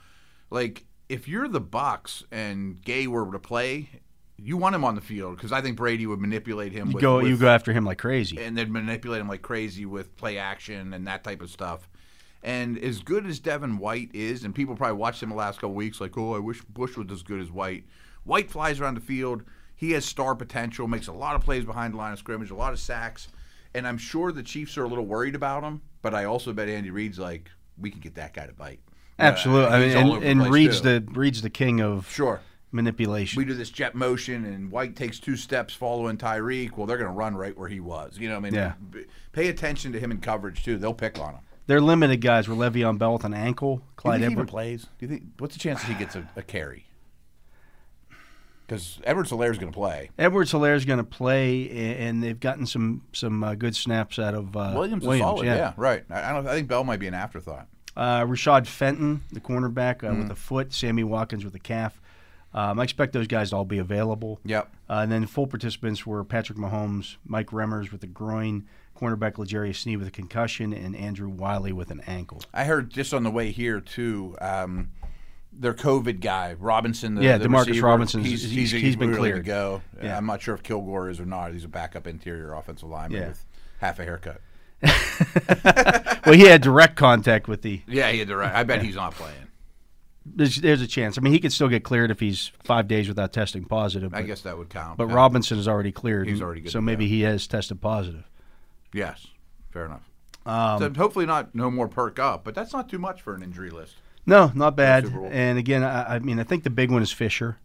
Speaker 2: Like if you're the Bucks and Gay were to play, you want him on the field because I think Brady would manipulate him. with,
Speaker 1: go,
Speaker 2: with,
Speaker 1: you go after him like crazy.
Speaker 2: and they'd manipulate him like crazy with play action and that type of stuff. And as good as Devin White is, and people probably watched him the last couple weeks, like, oh, I wish Bush was as good as White. White flies around the field. He has star potential, makes a lot of plays behind the line of scrimmage, a lot of sacks. And I'm sure the Chiefs are a little worried about him, but I also bet Andy Reid's like, we can get that guy to bite.
Speaker 1: Absolutely.
Speaker 2: Uh,
Speaker 1: I
Speaker 2: he's all
Speaker 1: mean, and,
Speaker 2: over the
Speaker 1: and
Speaker 2: place,
Speaker 1: Reed's
Speaker 2: too.
Speaker 1: the Reed's the king of
Speaker 2: Sure.
Speaker 1: manipulation.
Speaker 2: We do this jet motion, and White takes two steps following Tyreek. Well, they're going to run right where he was. You know, what I mean,
Speaker 1: Yeah.
Speaker 2: B- pay attention to him in coverage too. They'll pick on him.
Speaker 1: They're limited guys. Were Le'Veon Bell with an ankle? Clyde Edwards.
Speaker 2: plays? Do you think? What's the chances he gets a, a carry? Because Edwards Hilaire's going to play.
Speaker 1: Edwards Hilaire's going to play, a- and they've gotten some some uh, good snaps out of uh,
Speaker 2: Williams, is solid. Yeah, right. I, I don't. I think Bell might be an afterthought.
Speaker 1: Uh, Rashad Fenton, the cornerback, uh,
Speaker 2: Mm.
Speaker 1: with a foot. Sammy Watkins with a calf. Um, I expect those guys to all be available.
Speaker 2: Yep.
Speaker 1: Uh, and then full participants were Patrick Mahomes, Mike Remmers with a groin, cornerback Legarius Sneed with a concussion, and Andrew Wiley with an ankle.
Speaker 2: I heard just on the way here too. Um, their COVID guy Robinson, the,
Speaker 1: Yeah,
Speaker 2: the
Speaker 1: Demarcus
Speaker 2: receiver,
Speaker 1: Robinson's-
Speaker 2: He's,
Speaker 1: he's-
Speaker 2: he's,
Speaker 1: he's been
Speaker 2: really to
Speaker 1: cleared.
Speaker 2: go.
Speaker 1: Yeah.
Speaker 2: I'm not sure if Kilgore is or not. He's a backup interior offensive lineman
Speaker 1: Yeah.
Speaker 2: with half a haircut.
Speaker 1: well, he had direct contact with the.
Speaker 2: Yeah, he had the right. I bet he's not playing.
Speaker 1: There's, there's a chance. I mean, he could still get cleared if he's five days without testing positive.
Speaker 2: I
Speaker 1: but-
Speaker 2: guess that would count.
Speaker 1: But
Speaker 2: Yeah.
Speaker 1: Robinson is already cleared.
Speaker 2: He's already good
Speaker 1: So
Speaker 2: to
Speaker 1: maybe
Speaker 2: go.
Speaker 1: he has tested positive.
Speaker 2: yes, fair enough.
Speaker 1: Um,
Speaker 2: so hopefully not no more perk up, but that's not too much for an injury list.
Speaker 1: No, not bad.
Speaker 2: Super Bowl.
Speaker 1: And again, I, I mean, I think the big one is Fisher.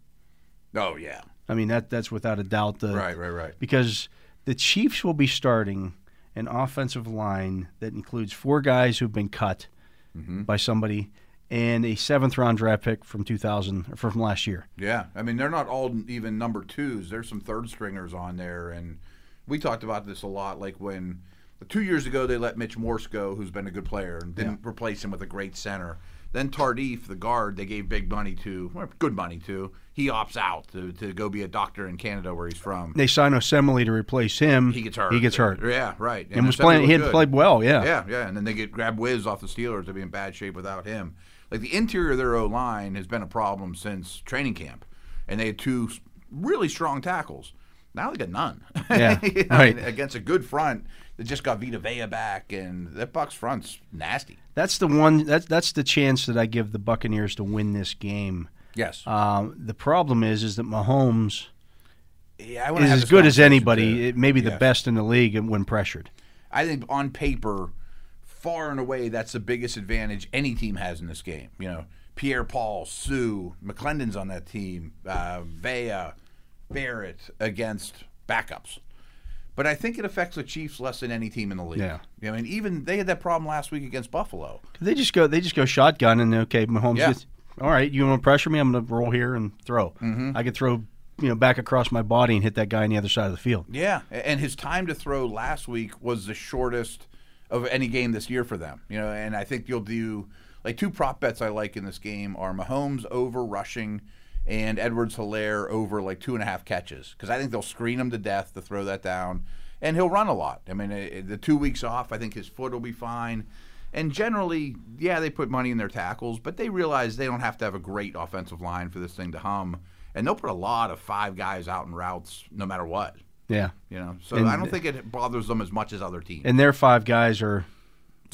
Speaker 2: Oh yeah,
Speaker 1: I mean, that that's without a doubt the
Speaker 2: right, right, right.
Speaker 1: because the Chiefs will be starting an offensive line that includes four guys who've been cut
Speaker 2: Mm-hmm.
Speaker 1: by somebody and a seventh round draft pick from 2000 or from last year.
Speaker 2: Yeah, I mean they're not all even number twos. There's some third stringers on there, and we talked about this a lot. Like when two years ago they let Mitch Morse go, who's been a good player, and didn't replace him with a great center. Then Tardif, the guard, they gave big money to, or good money to. He opts out to, to go be a doctor in Canada, where he's from.
Speaker 1: They sign Osemele to replace him.
Speaker 2: He gets hurt.
Speaker 1: He gets hurt.
Speaker 2: Yeah, right.
Speaker 1: And was
Speaker 2: the center
Speaker 1: playing. He had
Speaker 2: looked good.
Speaker 1: played well.
Speaker 2: Yeah, yeah, and then they get grab Wiz off the Steelers. They'd be in bad shape without him. Like the interior of their O line has been a problem since training camp, and they had two s- really strong tackles. Now they got none.
Speaker 1: Yeah,
Speaker 2: You know,
Speaker 1: right.
Speaker 2: and against a good front that just got Vita Vea back, and that Bucks front's nasty.
Speaker 1: That's the one. That's that's the chance that I give the Buccaneers to win this game.
Speaker 2: Yes,
Speaker 1: Um, the problem is, is that Mahomes
Speaker 2: yeah, I wanna
Speaker 1: is
Speaker 2: have
Speaker 1: as
Speaker 2: this
Speaker 1: good as
Speaker 2: conversation,
Speaker 1: anybody,
Speaker 2: too.
Speaker 1: it, maybe the
Speaker 2: Yes.
Speaker 1: best in the league when pressured.
Speaker 2: I think on paper, far and away that's the biggest advantage any team has in this game. You know, Pierre Paul, Sue, McClendon's on that team, uh, Vea, Barrett against backups. But I think it affects the Chiefs less than any team in the league.
Speaker 1: Yeah.
Speaker 2: I mean, even they had that problem last week against Buffalo.
Speaker 1: They just go. They just go shotgun and okay, Mahomes.
Speaker 2: Yeah.
Speaker 1: Gets, all right, you want to pressure me? I'm going to roll here and throw.
Speaker 2: Mm-hmm.
Speaker 1: I could throw, you know, back across my body and hit that guy on the other side of the field.
Speaker 2: Yeah, a- and his time to throw last week was the shortest of any game this year for them. You know, and I think you'll do like two prop bets I like in this game are Mahomes over rushing and Edwards Hilaire over like two and a half catches because I think they'll screen him to death to throw that down, and he'll run a lot. I mean, eh, eh, the two weeks off, I think his foot will be fine. And generally, yeah, they put money in their tackles, but they realize they don't have to have a great offensive line for this thing to hum. And they'll put a lot of five guys out in routes no matter what.
Speaker 1: Yeah,
Speaker 2: You know, so I don't think it bothers them as much as other teams.
Speaker 1: and their five guys are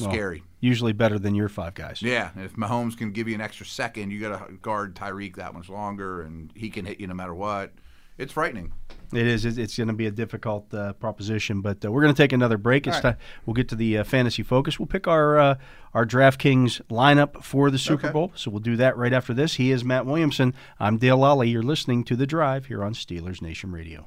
Speaker 1: well,
Speaker 2: Scary.
Speaker 1: usually better than your five guys.
Speaker 2: Yeah, and if Mahomes can give you an extra second, you got to guard Tyreek that much longer, and he can hit you no matter what. It's frightening.
Speaker 1: It is. It's, it's going to be a difficult uh, proposition, but uh, we're going to take another break. It's time. We'll get to the uh, fantasy focus. We'll pick our uh, our DraftKings lineup for the Super
Speaker 2: Okay.
Speaker 1: Bowl. So we'll do that right after this. He is Matt Williamson. I'm Dale Lally. You're listening to the Drive here on Steelers Nation Radio.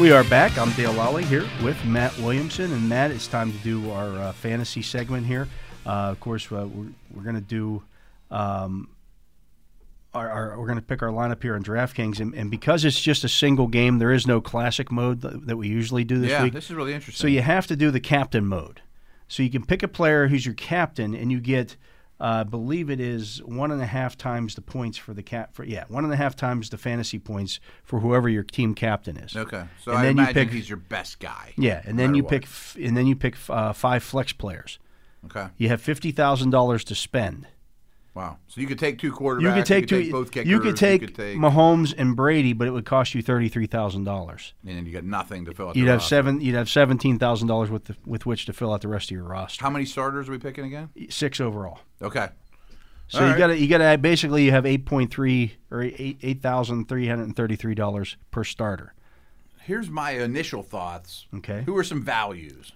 Speaker 1: We are back. I'm Dale Lally here with Matt Williamson. And Matt, it's time to do our uh, fantasy segment here. Uh, of course, uh, we're, we're going to do. Um, our, our, we're going to pick our lineup here on DraftKings, and, and because it's just a single game, there is no classic mode that, that we usually do this
Speaker 2: yeah,
Speaker 1: week.
Speaker 2: this is really interesting.
Speaker 1: So you have to do the captain mode. So you can pick a player who's your captain, and you get, uh, I believe it is one and a half times the points for the cap. For yeah, one and a half times the fantasy points for whoever your team captain is.
Speaker 2: okay, so
Speaker 1: And
Speaker 2: I
Speaker 1: then you
Speaker 2: imagine
Speaker 1: pick-
Speaker 2: he's your best guy.
Speaker 1: Yeah, and
Speaker 2: no
Speaker 1: then
Speaker 2: matter
Speaker 1: you
Speaker 2: what.
Speaker 1: pick f- and then you pick uh, five flex players.
Speaker 2: Okay,
Speaker 1: You have fifty thousand dollars to spend.
Speaker 2: wow. So you could take two quarterbacks.
Speaker 1: You could take two.
Speaker 2: both kickers.
Speaker 1: you could take,
Speaker 2: You could take,
Speaker 1: Mahomes and Brady, but it would cost you thirty three thousand dollars.
Speaker 2: and then you got nothing to fill out.
Speaker 1: You'd
Speaker 2: the
Speaker 1: have
Speaker 2: roster.
Speaker 1: seven. You'd have seventeen thousand dollars with the, with which to fill out the rest of your roster.
Speaker 2: How many starters are we picking again?
Speaker 1: Six overall.
Speaker 2: Okay,
Speaker 1: So
Speaker 2: All
Speaker 1: you
Speaker 2: right.
Speaker 1: got to you got to basically you have eight point three or eight eight thousand three hundred thirty three dollars per starter.
Speaker 2: here's my initial thoughts.
Speaker 1: Okay.
Speaker 2: who are some values?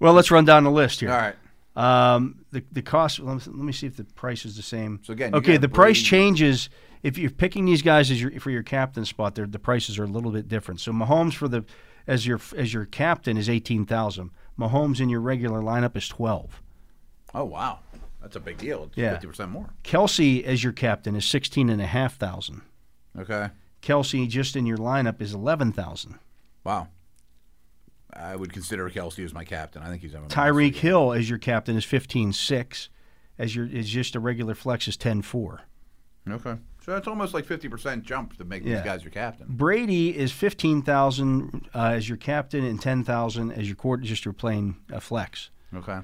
Speaker 1: Well, let's run down the list here.
Speaker 2: All right.
Speaker 1: Um, the the cost. Let me, let me see if the price is the same.
Speaker 2: So again, you
Speaker 1: okay,
Speaker 2: got
Speaker 1: the price
Speaker 2: Brady-
Speaker 1: changes if you're picking these guys as your for your captain spot. There, the prices are a little bit different. So Mahomes for the as your as your captain is eighteen thousand. Mahomes in your regular lineup is twelve.
Speaker 2: Oh wow, that's a big deal. It's
Speaker 1: Yeah.
Speaker 2: fifty percent more.
Speaker 1: Kelsey as your captain is sixteen and a half thousand.
Speaker 2: Okay.
Speaker 1: Kelsey just in your lineup is eleven thousand.
Speaker 2: Wow. I would consider Kelsey as my captain. I think he's having a
Speaker 1: Tyreek Hill as your captain is fifteen six. As your is just a regular flex is ten four.
Speaker 2: Okay. So that's almost like 50% jump to make
Speaker 1: Yeah.
Speaker 2: these guys your captain.
Speaker 1: Brady is fifteen thousand uh, as your captain and ten thousand as your court, just your plain uh, flex.
Speaker 2: Okay.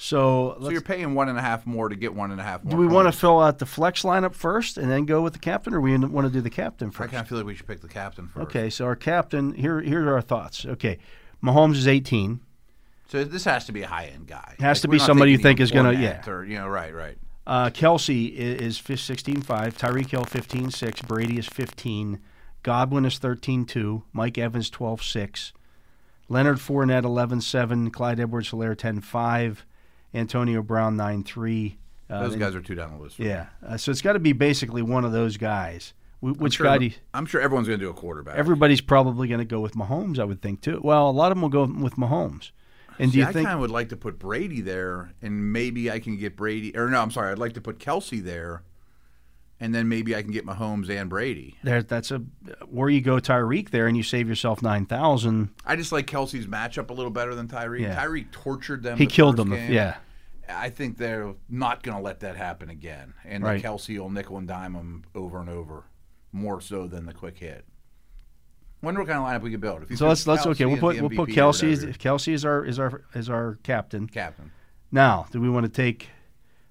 Speaker 1: So,
Speaker 2: So
Speaker 1: let's,
Speaker 2: you're paying one and a half more to get one and a half more.
Speaker 1: do we want to
Speaker 2: points.
Speaker 1: fill out the flex lineup first and then go with the captain, or we want to do the captain
Speaker 2: I
Speaker 1: first?
Speaker 2: kind of feel like we should pick the captain first.
Speaker 1: Okay, so our captain here. Here are our thoughts. Okay, Mahomes is eighteen.
Speaker 2: So this has to be a high end guy.
Speaker 1: Has to
Speaker 2: we're
Speaker 1: be
Speaker 2: not
Speaker 1: somebody you
Speaker 2: taking
Speaker 1: think is gonna-
Speaker 2: Fournette
Speaker 1: yeah.
Speaker 2: Or, you know, right, right.
Speaker 1: Uh, Kelsey is, is sixteen five. Tyreek Hill fifteen six. Brady is fifteen. Godwin is thirteen two. Mike Evans twelve six. Leonard Fournette eleven seven. Clyde Edwards Hilaire ten five. Antonio Brown nine three. Uh,
Speaker 2: Those
Speaker 1: and-
Speaker 2: guys are two down the list.
Speaker 1: Yeah. Uh, so it's got to be basically one of those guys. Wh- Which
Speaker 2: Sure,
Speaker 1: guy do you,
Speaker 2: I'm sure everyone's going to do a quarterback.
Speaker 1: everybody's probably going to go with Mahomes, I would think too. Well, a lot of them will go with Mahomes. And
Speaker 2: See,
Speaker 1: do you
Speaker 2: I
Speaker 1: think
Speaker 2: kind of would like to put Brady there, and maybe I can get Brady. Or no, I'm sorry. I'd like to put Kelsey there, and then maybe I can get Mahomes and Brady.
Speaker 1: there, that's a where you go Tyreek there and you save yourself nine thousand?
Speaker 2: I just like Kelsey's matchup a little better than Tyreek.
Speaker 1: Yeah.
Speaker 2: Tyreek tortured them.
Speaker 1: He
Speaker 2: the
Speaker 1: killed
Speaker 2: first
Speaker 1: them.
Speaker 2: game.
Speaker 1: Yeah.
Speaker 2: I think they're not going to let that happen again. And
Speaker 1: Right.
Speaker 2: Kelsey will nickel and dime them over and over, more so than the quick hit. Wonder what kind of lineup we could build. If you
Speaker 1: So
Speaker 2: put
Speaker 1: let's let's
Speaker 2: Kelsey
Speaker 1: okay. We'll
Speaker 2: as
Speaker 1: put
Speaker 2: the
Speaker 1: we'll put
Speaker 2: MVP or
Speaker 1: Kelsey
Speaker 2: whatever,
Speaker 1: as, Kelsey is our is our is our captain.
Speaker 2: captain.
Speaker 1: Now, do we want to take?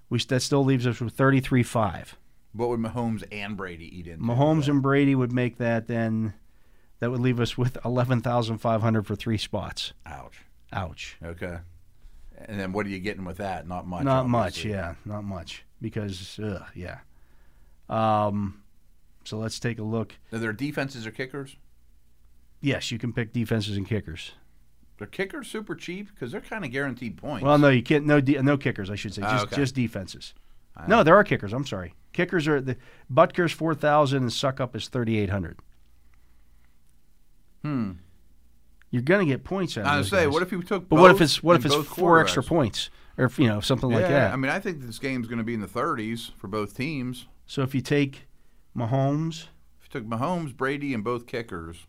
Speaker 1: We that still leaves us with thirty three five.
Speaker 2: What would Mahomes and Brady eat in?
Speaker 1: Mahomes and Brady would make that. Then that would leave us with eleven thousand five hundred for three spots.
Speaker 2: ouch.
Speaker 1: Ouch.
Speaker 2: Okay. And then what are you getting with that? Not much.
Speaker 1: Not much.
Speaker 2: obviously.
Speaker 1: Yeah, not much because ugh, yeah. Um, so let's take a look.
Speaker 2: Now, their defenses are kickers.
Speaker 1: Yes, you can pick defenses and kickers.
Speaker 2: Their kickers super cheap because they're kind of guaranteed points.
Speaker 1: Well, no, you can't. No, de- no kickers. I should say
Speaker 2: Ah,
Speaker 1: just
Speaker 2: okay.
Speaker 1: just defenses.
Speaker 2: I
Speaker 1: No, there are kickers. I'm sorry. Kickers are the Butker's four thousand and suck up is thirty eight hundred.
Speaker 2: Hmm.
Speaker 1: You're gonna get points out of
Speaker 2: I
Speaker 1: those
Speaker 2: was gonna say,
Speaker 1: guys.
Speaker 2: what if you took?
Speaker 1: But what if
Speaker 2: both
Speaker 1: it's what
Speaker 2: in
Speaker 1: if it's
Speaker 2: both
Speaker 1: four extra
Speaker 2: quarterbacks?
Speaker 1: points or if, you know something like
Speaker 2: yeah,
Speaker 1: that?
Speaker 2: I mean, I think this game's going to be in the 30s for both teams.
Speaker 1: so if you take Mahomes,
Speaker 2: If you took Mahomes, Brady, and both kickers,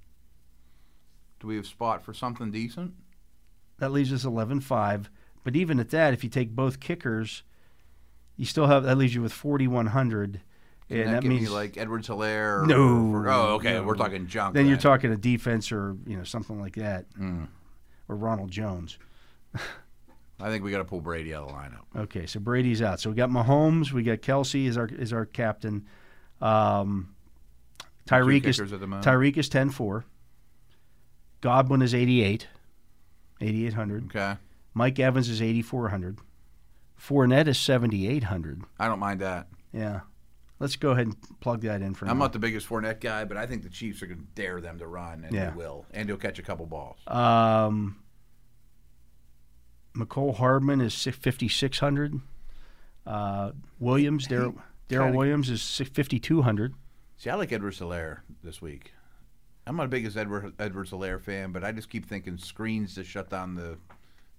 Speaker 2: do we have spot for something decent?
Speaker 1: that leaves us 11-5. But even at that, if you take both kickers, you still have that leaves you with forty one hundred, and,
Speaker 2: Doesn't that,
Speaker 1: that
Speaker 2: give me,
Speaker 1: means
Speaker 2: like Edwards Hilaire. or-
Speaker 1: No,
Speaker 2: or- oh, okay.
Speaker 1: no.
Speaker 2: We're talking junk.
Speaker 1: then you're talking a defense or you know something like that,
Speaker 2: Hmm.
Speaker 1: or Ronald Jones.
Speaker 2: I think we got to pull Brady out of the lineup.
Speaker 1: Okay, so Brady's out. So we got Mahomes, we got Kelsey is our is our captain. Um, Tyreek
Speaker 2: Two
Speaker 1: is
Speaker 2: kickers uh-huh. at the moment.
Speaker 1: Tyreek is 10-4. Godwin is 88, 8800.
Speaker 2: okay.
Speaker 1: Mike Evans is 8400. Fournette is 7800.
Speaker 2: I don't mind that.
Speaker 1: Yeah. Let's go ahead and plug that in for
Speaker 2: I'm
Speaker 1: now.
Speaker 2: not the biggest Fournette guy, but I think the Chiefs are going to dare them to run, and
Speaker 1: Yeah.
Speaker 2: they will. And he'll catch a couple balls.
Speaker 1: Um, McCole Hardman is 5600. Uh, Williams, Daryl Daryl
Speaker 2: kinda-
Speaker 1: Williams is 5200.
Speaker 2: See, I like Edwards Hilaire this week. I'm not the biggest Edward, Edwards Hilaire fan, but I just keep thinking screens to shut down the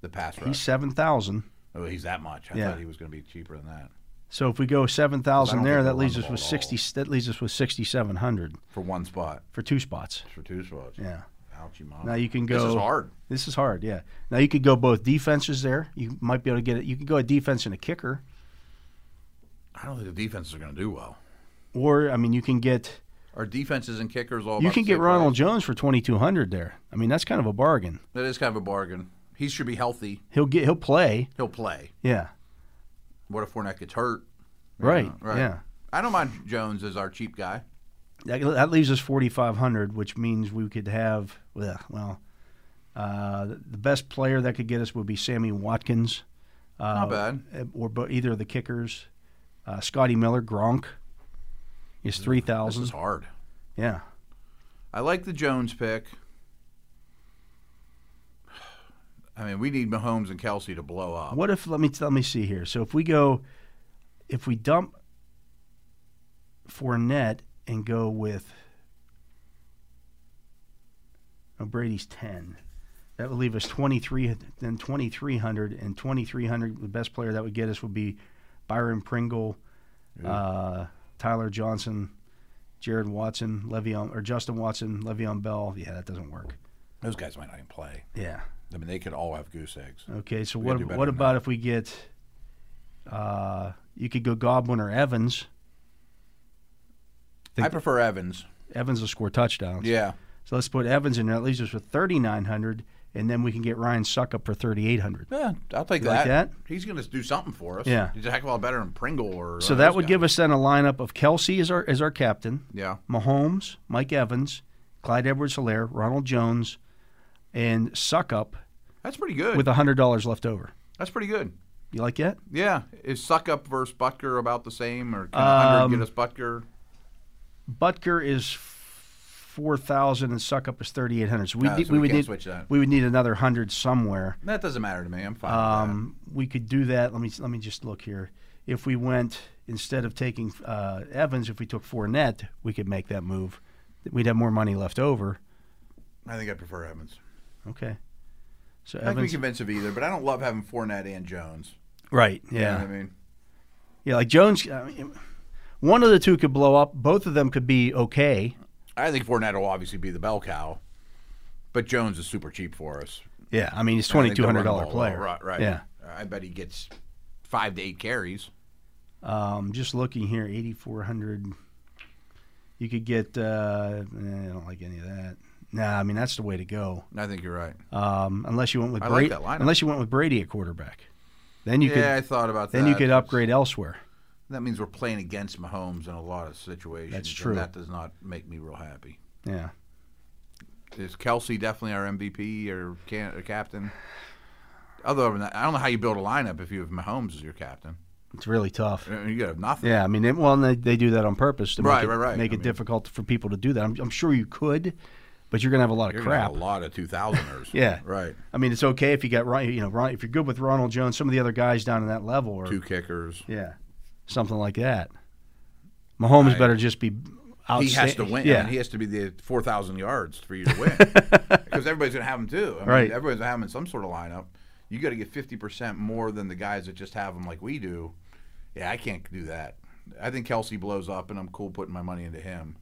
Speaker 2: the pass rush.
Speaker 1: He's 7,000.
Speaker 2: oh, he's that much. I
Speaker 1: Yeah.
Speaker 2: thought he was going to be cheaper than that
Speaker 1: So if we go 7,000
Speaker 2: don't
Speaker 1: there,
Speaker 2: think
Speaker 1: that
Speaker 2: they'll
Speaker 1: leaves
Speaker 2: run the
Speaker 1: us with
Speaker 2: ball at
Speaker 1: 60 that leaves us with 6700
Speaker 2: for one spot
Speaker 1: for two spots.
Speaker 2: for two spots.
Speaker 1: Yeah.
Speaker 2: Ouchie, mom.
Speaker 1: Now you can go
Speaker 2: This is hard.
Speaker 1: This is hard, yeah. Now you could go both defenses there. You might be able to get it. You could go a defense and a kicker,
Speaker 2: I don't think the defenses are going to do well.
Speaker 1: or I mean, you can get
Speaker 2: Our defenses and kickers all.
Speaker 1: you
Speaker 2: about
Speaker 1: can
Speaker 2: the
Speaker 1: get
Speaker 2: same
Speaker 1: Ronald
Speaker 2: price.
Speaker 1: Jones for twenty two hundred there. I mean, that's kind of a bargain.
Speaker 2: That is kind of a bargain. He should be healthy.
Speaker 1: He'll get he'll play.
Speaker 2: He'll play.
Speaker 1: Yeah,
Speaker 2: What if Fournette gets hurt?
Speaker 1: right.
Speaker 2: right.
Speaker 1: Yeah,
Speaker 2: I don't mind Jones as our cheap guy.
Speaker 1: that, that leaves us forty five hundred, which means we could have well, well, uh, the best player that could get us would be Sammy Watkins, uh,
Speaker 2: Not bad.
Speaker 1: or bo- either of the kickers, uh, Scotty Miller, Gronk. Is three
Speaker 2: This is
Speaker 1: thousand?
Speaker 2: hard.
Speaker 1: Yeah,
Speaker 2: I like the Jones pick. I mean, we need Mahomes and Kelsey to blow up.
Speaker 1: What if let me let me see here. So if we go, if we dump Fournette and go with oh, Brady's ten, that would leave us twenty three. Then twenty three hundred and twenty three hundred. The best player that would get us would be Byron Pringle, uh, Tyler Johnson, Jared Watson, Le'Veon or Justin Watson, Le'Veon Bell. Yeah, that doesn't work.
Speaker 2: Those guys might not even play.
Speaker 1: Yeah.
Speaker 2: I mean, they could all have goose eggs.
Speaker 1: Okay, so
Speaker 2: We
Speaker 1: what
Speaker 2: gotta do better
Speaker 1: what
Speaker 2: than
Speaker 1: about if we get? Uh, you could go Godwin or Evans. Think-
Speaker 2: I prefer Evans.
Speaker 1: Evans will score touchdowns.
Speaker 2: Yeah.
Speaker 1: So let's put Evans in there. That leaves us with thirty nine hundred, and then we can get Ryan Suck up for thirty eight hundred.
Speaker 2: Yeah, I'll take
Speaker 1: You like that?
Speaker 2: He's going to do something for us.
Speaker 1: Yeah.
Speaker 2: He's a heck of a lot better than Pringle or. uh,
Speaker 1: So that would give us then a lineup of Kelsey as our as our captain,
Speaker 2: Yeah.
Speaker 1: Mahomes, Mike Evans, Clyde Edwards Hilaire, Ronald Jones, and Suck up
Speaker 2: That's pretty good.
Speaker 1: with hundred dollars left over.
Speaker 2: That's pretty good.
Speaker 1: You like that?
Speaker 2: Yeah. Is Suck Up versus Butker about the same or can a 100
Speaker 1: Um,
Speaker 2: get us Butker?
Speaker 1: Butker is four thousand, and Suck up is thirty eight hundred. So we
Speaker 2: Ah,
Speaker 1: need-
Speaker 2: so
Speaker 1: we,
Speaker 2: we
Speaker 1: would
Speaker 2: can't
Speaker 1: need
Speaker 2: switch that.
Speaker 1: we would need another hundred somewhere.
Speaker 2: That doesn't matter to me. I'm fine. with
Speaker 1: Um, we could do that. Let me let me just look here. If we went instead of taking uh, Evans, if we took Fournette, we could make that move. We'd have more money left over.
Speaker 2: that. I think I prefer Evans.
Speaker 1: Okay. So
Speaker 2: I can be
Speaker 1: Evans,
Speaker 2: convinced of either, but I don't love having Fournette and Jones.
Speaker 1: right?
Speaker 2: You know
Speaker 1: Yeah,
Speaker 2: what I mean?
Speaker 1: yeah. Like Jones, I mean, one of the two could blow up. Both of them could be okay.
Speaker 2: I think Fournette will obviously be the bell cow, but Jones is super cheap for us.
Speaker 1: Yeah, I mean he's
Speaker 2: I
Speaker 1: twenty
Speaker 2: think
Speaker 1: two
Speaker 2: they'll run
Speaker 1: hundred
Speaker 2: the
Speaker 1: dollar
Speaker 2: ball well.
Speaker 1: player.
Speaker 2: Right, right.
Speaker 1: Yeah.
Speaker 2: I bet he gets five to eight carries.
Speaker 1: Um, just looking here, 8,400. You could get, uh, eh, I don't like any of that. Nah, I mean, that's the way to go.
Speaker 2: I think you're right.
Speaker 1: Um, unless you went with
Speaker 2: I
Speaker 1: Brady,
Speaker 2: like that lineup.
Speaker 1: unless you went with Brady at quarterback, then you
Speaker 2: yeah,
Speaker 1: could
Speaker 2: I thought about
Speaker 1: then
Speaker 2: that.
Speaker 1: you could upgrade elsewhere.
Speaker 2: That means we're playing against Mahomes in a lot of situations.
Speaker 1: That's
Speaker 2: and
Speaker 1: true.
Speaker 2: that does not make me real happy.
Speaker 1: Yeah,
Speaker 2: Is Kelsey definitely our MVP or, can, or captain? Other than that, I don't know how you build a lineup if you have Mahomes as your captain.
Speaker 1: it's really tough.
Speaker 2: I mean, You got nothing.
Speaker 1: Yeah, I mean, it, well, and they, they do that on purpose to
Speaker 2: Right,
Speaker 1: make it,
Speaker 2: right, right.
Speaker 1: Make
Speaker 2: I
Speaker 1: it
Speaker 2: mean-
Speaker 1: difficult for people to do that. I'm, I'm sure you could, but you're gonna have a lot of
Speaker 2: You're gonna
Speaker 1: crap.
Speaker 2: have a lot of two thousanders.
Speaker 1: Yeah.
Speaker 2: right.
Speaker 1: I mean, it's okay if you got Ron- you know Ron, if you're good with Ronald Jones, some of the other guys down in that level, or
Speaker 2: Two kickers.
Speaker 1: yeah, something like that. Mahomes
Speaker 2: I-
Speaker 1: better just be. Outsta-
Speaker 2: He has to win. I
Speaker 1: Yeah,
Speaker 2: mean, he has to be the four thousand yards for you to win because everybody's gonna have him too. I mean,
Speaker 1: Right.
Speaker 2: Everybody's gonna have him in some sort of lineup. You got to get fifty percent more than the guys that just have him like we do. Yeah, I can't do that. I think Kelsey blows up, and I'm cool putting my money into him.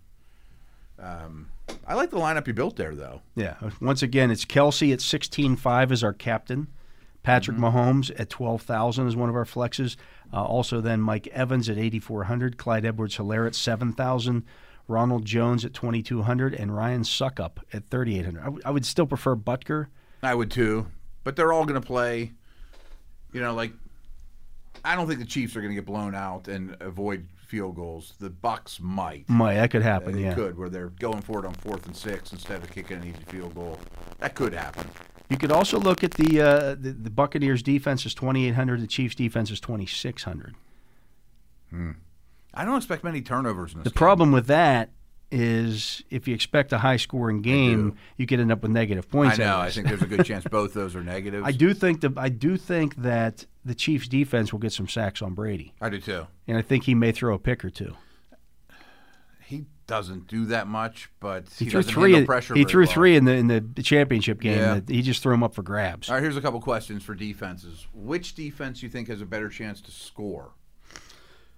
Speaker 2: Um, I like the lineup you built there, though.
Speaker 1: yeah. Once again, it's Kelsey at sixteen five as our captain. Patrick Mahomes at twelve thousand is one of our flexes. Uh, also, then Mike Evans at eighty four hundred, Clyde Edwards Hilaire at seven thousand, Ronald Jones at twenty two hundred, and Ryan Suckup at thirty eight hundred. I w- I would still prefer Butker.
Speaker 2: I would too, but they're all going to play. You know, like I don't think the Chiefs are going to get blown out and avoid field goals. The Bucks might.
Speaker 1: My, that could happen.
Speaker 2: it
Speaker 1: yeah,
Speaker 2: could, where they're going for it on fourth and six instead of kicking an easy field goal. That could happen.
Speaker 1: You could also look at the uh, the, the Buccaneers' defense is 2,800. The Chiefs' defense is 2,600.
Speaker 2: I don't expect many turnovers in this
Speaker 1: The
Speaker 2: game.
Speaker 1: problem with that is if you expect a high-scoring game, you could end up with negative
Speaker 2: I
Speaker 1: points.
Speaker 2: know. I
Speaker 1: anyways.
Speaker 2: think there's a good chance both those are negatives.
Speaker 1: I do think the I do think that the Chiefs' defense will get some sacks on Brady,
Speaker 2: I do too.
Speaker 1: and I think he may throw a pick or two.
Speaker 2: He doesn't do that much, but
Speaker 1: He,
Speaker 2: he,
Speaker 1: threw
Speaker 2: doesn't
Speaker 1: three.
Speaker 2: handle
Speaker 1: in-
Speaker 2: pressure.
Speaker 1: he
Speaker 2: very
Speaker 1: threw
Speaker 2: well.
Speaker 1: three in the in the, the championship game.
Speaker 2: Yeah.
Speaker 1: That he just threw them up for grabs.
Speaker 2: All right. Here's a couple questions for defenses. Which defense you think has a better chance to score?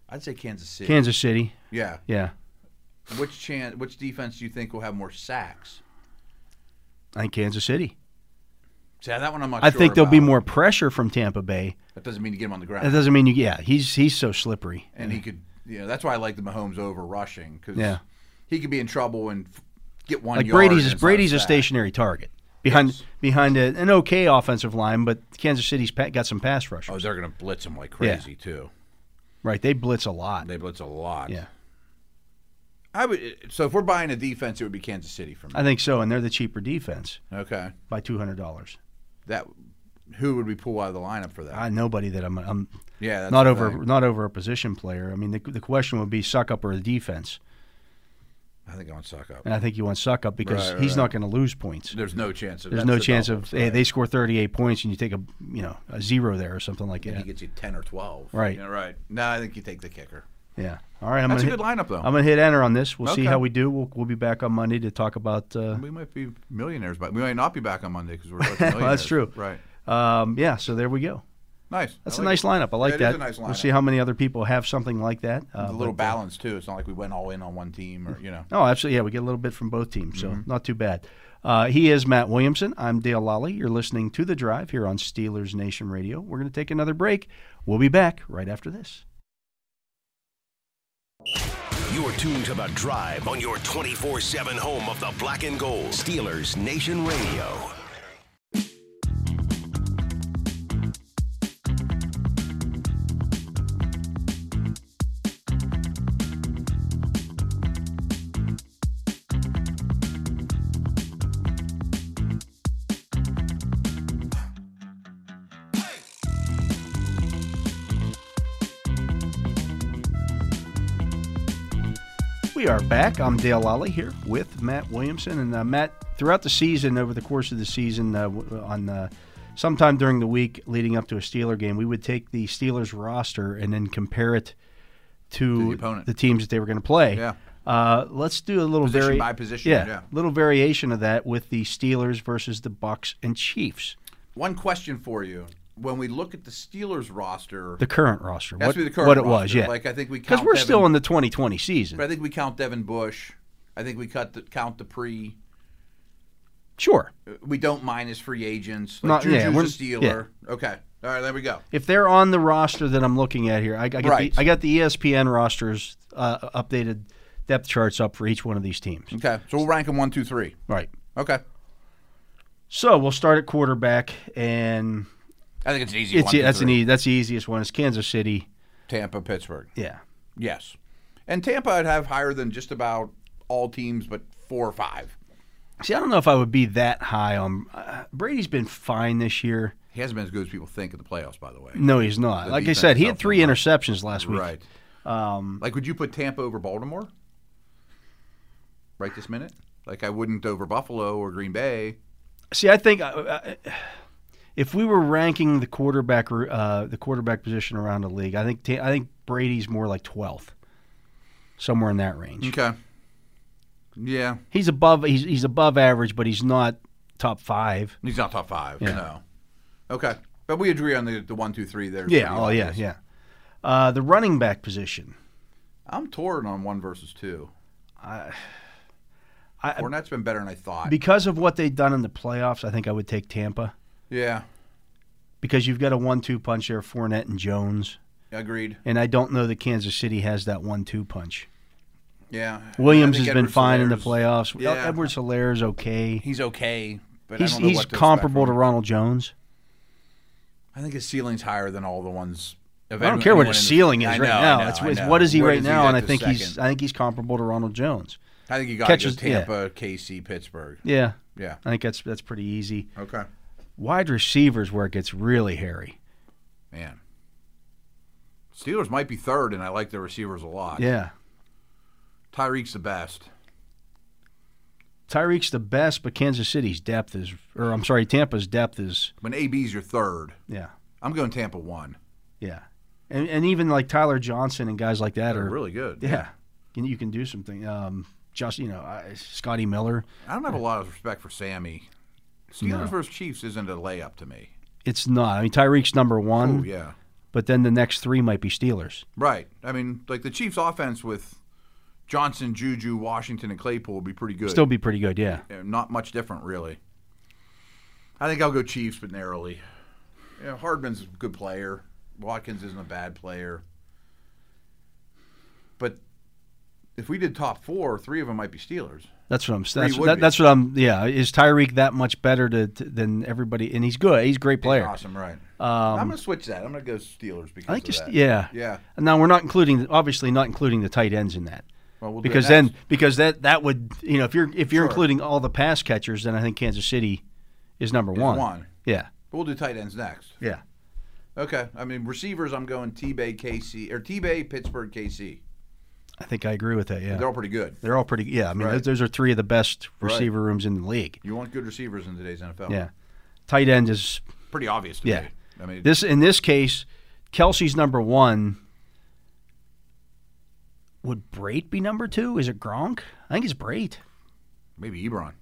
Speaker 2: I'd say Kansas City.
Speaker 1: Kansas City,
Speaker 2: yeah.
Speaker 1: yeah,
Speaker 2: Which chan- Which defense do you think will have more sacks?
Speaker 1: I think Kansas City.
Speaker 2: See, that one I'm not
Speaker 1: I
Speaker 2: sure
Speaker 1: think there'll be
Speaker 2: about.
Speaker 1: more pressure from Tampa Bay.
Speaker 2: That doesn't mean to get him on the ground.
Speaker 1: That doesn't mean you. Yeah, he's he's so slippery.
Speaker 2: and he could, you know, that's why I like the Mahomes over rushing because
Speaker 1: Yeah.
Speaker 2: he could be in trouble and f- get one.
Speaker 1: like
Speaker 2: yard
Speaker 1: Brady's
Speaker 2: and
Speaker 1: is
Speaker 2: it's not
Speaker 1: Brady's a
Speaker 2: sack.
Speaker 1: stationary target behind
Speaker 2: Yes.
Speaker 1: behind a, an okay offensive line, but Kansas City's pa- got some pass rushers,
Speaker 2: Oh, they're going to blitz him like crazy too.
Speaker 1: right? They blitz a lot.
Speaker 2: They blitz a lot.
Speaker 1: yeah,
Speaker 2: I would. So if we're buying a defense, it would be Kansas City for me.
Speaker 1: I think so, and they're the cheaper defense
Speaker 2: Okay,
Speaker 1: by two hundred dollars.
Speaker 2: that who would we pull out of the lineup for that?
Speaker 1: Nobody that I'm, I'm
Speaker 2: yeah, that's
Speaker 1: not
Speaker 2: the
Speaker 1: over
Speaker 2: thing.
Speaker 1: not over a position player. I mean, the, the question would be suck up or the defense,
Speaker 2: I think I want suck up.
Speaker 1: and I think you want suck up because
Speaker 2: Right, right,
Speaker 1: he's not going to lose points.
Speaker 2: There's no chance of.
Speaker 1: There's
Speaker 2: that's
Speaker 1: no
Speaker 2: the
Speaker 1: chance
Speaker 2: double,
Speaker 1: of hey,
Speaker 2: right.
Speaker 1: they score thirty eight points and you take a you know a zero there or something like
Speaker 2: He
Speaker 1: that.
Speaker 2: gets you ten or twelve.
Speaker 1: Right.
Speaker 2: Yeah, right. No, I think you take the kicker.
Speaker 1: Yeah. All right. I'm
Speaker 2: That's a
Speaker 1: gonna
Speaker 2: good
Speaker 1: hit-
Speaker 2: lineup though.
Speaker 1: I'm going to hit enter on this. We'll see
Speaker 2: Okay.
Speaker 1: how we do. We'll, we'll be back on Monday to talk about, uh,
Speaker 2: we might be millionaires, but we might not be back on Monday because we're. such
Speaker 1: Well, that's
Speaker 2: millionaires.
Speaker 1: true.
Speaker 2: Right.
Speaker 1: um, yeah, so there we go.
Speaker 2: Nice.
Speaker 1: That's
Speaker 2: I
Speaker 1: a
Speaker 2: like
Speaker 1: nice
Speaker 2: it.
Speaker 1: lineup. I like
Speaker 2: Yeah,
Speaker 1: that.
Speaker 2: it is a nice
Speaker 1: We'll see
Speaker 2: lineup.
Speaker 1: how many other people have something like that. Uh,
Speaker 2: a little
Speaker 1: but, uh,
Speaker 2: balance too. It's not like we went all in on one team or you know.
Speaker 1: Oh, absolutely. Yeah, we get a little bit from both teams, so not too bad. Uh, he is Matt Williamson. I'm Dale Lally. You're listening to The Drive here on Steelers Nation Radio. We're going to take another break. We'll be back right after this.
Speaker 4: You're tuned to The Drive on your 24 7 home of the black and gold. Steelers Nation Radio.
Speaker 1: We are back. I'm Dale Lally here with Matt Williamson. And uh, Matt, throughout the season, over the course of the season, uh, w- on uh, sometime during the week leading up to a Steeler game, we would take the Steelers roster and then compare it to,
Speaker 2: To the opponent.
Speaker 1: teams that they were going to play.
Speaker 2: Yeah.
Speaker 1: Uh, let's do a little
Speaker 2: Position
Speaker 1: vari-
Speaker 2: by position, yeah.
Speaker 1: little variation of that with the Steelers versus the Bucks and Chiefs.
Speaker 2: One question for you: When we look at the Steelers roster,
Speaker 1: The current roster,
Speaker 2: That's
Speaker 1: what,
Speaker 2: the current
Speaker 1: what it was,
Speaker 2: roster.
Speaker 1: yeah.
Speaker 2: Like, I think we
Speaker 1: because
Speaker 2: count
Speaker 1: we're
Speaker 2: Devin-
Speaker 1: still in the 2020 season.
Speaker 2: but I think we count Devin Bush. I think we cut the, count the pre.
Speaker 1: Sure,
Speaker 2: We don't minus free agents. Like
Speaker 1: Not-
Speaker 2: Juju's
Speaker 1: yeah,
Speaker 2: a
Speaker 1: we're-
Speaker 2: Steeler. Okay. All right, there we go.
Speaker 1: If they're on the roster that I'm looking at here, I, I got,
Speaker 2: Right.
Speaker 1: the, E I got the ESPN rosters uh, updated depth charts up for each one of these teams.
Speaker 2: Okay, so we'll rank them one, two, three.
Speaker 1: Right.
Speaker 2: Okay,
Speaker 1: So we'll start at quarterback, and
Speaker 2: I think it's an easy
Speaker 1: it's
Speaker 2: one. two,
Speaker 1: that's an
Speaker 2: three.
Speaker 1: e- that's the easiest one. It's Kansas City.
Speaker 2: Tampa, Pittsburgh.
Speaker 1: Yeah.
Speaker 2: Yes, and Tampa I'd have higher than just about all teams, but four or five.
Speaker 1: See, I don't know if I would be that high on uh, Brady's been fine this year.
Speaker 2: He hasn't been as good as people think in the playoffs, by the way.
Speaker 1: No, he's not.
Speaker 2: The
Speaker 1: like I
Speaker 2: defense
Speaker 1: said, he had
Speaker 2: helped
Speaker 1: three
Speaker 2: him, right?
Speaker 1: interceptions last week.
Speaker 2: Right.
Speaker 1: Um,
Speaker 2: like, would you put Tampa over Baltimore? Right this minute? Like, I wouldn't over Buffalo or Green Bay.
Speaker 1: See, I think uh, uh, if we were ranking the quarterback uh, the quarterback position around the league, I think Ta- I think Brady's more like 12th. Somewhere in that range.
Speaker 2: Okay. Yeah.
Speaker 1: He's above he's, he's above average, but he's not top 5.
Speaker 2: He's not top five.
Speaker 1: Yeah.
Speaker 2: No. Okay. But we agree on the, the one, two, three there.
Speaker 1: Yeah, oh yeah, yeah. Uh, the running back position.
Speaker 2: I'm torn on one versus two.
Speaker 1: I-
Speaker 2: Fournette's been better than I thought.
Speaker 1: Because of what they've done in the playoffs, I think I would take Tampa
Speaker 2: yeah.
Speaker 1: because you've got a one-two punch there, Fournette and Jones,
Speaker 2: Agreed.
Speaker 1: and I don't know that Kansas City has that one-two punch.
Speaker 2: Yeah. I
Speaker 1: Williams
Speaker 2: think
Speaker 1: has been
Speaker 2: Edwards
Speaker 1: fine in the
Speaker 2: Helaire's-
Speaker 1: playoffs.
Speaker 2: Yeah.
Speaker 1: Edward Solaire is okay.
Speaker 2: He's okay. But I
Speaker 1: He's
Speaker 2: don't know
Speaker 1: he's
Speaker 2: what to
Speaker 1: comparable to
Speaker 2: expect from him.
Speaker 1: Ronald Jones.
Speaker 2: I think his ceiling's higher than all the ones.
Speaker 1: I don't care what his ceiling is right now. it's, it's what is he right now, and I think he's I think he's comparable to Ronald Jones.
Speaker 2: I think you got to go
Speaker 1: Catches- yeah.
Speaker 2: Tampa, KC, Pittsburgh.
Speaker 1: Yeah,
Speaker 2: Yeah.
Speaker 1: I think that's that's pretty easy.
Speaker 2: Okay.
Speaker 1: Wide receivers where it gets really hairy.
Speaker 2: Man. Steelers might be third, and I like their receivers a lot.
Speaker 1: Yeah,
Speaker 2: Tyreek's the best.
Speaker 1: Tyreek's the best, but Kansas City's depth is, or I'm sorry, Tampa's depth is.
Speaker 2: When AB's your third,
Speaker 1: Yeah,
Speaker 2: I'm going Tampa one.
Speaker 1: yeah, and and even like Tyler Johnson and guys like that
Speaker 2: They're
Speaker 1: are
Speaker 2: really good.
Speaker 1: Yeah, you, you can do something. Um, just you know, I, Scotty Miller.
Speaker 2: I don't have a lot of respect for Sammy. Steelers versus Chiefs isn't a layup to me.
Speaker 1: It's not. I mean, Tyreek's number one,
Speaker 2: Oh yeah.
Speaker 1: but then the next three might be Steelers.
Speaker 2: Right. I mean, like the Chiefs' offense with Johnson, Juju, Washington, and Claypool would be pretty good.
Speaker 1: Still be pretty good. Yeah.
Speaker 2: Yeah, not much different, really. I think I'll go Chiefs, but narrowly. Yeah, Hardman's a good player. Watkins isn't a bad player. But if we did top four, three of them might be Steelers.
Speaker 1: That's what I'm. That's,
Speaker 2: would
Speaker 1: that,
Speaker 2: be.
Speaker 1: that's what I'm. Yeah, is Tyreek that much better to, to- than everybody? And he's good. He's a great player. Um,
Speaker 2: Awesome, right? I'm gonna switch that. I'm gonna go Steelers because
Speaker 1: I think.
Speaker 2: of
Speaker 1: It's,
Speaker 2: that.
Speaker 1: yeah.
Speaker 2: yeah.
Speaker 1: Now we're not including, obviously, not including the tight ends in that.
Speaker 2: Well, we'll do it
Speaker 1: because
Speaker 2: next.
Speaker 1: then, because that that would you know if you're if you're including all the pass catchers, then I think Kansas City is number one.
Speaker 2: one.
Speaker 1: Yeah.
Speaker 2: we'll do tight ends next.
Speaker 1: Yeah.
Speaker 2: Okay. I mean receivers. I'm going T Bay KC or T Bay Pittsburgh KC.
Speaker 1: I think I agree with that. Yeah.
Speaker 2: They're all pretty good.
Speaker 1: They're all pretty. Yeah, I mean,
Speaker 2: Right.
Speaker 1: those, those are three of the best receiver rooms in the league.
Speaker 2: You want good receivers in today's NFL.
Speaker 1: Yeah, tight end is
Speaker 2: Pretty obvious to
Speaker 1: Yeah.
Speaker 2: me. I mean,
Speaker 1: this in this case. Kelsey's number one. Would Brait be number two? Is it Gronk? I think it's Brait.
Speaker 2: Maybe Ebron.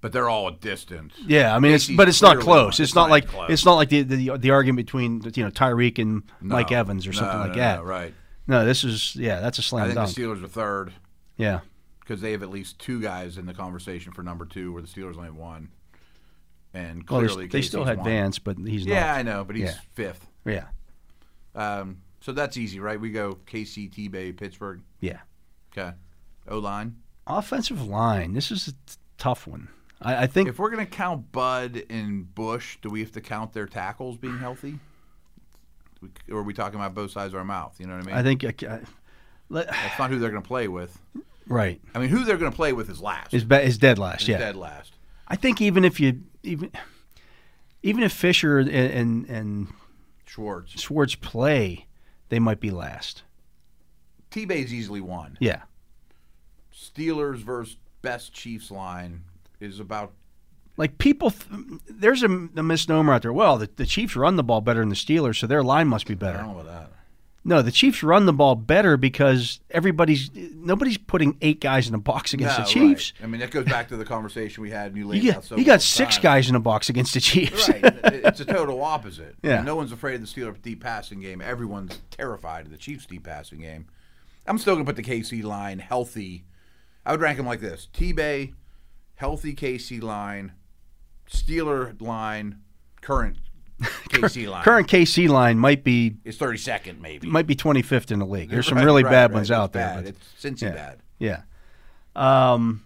Speaker 2: But they're all at distance.
Speaker 1: Yeah, I mean, it's
Speaker 2: Casey's
Speaker 1: but it's not
Speaker 2: clearly
Speaker 1: close.
Speaker 2: not-
Speaker 1: It's
Speaker 2: it's
Speaker 1: not
Speaker 2: not
Speaker 1: like
Speaker 2: close.
Speaker 1: it's not like the, the the argument between you know Tyreek and Mike
Speaker 2: No.
Speaker 1: Evans or
Speaker 2: No,
Speaker 1: something like
Speaker 2: no,
Speaker 1: that.
Speaker 2: no, right.
Speaker 1: No, this is yeah, that's a
Speaker 2: I
Speaker 1: slam
Speaker 2: think
Speaker 1: dunk.
Speaker 2: the Steelers are third
Speaker 1: yeah,
Speaker 2: because they have at least two guys in the conversation for number two, where the Steelers only have one. And
Speaker 1: well, they-
Speaker 2: clearly,
Speaker 1: they still
Speaker 2: Casey's
Speaker 1: had
Speaker 2: one.
Speaker 1: Vance, but he's
Speaker 2: Yeah, I know, but he's
Speaker 1: Yeah.
Speaker 2: fifth.
Speaker 1: not. Yeah,
Speaker 2: Um, so that's easy, right? We go KC, T Bay, Pittsburgh.
Speaker 1: yeah.
Speaker 2: Okay. O line.
Speaker 1: Offensive line. This is a t- tough one. I, I think
Speaker 2: If we're going to count Bud and Bush, do we have to count their tackles being healthy? We- Or are we talking about both sides of our mouth? You know what I mean?
Speaker 1: I think I, I, let,
Speaker 2: That's not who they're going to play with.
Speaker 1: right
Speaker 2: I mean, who they're going to play with is last.
Speaker 1: is ba- is dead last.
Speaker 2: Is
Speaker 1: Yeah,
Speaker 2: dead last.
Speaker 1: I think even if you even even if Fisher and, and and
Speaker 2: Schwartz.
Speaker 1: Schwartz play, they might be last.
Speaker 2: T Bay's easily won.
Speaker 1: Yeah,
Speaker 2: Steelers versus best Chiefs line is about.
Speaker 1: like people, th- there's a, m- a misnomer out there. Well, the, the Chiefs run the ball better than the Steelers, so their line must be
Speaker 2: I
Speaker 1: better.
Speaker 2: don't know about that.
Speaker 1: No, the Chiefs run the ball better because everybody's nobody's putting eight guys in the box against
Speaker 2: No,
Speaker 1: the Chiefs.
Speaker 2: right. I mean, that goes back to the conversation we had. And you laid
Speaker 1: You
Speaker 2: out
Speaker 1: got,
Speaker 2: so
Speaker 1: you got
Speaker 2: many
Speaker 1: six
Speaker 2: times.
Speaker 1: guys in the box against the Chiefs.
Speaker 2: Right. It- it's a total opposite.
Speaker 1: Yeah.
Speaker 2: No one's afraid of the Steelers' deep passing game. Everyone's terrified of the Chiefs' deep passing game. I'm still going to put the KC line healthy. I would rank them like this T Bay, healthy KC line, Steeler line, current KC line
Speaker 1: Current KC line might be
Speaker 2: is 32nd, maybe.
Speaker 1: might be 25th in the league. There's some
Speaker 2: Right,
Speaker 1: really
Speaker 2: right,
Speaker 1: bad
Speaker 2: right.
Speaker 1: ones
Speaker 2: It's
Speaker 1: out there.
Speaker 2: Bad.
Speaker 1: but-
Speaker 2: It's Cincy
Speaker 1: yeah.
Speaker 2: bad.
Speaker 1: yeah. Um,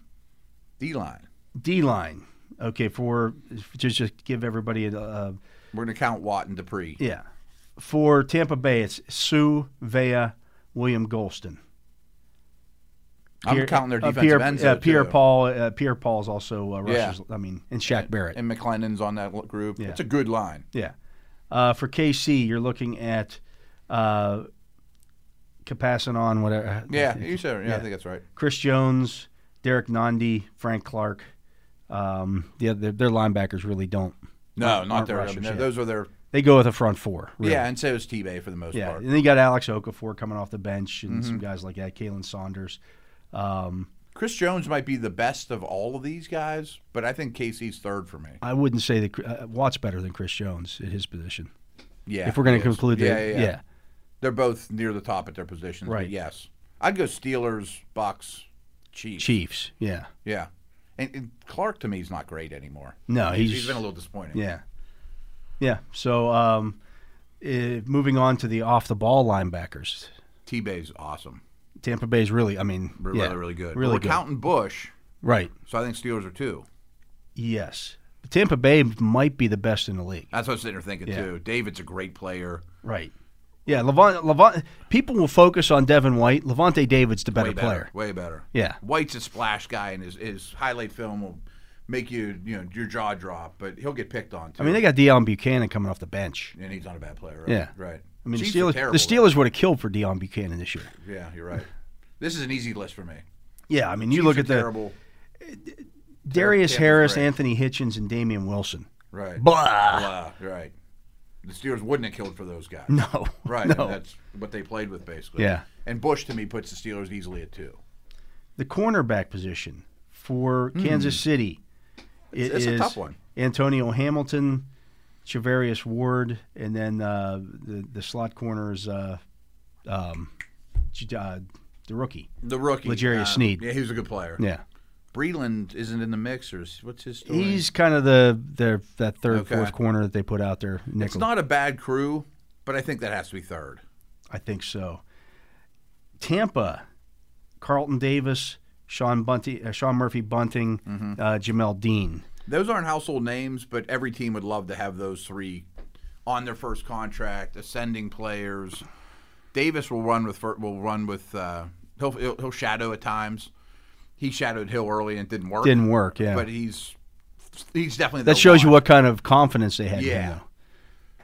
Speaker 2: D line.
Speaker 1: D line. Okay, for just just give everybody a uh,
Speaker 2: We're going to count Watt and Dupree.
Speaker 1: yeah. For Tampa Bay, it's Sue Vea, William Golston.
Speaker 2: I'm
Speaker 1: Pierre-
Speaker 2: counting their
Speaker 1: uh,
Speaker 2: defensive
Speaker 1: Pierre,
Speaker 2: ends.
Speaker 1: uh,
Speaker 2: though,
Speaker 1: Pierre
Speaker 2: too.
Speaker 1: Paul. Uh, Pierre Paul's also uh,
Speaker 2: Yeah.
Speaker 1: Russia's. I mean, and Shaq Barrett.
Speaker 2: and McLennan's on that l- group.
Speaker 1: Yeah.
Speaker 2: It's a good line.
Speaker 1: yeah. Uh, for KC, you're looking at uh, Capassanon, whatever. uh,
Speaker 2: Yeah, you said. Yeah, I think that's right.
Speaker 1: Chris Jones, Derek Nandi, Frank Clark. Um, the other, their linebackers really don't.
Speaker 2: No, not
Speaker 1: aren't
Speaker 2: their. I
Speaker 1: rushers,
Speaker 2: mean, they're-
Speaker 1: yeah.
Speaker 2: Those are their.
Speaker 1: They go with a front four. Really.
Speaker 2: Yeah, and so is T. Bay for the most
Speaker 1: Yeah,
Speaker 2: part.
Speaker 1: and then you got Alex Okafor coming off the bench and
Speaker 2: Mm-hmm.
Speaker 1: some guys like that, Kalen Saunders. Um,
Speaker 2: Chris Jones might be the best of all of these guys, but I think KC's third for me.
Speaker 1: I wouldn't say that uh, Watt's better than Chris Jones at his position.
Speaker 2: Yeah,
Speaker 1: if we're going
Speaker 2: he
Speaker 1: to
Speaker 2: is.
Speaker 1: conclude, the,
Speaker 2: yeah, yeah, yeah. they're both near the top at their positions.
Speaker 1: Right.
Speaker 2: But yes, I'd go Steelers, Bucks, Chiefs.
Speaker 1: Chiefs, yeah,
Speaker 2: Yeah, and, and Clark to me is not great anymore.
Speaker 1: no, he's,
Speaker 2: he's been a little disappointing.
Speaker 1: yeah, yeah. So um, eh, moving on to the off the ball linebackers,
Speaker 2: T. Bay's awesome.
Speaker 1: Tampa Bay's really, I mean,
Speaker 2: We're
Speaker 1: yeah,
Speaker 2: really, really good.
Speaker 1: really
Speaker 2: we're
Speaker 1: good,
Speaker 2: counting Bush,
Speaker 1: right?
Speaker 2: so I think Steelers are two.
Speaker 1: Yes, Tampa Bay might be the best in the league,
Speaker 2: That's what I was sitting there thinking
Speaker 1: Yeah.
Speaker 2: too. David's a great player.
Speaker 1: right? Yeah, Levant, Levant. People will focus on Devin White. Levante David's the better,
Speaker 2: way better,
Speaker 1: player.
Speaker 2: Way better.
Speaker 1: Yeah.
Speaker 2: White's a splash guy, and his, his highlight film will make you you know your jaw drop. But he'll get picked on too.
Speaker 1: I mean, they got Deion Buchanan coming off the bench.
Speaker 2: and he's not a bad player. Right?
Speaker 1: Yeah.
Speaker 2: Right.
Speaker 1: I mean,
Speaker 2: Chiefs
Speaker 1: the
Speaker 2: are
Speaker 1: Steelers,
Speaker 2: terrible,
Speaker 1: the Steelers would have killed for Deion Buchanan this year.
Speaker 2: though. Yeah, you're right. This is an easy list for me.
Speaker 1: Yeah, I mean, you
Speaker 2: Chiefs
Speaker 1: look
Speaker 2: are
Speaker 1: at the
Speaker 2: terrible.
Speaker 1: Darius
Speaker 2: Tampa's
Speaker 1: Harris,
Speaker 2: great.
Speaker 1: Anthony Hitchens, and Damian Wilson.
Speaker 2: Right.
Speaker 1: Blah.
Speaker 2: Blah. Right. The Steelers wouldn't have killed for those guys.
Speaker 1: No.
Speaker 2: Right.
Speaker 1: No.
Speaker 2: And that's what they played with basically.
Speaker 1: Yeah.
Speaker 2: And Bush to me puts the Steelers easily at two.
Speaker 1: The cornerback position for Kansas City. it
Speaker 2: it's a
Speaker 1: is
Speaker 2: tough one.
Speaker 1: Antonio Hamilton, Chavarius Ward, and then uh, the the slot corner is uh, um, J- uh, the rookie.
Speaker 2: The rookie, uh,
Speaker 1: L'Jarius Sneed.
Speaker 2: Yeah, he was a good player.
Speaker 1: Yeah,
Speaker 2: Breland isn't in the mix, or is- what's his story?
Speaker 1: he's kind of the the that third
Speaker 2: Okay.
Speaker 1: fourth corner that they put out there. Nickel.
Speaker 2: It's not a bad crew, but I think that has to be third.
Speaker 1: I think so. Tampa, Carlton Davis, Sean Bunty, uh, Sean Murphy Bunting,
Speaker 2: Mm-hmm.
Speaker 1: uh, Jamel Dean.
Speaker 2: Those aren't household names, but every team would love to have those three on their first contract, ascending players. Davis will run with fir- will run with uh, he'll, he'll he'll shadow at times. He shadowed Hill early and it didn't work.
Speaker 1: Didn't work. Yeah,
Speaker 2: but he's he's definitely
Speaker 1: that shows you what kind of confidence they had. in him,
Speaker 2: Yeah.
Speaker 1: though.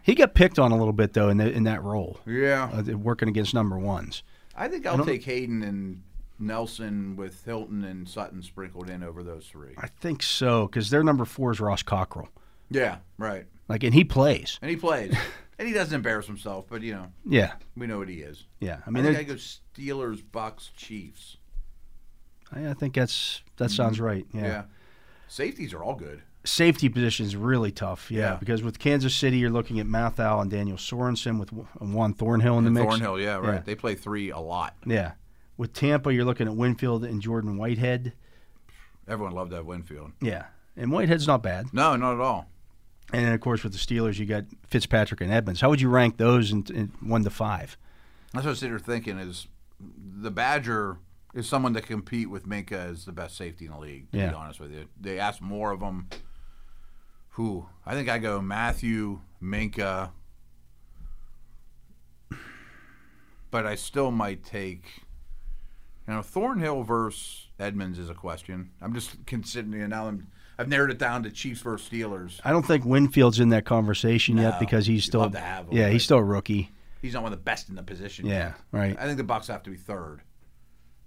Speaker 1: he got picked on a little bit though in the, in that role,
Speaker 2: Yeah,
Speaker 1: uh, working against number ones.
Speaker 2: I think I'll take Hayden and Nelson with Hilton and Sutton sprinkled in over those three.
Speaker 1: I think so because their number four is Ross Cockrell.
Speaker 2: Yeah, right.
Speaker 1: Like, and he plays.
Speaker 2: And he plays, and he doesn't embarrass himself. But you know,
Speaker 1: Yeah,
Speaker 2: we know what he is.
Speaker 1: yeah. I
Speaker 2: I
Speaker 1: mean,
Speaker 2: think
Speaker 1: they're-
Speaker 2: I go Steelers, Bucks, Chiefs.
Speaker 1: I, I think that's that sounds right.
Speaker 2: Mm-hmm. Yeah. Safeties are all good.
Speaker 1: safety position is really tough. Yeah,
Speaker 2: Yeah.
Speaker 1: because with Kansas City, you're looking at Mathau and Daniel Sorensen with Wa- and Juan Thornhill in the mix.
Speaker 2: Thornhill, yeah, right.
Speaker 1: Yeah.
Speaker 2: They play three a lot.
Speaker 1: Yeah, with Tampa, you're looking at Winfield and Jordan Whitehead.
Speaker 2: Everyone loved that Winfield.
Speaker 1: Yeah, and Whitehead's not bad.
Speaker 2: No, not at all.
Speaker 1: And then of course with the Steelers, you got Fitzpatrick and Edmonds. How would you rank those in, in one to five?
Speaker 2: That's what I was sitting here thinking is the Badger is someone to compete with Minka as the best safety in the league, to
Speaker 1: Yeah.
Speaker 2: be honest with you. They ask more of them. Who? I think I go Matthew, Minka. But I still might take you know, Thornhill versus Edmonds is a question. I'm just considering you know, now I'm I've narrowed it down to Chiefs versus Steelers.
Speaker 1: I don't think Winfield's in that conversation
Speaker 2: No.
Speaker 1: yet because he's
Speaker 2: You'd
Speaker 1: still
Speaker 2: love to have him,
Speaker 1: yeah
Speaker 2: but-
Speaker 1: he's still a rookie.
Speaker 2: He's not one of the best in the position.
Speaker 1: Yeah, right.
Speaker 2: I think the Bucks have to be third.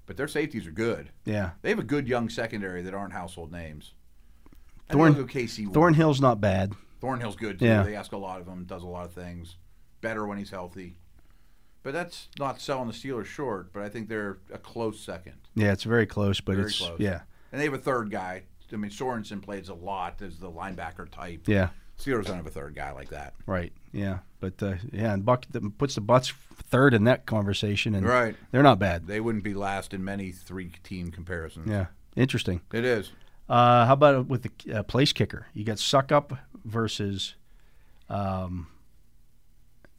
Speaker 2: But their safeties are good.
Speaker 1: Yeah,
Speaker 2: They have a good young secondary that aren't household names. I
Speaker 1: Thorn-
Speaker 2: think I'll go KC. Ward.
Speaker 1: Thornhill's not bad.
Speaker 2: Thornhill's good too.
Speaker 1: Yeah.
Speaker 2: They ask a lot of him, does a lot of things. Better when he's healthy. But that's not selling the Steelers short, but I think they're a close second.
Speaker 1: Yeah, it's very close, but
Speaker 2: Very
Speaker 1: it's
Speaker 2: close.
Speaker 1: yeah,
Speaker 2: And they have a third guy. I mean, Sorensen plays a lot as the linebacker type.
Speaker 1: yeah.
Speaker 2: Steelers don't have a third guy like that.
Speaker 1: Right. Yeah. But uh, yeah, and Buck th- puts the Butts third in that conversation, and
Speaker 2: Right.
Speaker 1: they're not bad.
Speaker 2: They wouldn't be last in many three team comparisons.
Speaker 1: Yeah. Interesting.
Speaker 2: It is.
Speaker 1: Uh, how about with the uh, place kicker? You got Suck Up versus Um,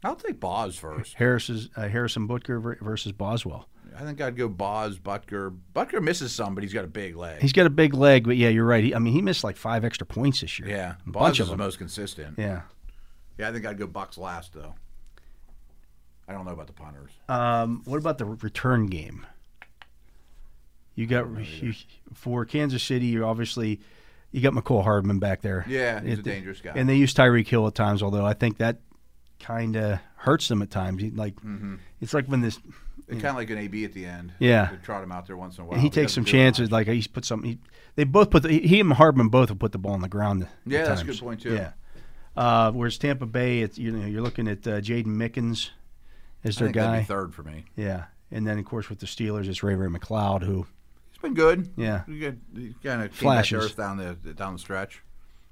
Speaker 2: I'll take Boz first.
Speaker 1: Harris's, uh, Harrison Butker ver- versus Boswell.
Speaker 2: I think I'd go Boz, Butker. Butker misses some, but he's got a big leg.
Speaker 1: He's got a big leg, but yeah, you're right. He, I mean, he missed like five extra points this year.
Speaker 2: yeah,
Speaker 1: a
Speaker 2: Boz
Speaker 1: bunch
Speaker 2: is
Speaker 1: of
Speaker 2: the
Speaker 1: them.
Speaker 2: most consistent. Yeah.
Speaker 1: Yeah.
Speaker 2: I think I'd go Bucks last though. I don't know about the punters.
Speaker 1: Um, what about the re- return game? You got you, for Kansas City. You obviously you got McCole Hardman back there.
Speaker 2: Yeah, he's a dangerous guy.
Speaker 1: And they use Tyreek Hill at times, although I think that kind of hurts them at times. He, Like
Speaker 2: Mm-hmm.
Speaker 1: it's like when this
Speaker 2: It's kind of like an AB at the end.
Speaker 1: Yeah.
Speaker 2: they trot him out there once in a while.
Speaker 1: he
Speaker 2: but
Speaker 1: takes some
Speaker 2: doesn't do it much.
Speaker 1: chances. Like he's put some. He, they both put the, he and Hardman both have put the ball on the ground. at
Speaker 2: Yeah, that's a
Speaker 1: times.
Speaker 2: good point, too.
Speaker 1: Yeah. Uh, whereas Tampa Bay, it's, you know, you're looking at uh, Jaden Mickens as
Speaker 2: I
Speaker 1: their
Speaker 2: think that'd
Speaker 1: guy.
Speaker 2: be third for me.
Speaker 1: Yeah, and then of course with the Steelers, it's Ray Ray McLeod who.
Speaker 2: He's been good.
Speaker 1: Yeah.
Speaker 2: kind of
Speaker 1: Flashes.
Speaker 2: earth down the down the stretch.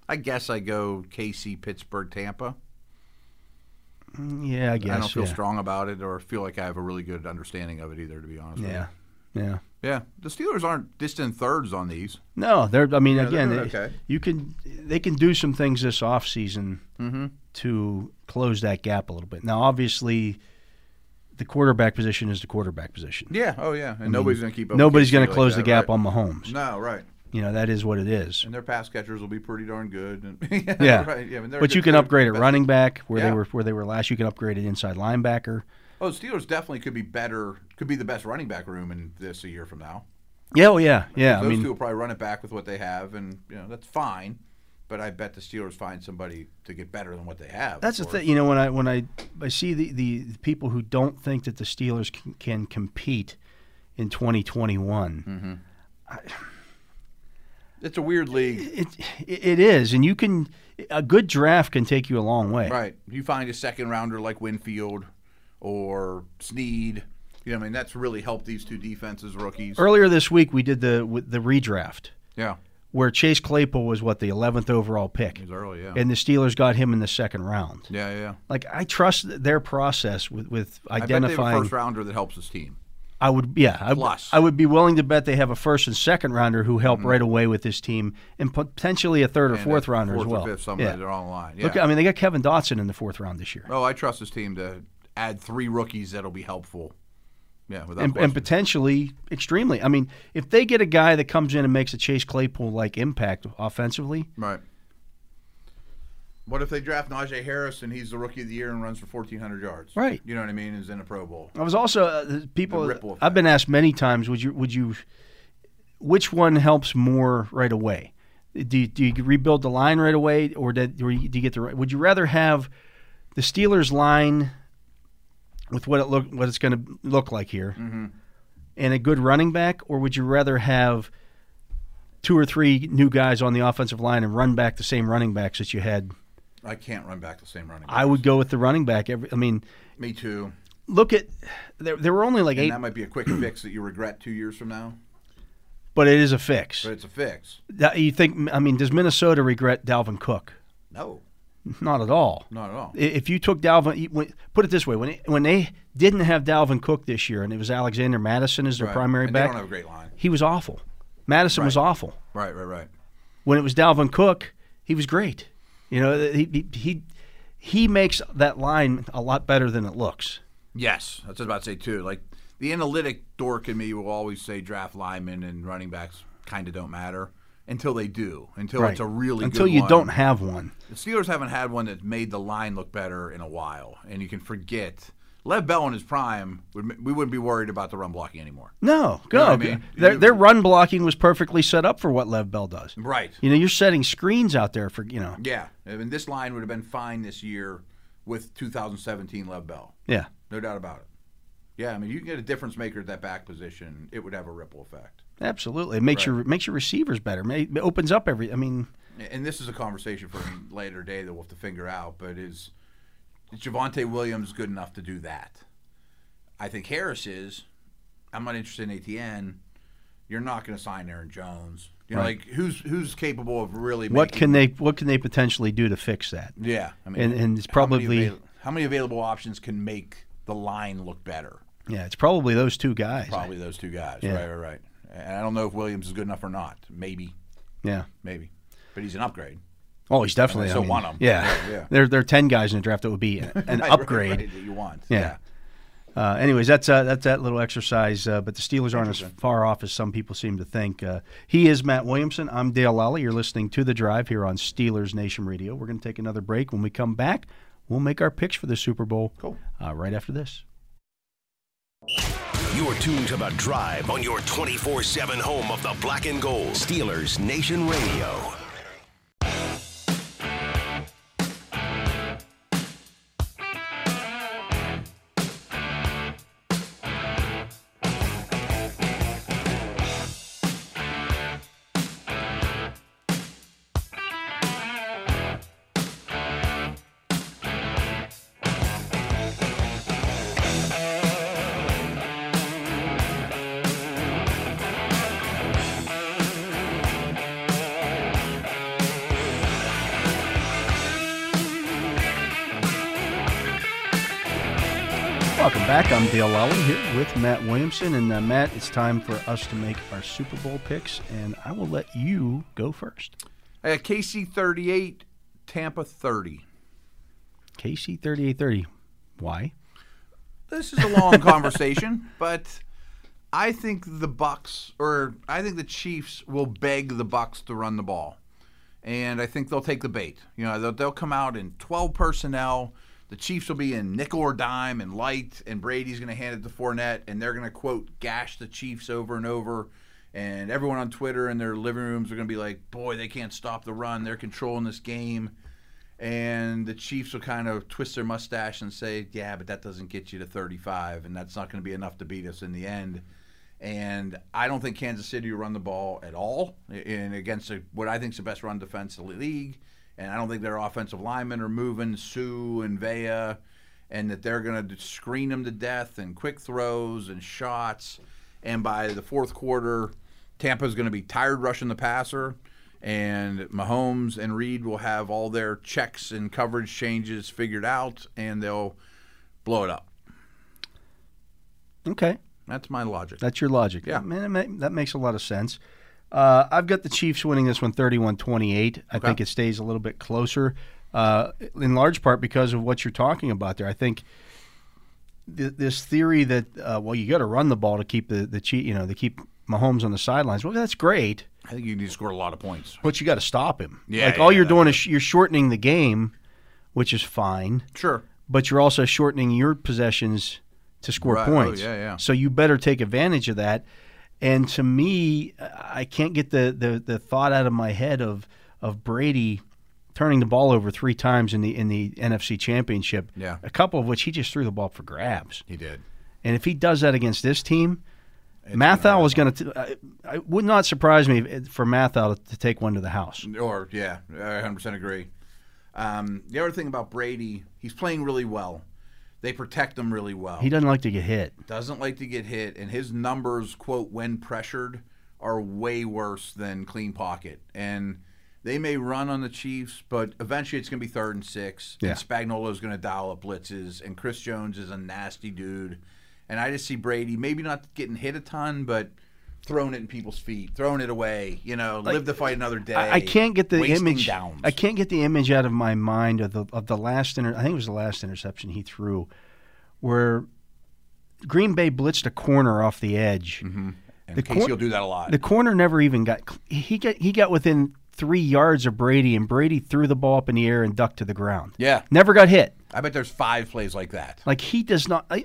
Speaker 2: I guess I go KC, Pittsburgh, Tampa.
Speaker 1: Yeah, I guess.
Speaker 2: I don't feel
Speaker 1: yeah.
Speaker 2: strong about it, or feel like I have a really good understanding of it either. To be honest, with you.
Speaker 1: Yeah, yeah.
Speaker 2: yeah. The Steelers aren't distant thirds on these.
Speaker 1: No, they're. I mean,
Speaker 2: they're
Speaker 1: again,
Speaker 2: doing
Speaker 1: they-
Speaker 2: okay.
Speaker 1: you can they can do some things this off season
Speaker 2: Mm-hmm.
Speaker 1: to close that gap a little bit. Now, obviously, the quarterback position is the quarterback position.
Speaker 2: Yeah. Oh yeah. And nobody's going to keep up. with
Speaker 1: Nobody's
Speaker 2: KC
Speaker 1: going to
Speaker 2: like
Speaker 1: close
Speaker 2: that,
Speaker 1: the gap
Speaker 2: right?
Speaker 1: on Mahomes.
Speaker 2: No, right.
Speaker 1: You know that is what it is.
Speaker 2: And their pass catchers will be pretty darn good. And, yeah.
Speaker 1: Yeah,
Speaker 2: Right. Yeah. I mean, they're a
Speaker 1: but
Speaker 2: good
Speaker 1: you can
Speaker 2: team.
Speaker 1: upgrade at
Speaker 2: But-
Speaker 1: running back where
Speaker 2: Yeah.
Speaker 1: they were where they were last. You can upgrade at inside linebacker.
Speaker 2: Oh, Steelers definitely could be better. Could be the best running back room in this a year from now.
Speaker 1: Yeah, oh yeah, yeah. I
Speaker 2: Those
Speaker 1: mean,
Speaker 2: two will probably run it back with what they have, and you know that's fine. But I bet the Steelers find somebody to get better than what they have.
Speaker 1: That's the
Speaker 2: or-
Speaker 1: thing, you know. When I when I I see the, the, the people who don't think that the Steelers can, can compete in 2021,
Speaker 2: Mm-hmm. It's a weird league,
Speaker 1: it, it it is, and you can a good draft can take you a long way.
Speaker 2: right? You find a second rounder like Winfield or Sneed. You know, I mean, that's really helped these two defenses, rookies.
Speaker 1: Earlier this week, we did the with the redraft
Speaker 2: Yeah,
Speaker 1: where Chase Claypool was what the 11th overall pick,
Speaker 2: he's early. Yeah,
Speaker 1: and the Steelers got him in the second round.
Speaker 2: yeah, yeah.
Speaker 1: Like I trust their process with with
Speaker 2: I bet they have a
Speaker 1: identifying.
Speaker 2: first rounder that helps his team.
Speaker 1: I would, yeah, I,
Speaker 2: Plus. Mm-hmm.
Speaker 1: I would be willing to bet they have a first and second rounder who help right away with this team, and potentially a third or
Speaker 2: And
Speaker 1: fourth
Speaker 2: a
Speaker 1: rounder
Speaker 2: fourth
Speaker 1: as well.
Speaker 2: Or fifth, somebody
Speaker 1: yeah.
Speaker 2: they're on the line. Yeah.
Speaker 1: Look, I mean, they got Kevin Dotson in the fourth round this year,
Speaker 2: oh, I trust his team to add three rookies that'll be helpful. Yeah, without
Speaker 1: and,
Speaker 2: question.
Speaker 1: and potentially extremely. I mean, if they get a guy that comes in and makes a Chase Claypool like impact offensively,
Speaker 2: Right. What if they draft Najee Harris and he's the rookie of the year and runs for 1,400 yards?
Speaker 1: Right.
Speaker 2: You know what I mean? Is in a Pro Bowl.
Speaker 1: I was also uh, the
Speaker 2: The
Speaker 1: people.
Speaker 2: ripple effect.
Speaker 1: I've been asked many times, would you, would you, which one helps more right away? Do you, do you rebuild the line right away, or did, or you- do you get the? right- Would you rather have the Steelers line with what it look what it's going to look like here,
Speaker 2: Mm-hmm.
Speaker 1: and a good running back, or would you rather have two or three new guys on the offensive line and run back the same running backs that you had?
Speaker 2: I can't run back the same running.
Speaker 1: I
Speaker 2: backs.
Speaker 1: would go with the running back. Every, I mean,
Speaker 2: Me too.
Speaker 1: look at there, there were only like
Speaker 2: And
Speaker 1: eight,
Speaker 2: that might be a quick fix that you regret two years from now,
Speaker 1: but it is a fix.
Speaker 2: but it's a fix.
Speaker 1: That, you think? I mean, does Minnesota regret Dalvin Cook?
Speaker 2: No,
Speaker 1: Not at all.
Speaker 2: not at all.
Speaker 1: I- If you took Dalvin, you- when- put it this way: when when they didn't have Dalvin Cook this year, and it was Alexander Madison as their
Speaker 2: Right.
Speaker 1: primary
Speaker 2: And they
Speaker 1: back,
Speaker 2: don't have a great line.
Speaker 1: he was awful. Madison was awful.
Speaker 2: Right, right, right.
Speaker 1: When it was Dalvin Cook, he was great. You know, he he he, he makes that line a lot better than it looks.
Speaker 2: Yes, that's what I was about to say too. Like the analytic dork in me will always say draft linemen and running backs kind of don't matter until they do. Until Oh, it's a really
Speaker 1: until
Speaker 2: good
Speaker 1: you
Speaker 2: one.
Speaker 1: don't have one.
Speaker 2: The Steelers haven't had one that made the line look better in a while, and you can forget. Lev Bell in his prime, would- we wouldn't be worried about the run blocking anymore.
Speaker 1: No, go.
Speaker 2: know what I mean?
Speaker 1: Their
Speaker 2: You-
Speaker 1: their run blocking was perfectly set up for what Lev Bell does.
Speaker 2: Right.
Speaker 1: You know, you're setting screens out there for you know.
Speaker 2: Yeah. I mean, this line would have been fine this year with 2017 Lev Bell.
Speaker 1: Yeah.
Speaker 2: No doubt about it. Yeah, I mean, you can get a difference maker at that back position, it would have a ripple effect.
Speaker 1: Absolutely, it makes your makes your receivers better. Ma- It opens up every. I mean,
Speaker 2: And this is a conversation for a later day that we'll have to figure out, but is is Javante Williams good enough to do that? I think Harris is. I'm not interested in ATN. You're not going to sign Aaron Jones. You know, like who's who's capable of really
Speaker 1: what
Speaker 2: making,
Speaker 1: can they what can they potentially do to fix that?
Speaker 2: Yeah, I mean,
Speaker 1: And- and it's
Speaker 2: how many
Speaker 1: probably-
Speaker 2: avail- how many available options can make the line look better?
Speaker 1: Yeah, it's probably those two guys.
Speaker 2: Probably those two guys. Right, right, right. And I don't know if Williams is good enough or not. Maybe,
Speaker 1: Yeah,
Speaker 2: maybe, but he's an upgrade.
Speaker 1: Oh, he's definitely.
Speaker 2: they
Speaker 1: I
Speaker 2: still
Speaker 1: mean,
Speaker 2: want him.
Speaker 1: Yeah.
Speaker 2: Yeah, yeah.
Speaker 1: There, there are ten guys in the draft that would be an
Speaker 2: Right, right,
Speaker 1: upgrade.
Speaker 2: right, that you want.
Speaker 1: Yeah. Uh, anyways, that's uh, that's that little exercise. Uh, but the Steelers aren't as far off as some people seem to think. Uh, he is Matt Williamson. I'm Dale Lally. You're listening to the Drive here on Steelers Nation Radio. We're going to take another break. When we come back, we'll make our picks for the Super Bowl.
Speaker 2: Cool.
Speaker 1: Uh, right after this.
Speaker 4: You're tuned to The Drive on your 24 7 home of the black and gold. Steelers Nation Radio.
Speaker 1: Welcome back. I'm Dale Lally here with Matt Williamson. And uh, Matt, it's time for us to make our Super Bowl picks, and I will let you go first.
Speaker 2: Uh, KC 38, Tampa 30.
Speaker 1: KC 3830. Why?
Speaker 2: This is a long conversation, but I think the Bucks or I think the Chiefs will beg the Bucks to run the ball. And I think they'll take the bait. You know, they'll, they'll come out in 12 personnel. The Chiefs will be in nickel or dime and light, and Brady's going to hand it to Fournette, and they're going to, quote, gash the Chiefs over and over. And everyone on Twitter in their living rooms are going to be like, boy, they can't stop the run. They're controlling this game and the Chiefs will kind of twist their mustache and say, "Yeah, but that doesn't get you to 35, and that's not going to be enough to beat us in the end." And I don't think Kansas City will run the ball at all, and against a, what I think is the best run defense in the league. And I don't think their offensive linemen are moving Sue and Vea, and that they're going to screen them to death and quick throws and shots. And by the fourth quarter, Tampa's going to be tired rushing the passer, and Mahomes and Reed will have all their checks and coverage changes figured out, and they'll blow it up.
Speaker 1: Okay.
Speaker 2: That's my logic.
Speaker 1: That's your logic.
Speaker 2: Yeah.
Speaker 1: Man, it ma- that makes a lot of sense. Uh, I've got the Chiefs winning this one 31 28. I think it stays a little bit closer, uh, in large part because of what you're talking about there. I think th- this theory that, uh, well, you got to run the ball to keep the, the Chiefs, you know, to keep Mahomes on the sidelines. Well, that's great,
Speaker 2: I think you need to score a lot of points.
Speaker 1: but you got to stop him.
Speaker 2: Yeah,
Speaker 1: Like all
Speaker 2: yeah,
Speaker 1: you're
Speaker 2: that-
Speaker 1: doing is sh- you're shortening the game, which is fine
Speaker 2: Sure.
Speaker 1: but you're also shortening your possessions to score
Speaker 2: Right. Oh,
Speaker 1: points.
Speaker 2: yeah, yeah.
Speaker 1: So you better take advantage of that. And to me, I can't get the, the, the thought out of my head of of Brady turning the ball over three times in the in the NFC Championship.
Speaker 2: Yeah.
Speaker 1: a couple of which he just threw the ball for grabs.
Speaker 2: He did.
Speaker 1: And if he does that against this team, Mathal is going to. It would not surprise me if- for Mathal to take one to the house.
Speaker 2: Or yeah, I 100% agree. Um, the other thing about Brady, he's playing really well. They protect him really well.
Speaker 1: He doesn't like to get hit.
Speaker 2: doesn't like to get hit, and his numbers, quote, when pressured, are way worse than clean pocket. And they may run on the Chiefs, but eventually it's going to be third and six.
Speaker 1: Yeah.
Speaker 2: And Spagnolo's going to dial up blitzes, and Chris Jones is a nasty dude. And I just see Brady maybe not getting hit a ton, but throwing it in people's feet, throwing it away. You know, live to fight another day.
Speaker 1: I, I can't get the
Speaker 2: wasting
Speaker 1: image.
Speaker 2: Downs.
Speaker 1: I can't get the image out of my mind of the of the last inter. I think it was the last interception he threw, where Green Bay blitzed a corner off the edge.
Speaker 2: And
Speaker 1: the
Speaker 2: Casey
Speaker 1: cor-
Speaker 2: will do that a lot.
Speaker 1: The corner never even got. cl- He got he got within three yards of Brady, and Brady threw the ball up in the air and ducked to the ground.
Speaker 2: yeah,
Speaker 1: Never got hit.
Speaker 2: I bet there's five plays like that.
Speaker 1: Like he does not. I,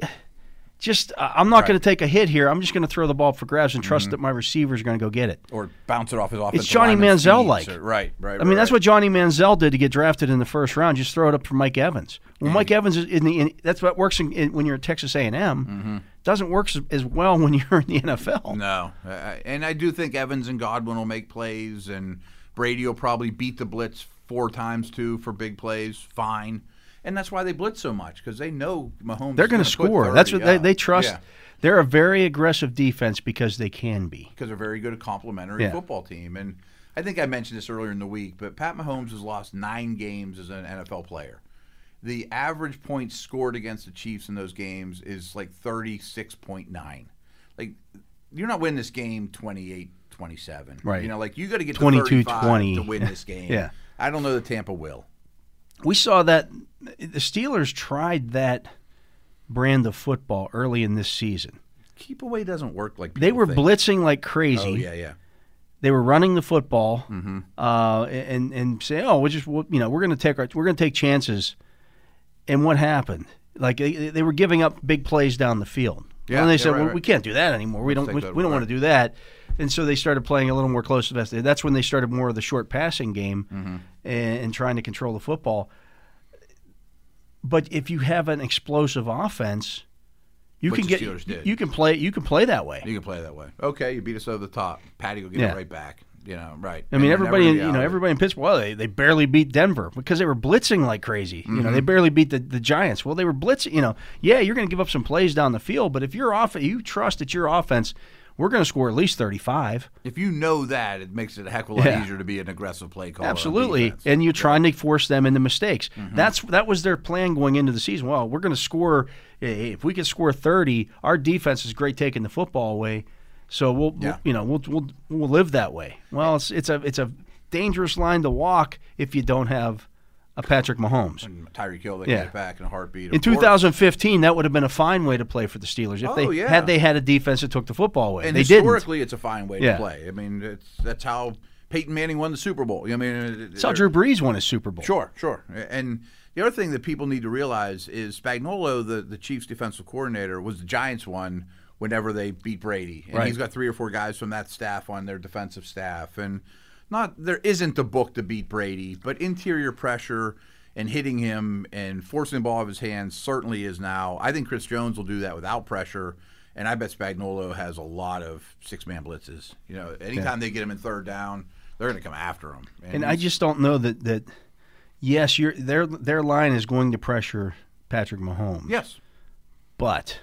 Speaker 1: just I- I'm not going to take a hit here. I'm just going to throw the ball for grabs and trust that my receivers are going to go get it.
Speaker 2: Or bounce it off his offense.
Speaker 1: Johnny Manziel-like.
Speaker 2: Right, right.
Speaker 1: I mean,
Speaker 2: right,
Speaker 1: that's
Speaker 2: right.
Speaker 1: what Johnny Manziel did to get drafted in the first round. Just throw it up for Mike Evans. Well, Mike Evans is in the. In, that's what works in, in, when you're at Texas A&M. Doesn't work as, as well when you're in the NFL.
Speaker 2: Mm-hmm. No, I- I- and I do think Evans and Godwin will make plays, and Brady will probably beat the blitz four times too for big plays. Fine, and that's why they blitz so much because they know Mahomes.
Speaker 1: They're going to score. That's what they,
Speaker 2: uh,
Speaker 1: they trust. They're a very aggressive defense because they can be.
Speaker 2: because they're very good at complementary
Speaker 1: Yeah.
Speaker 2: football team. And I think I mentioned this earlier in the week, but Pat Mahomes has lost nine games as an NFL player. The average points scored against the Chiefs in those games is like 36.9. Like, you're not winning this game 28 27.
Speaker 1: Right.
Speaker 2: You know, like, you got to get
Speaker 1: 22
Speaker 2: 22
Speaker 1: 20.
Speaker 2: to win this game.
Speaker 1: Yeah.
Speaker 2: I don't know that Tampa will.
Speaker 1: we saw that the Steelers tried that brand of football early in this season.
Speaker 2: Keep away doesn't work like
Speaker 1: They
Speaker 2: people
Speaker 1: were
Speaker 2: think.
Speaker 1: blitzing like crazy.
Speaker 2: Oh yeah, yeah.
Speaker 1: They were running the football,
Speaker 2: Mm-hmm.
Speaker 1: uh, and and saying, "Oh, we're just we'll- you know we're going to take our, we're going to take chances." And what happened? Like they, they were giving up big plays down the field.
Speaker 2: Yeah,
Speaker 1: and they
Speaker 2: yeah,
Speaker 1: said,
Speaker 2: right,
Speaker 1: well,
Speaker 2: right.
Speaker 1: "We can't do that anymore. We don't
Speaker 2: take
Speaker 1: we,
Speaker 2: that
Speaker 1: we don't
Speaker 2: away."
Speaker 1: want to do that." And so they started playing a little more close to the That's when they started more of the short passing game
Speaker 2: Mm-hmm.
Speaker 1: and, and trying to control the football. But if you have an explosive offense, you
Speaker 2: Which
Speaker 1: can
Speaker 2: the
Speaker 1: get
Speaker 2: Steelers did.
Speaker 1: you can play you can play that way.
Speaker 2: You can play that way. Okay, you beat us over the top. Patty will get
Speaker 1: Yeah.
Speaker 2: it right back. You know, right.
Speaker 1: I mean,
Speaker 2: And then
Speaker 1: everybody,
Speaker 2: everybody
Speaker 1: in, you know,
Speaker 2: out.
Speaker 1: everybody in Pittsburgh, well, they, they barely beat Denver because they were blitzing like crazy. You
Speaker 2: Mm-hmm.
Speaker 1: know, they barely beat the, the Giants. Well, they were blitzing. You know, yeah, you're going to give up some plays down the field, but if you're off, you trust that your offense, we're going to score at least 35.
Speaker 2: If you know that, it makes it a heck of a lot
Speaker 1: Yeah.
Speaker 2: easier to be an aggressive play caller. on
Speaker 1: Absolutely,
Speaker 2: defense. Mm-hmm.
Speaker 1: and you're trying to force them into mistakes. That's that was their plan going into the season. Well, we're going to score. eh, If we can score 30, our defense is great taking the football away. So we'll,
Speaker 2: Yeah.
Speaker 1: you know, we'll, we'll we'll live that way. Well, it's it's a it's a dangerous line to walk if you don't have a Patrick Mahomes.
Speaker 2: And Tyreek Hill, they
Speaker 1: Yeah.
Speaker 2: can get back in a heartbeat.
Speaker 1: In
Speaker 2: of course.
Speaker 1: 2015, that would have been a fine way to play for the Steelers if
Speaker 2: Oh,
Speaker 1: they
Speaker 2: yeah.
Speaker 1: had they had a defense that took the football away.
Speaker 2: and
Speaker 1: they didn't.
Speaker 2: historically, it's a fine way
Speaker 1: Yeah.
Speaker 2: to play. I mean, it's, that's how Peyton Manning won the Super Bowl. I mean,
Speaker 1: That's how Drew Brees won his Super Bowl.
Speaker 2: Sure, sure. And the other thing that people need to realize is Spagnolo, the, the Chiefs defensive coordinator, was the Giants one whenever they beat Brady. And
Speaker 1: Right.
Speaker 2: he's got three or four guys from that staff on their defensive staff. And not there isn't a book to beat Brady, but interior pressure and hitting him and forcing the ball out of his hands certainly is now. I think Chris Jones will do that without pressure. And I bet Spagnolo has a lot of six man blitzes. You know, anytime they get him in third down, they're going to come after him.
Speaker 1: And I just don't know that that yes, your their their line is going to pressure Patrick Mahomes.
Speaker 2: yes.
Speaker 1: But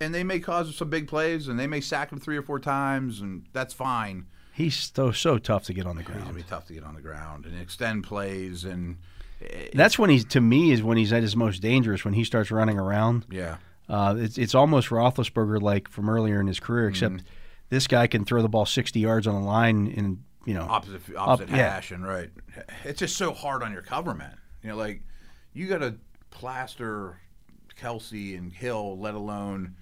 Speaker 2: and they may cause some big plays and they may sack him three or four times and that's fine.
Speaker 1: he's so so tough to get on the
Speaker 2: It's gonna
Speaker 1: ground.
Speaker 2: be tough to get on the ground and extend plays and
Speaker 1: That's when he's to me is when he's at his most dangerous when he starts running around.
Speaker 2: yeah.
Speaker 1: Uh, it's it's almost Roethlisberger like from earlier in his career, except this guy can throw the ball 60 yards on a line and you know
Speaker 2: Opposite opposite
Speaker 1: yeah.
Speaker 2: hash and right. It's just so hard on your cover man. You know, like you gotta plaster Kelsey and Hill, let alone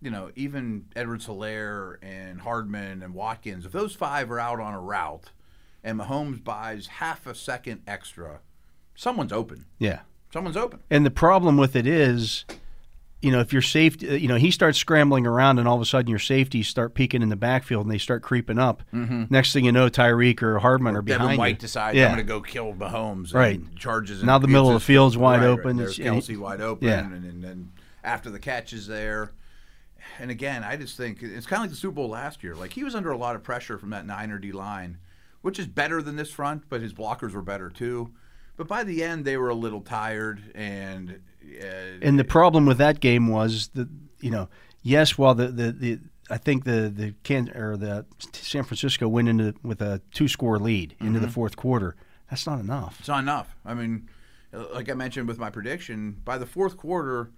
Speaker 2: you know, even Edwards Hilaire and Hardman and Watkins, if those five are out on a route and Mahomes buys half a second extra, someone's open.
Speaker 1: yeah.
Speaker 2: Someone's open.
Speaker 1: And the problem with it is, you know, if your safety, you know, he starts scrambling around, and all of a sudden your safeties start peeking in the backfield, and they start creeping up. Next thing you know, Tyreek or Hardman are behind.
Speaker 2: Mm-hmm. Devin White
Speaker 1: you.
Speaker 2: decides
Speaker 1: Yeah.
Speaker 2: I'm going to go kill Mahomes.
Speaker 1: Right.
Speaker 2: And charges. and
Speaker 1: Now the middle of the
Speaker 2: abuses-
Speaker 1: field's wide
Speaker 2: Right, right.
Speaker 1: open.
Speaker 2: There's
Speaker 1: It's- and-
Speaker 2: Kelsey wide open.
Speaker 1: Yeah.
Speaker 2: And, and then after the catch is there. And again, I just think it's kind of like the Super Bowl last year. Like he was under a lot of pressure from that Niner D line, which is better than this front, but his blockers were better too. But by the end, they were a little tired and. Uh,
Speaker 1: And the problem with that game was that you know, yes, while the the, the I think the the can or the San Francisco went into with a two score lead into
Speaker 2: Mm-hmm.
Speaker 1: the fourth quarter. That's not enough.
Speaker 2: It's not enough. I mean, uh, like I mentioned with my prediction, by the fourth quarter,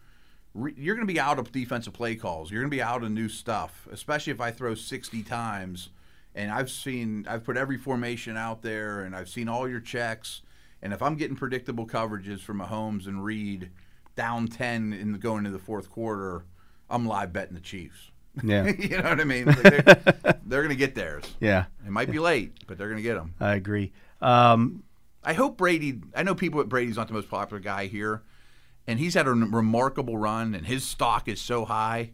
Speaker 2: re- you're going to be out of defensive play calls. You're going to be out of new stuff, especially if I throw 60 times. And I've seen, I've put every formation out there, and I've seen all your checks. And if I'm getting predictable coverages from Mahomes and Reed down 10 in the, going into the fourth quarter, I'm live betting the Chiefs.
Speaker 1: Yeah,
Speaker 2: you know what I mean? Like, they're they're going to get theirs.
Speaker 1: yeah,
Speaker 2: It might be late, but they're going to get them.
Speaker 1: I agree. Um,
Speaker 2: I hope Brady. I know people. Brady's not the most popular guy here, and he's had a remarkable run, and his stock is so high.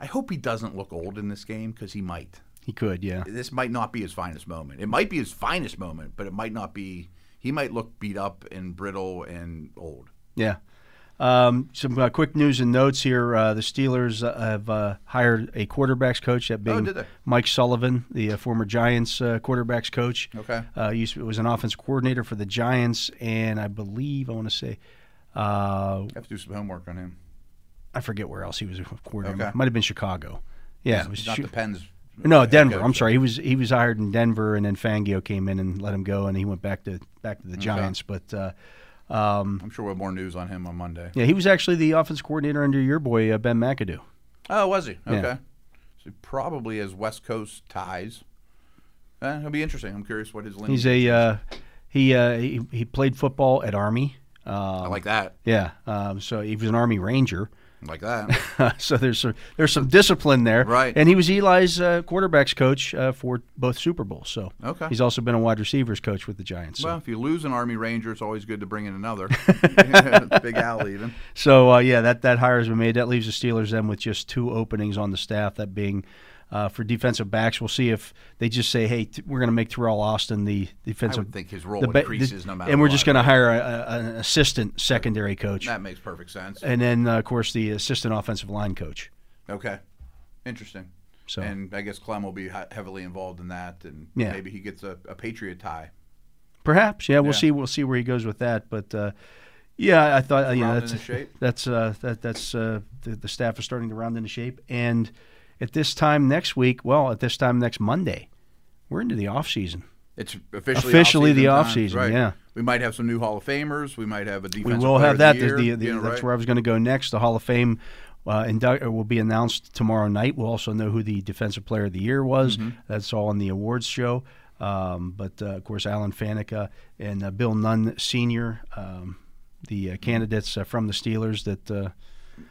Speaker 2: I hope he doesn't look old in this game because he might.
Speaker 1: he could, yeah.
Speaker 2: This might not be his finest moment. It might be his finest moment, but it might not be. He might look beat up and brittle and old.
Speaker 1: Yeah. Um, some uh, quick news and notes here. Uh, the Steelers uh, have uh, hired a quarterbacks coach, that being
Speaker 2: Oh, did they?
Speaker 1: Mike Sullivan, the uh, former Giants uh, quarterbacks coach.
Speaker 2: Okay.
Speaker 1: Uh, used to, was an offense coordinator for the Giants, and I believe, I want to say, uh,
Speaker 2: Have to do some homework on him.
Speaker 1: I forget where else he was a coordinator.
Speaker 2: Okay.
Speaker 1: Might have been Chicago. Yeah. It was
Speaker 2: He's not
Speaker 1: Chi-
Speaker 2: the Pens. uh,
Speaker 1: no,
Speaker 2: head
Speaker 1: Denver.
Speaker 2: coach.
Speaker 1: I'm sorry. He was he was hired in Denver, and then Fangio came in and let him go, and he went back to back to the Giants. But uh,
Speaker 2: I'm sure we'll have more news on him on Monday.
Speaker 1: yeah, he was actually the offense coordinator under your boy uh, Ben McAdoo.
Speaker 2: Oh, was he?
Speaker 1: Yeah.
Speaker 2: Okay. So he probably has West Coast ties. Eh, it'll be interesting. I'm curious what his lineage
Speaker 1: He's a uh, He uh, he, he played football at Army. Um,
Speaker 2: I like that.
Speaker 1: yeah, um, so he was an Army Ranger.
Speaker 2: I like that.
Speaker 1: so there's some, there's some discipline there,
Speaker 2: Right.
Speaker 1: And he was Eli's uh, quarterbacks coach uh, for both Super Bowls. So
Speaker 2: Okay.
Speaker 1: he's also been a wide receivers coach with the Giants. So,
Speaker 2: Well, if you lose an Army Ranger, it's always good to bring in another. Big Al, even.
Speaker 1: so uh, yeah, that that hire has been made. That leaves the Steelers then with just two openings on the staff. That being. Uh, for defensive backs, we'll see if they just say, "Hey, t- we're going to make Terrell Austin the
Speaker 2: I
Speaker 1: defensive."
Speaker 2: would think his role
Speaker 1: the ba- the-
Speaker 2: increases no matter
Speaker 1: and we're just
Speaker 2: what.
Speaker 1: going to hire a, a, an assistant secondary coach,
Speaker 2: That makes perfect sense.
Speaker 1: and then uh, of course the assistant offensive line coach.
Speaker 2: Okay. Interesting.
Speaker 1: So
Speaker 2: And I guess Clem will be he- heavily involved in that, and
Speaker 1: Yeah.
Speaker 2: maybe he gets a, a Patriot tie.
Speaker 1: Perhaps, yeah. We'll
Speaker 2: Yeah.
Speaker 1: see. We'll see where he goes with that. But uh, yeah, I thought uh, you know
Speaker 2: Round
Speaker 1: that's
Speaker 2: into shape.
Speaker 1: that's uh, that that's uh, the, the staff is starting to round into shape. And at this time next week, well, at this time next Monday, we're into the off season.
Speaker 2: It's officially
Speaker 1: Officially the
Speaker 2: off-season
Speaker 1: off-season,
Speaker 2: time, right.
Speaker 1: yeah.
Speaker 2: We might have some new Hall of Famers. We might have a
Speaker 1: We
Speaker 2: defensive.
Speaker 1: will
Speaker 2: player
Speaker 1: have
Speaker 2: of
Speaker 1: that.
Speaker 2: The year.
Speaker 1: The- the-
Speaker 2: Yeah,
Speaker 1: that's
Speaker 2: right.
Speaker 1: where I was going to go next. The Hall of Fame. Uh, induct, will be announced tomorrow night. We'll also know who the Defensive Player of the Year was.
Speaker 2: Mm-hmm.
Speaker 1: That's all on the awards show. Um, but uh, of course, Alan Faneca and uh, Bill Nunn Sr., um, the uh, candidates uh, from the Steelers that uh,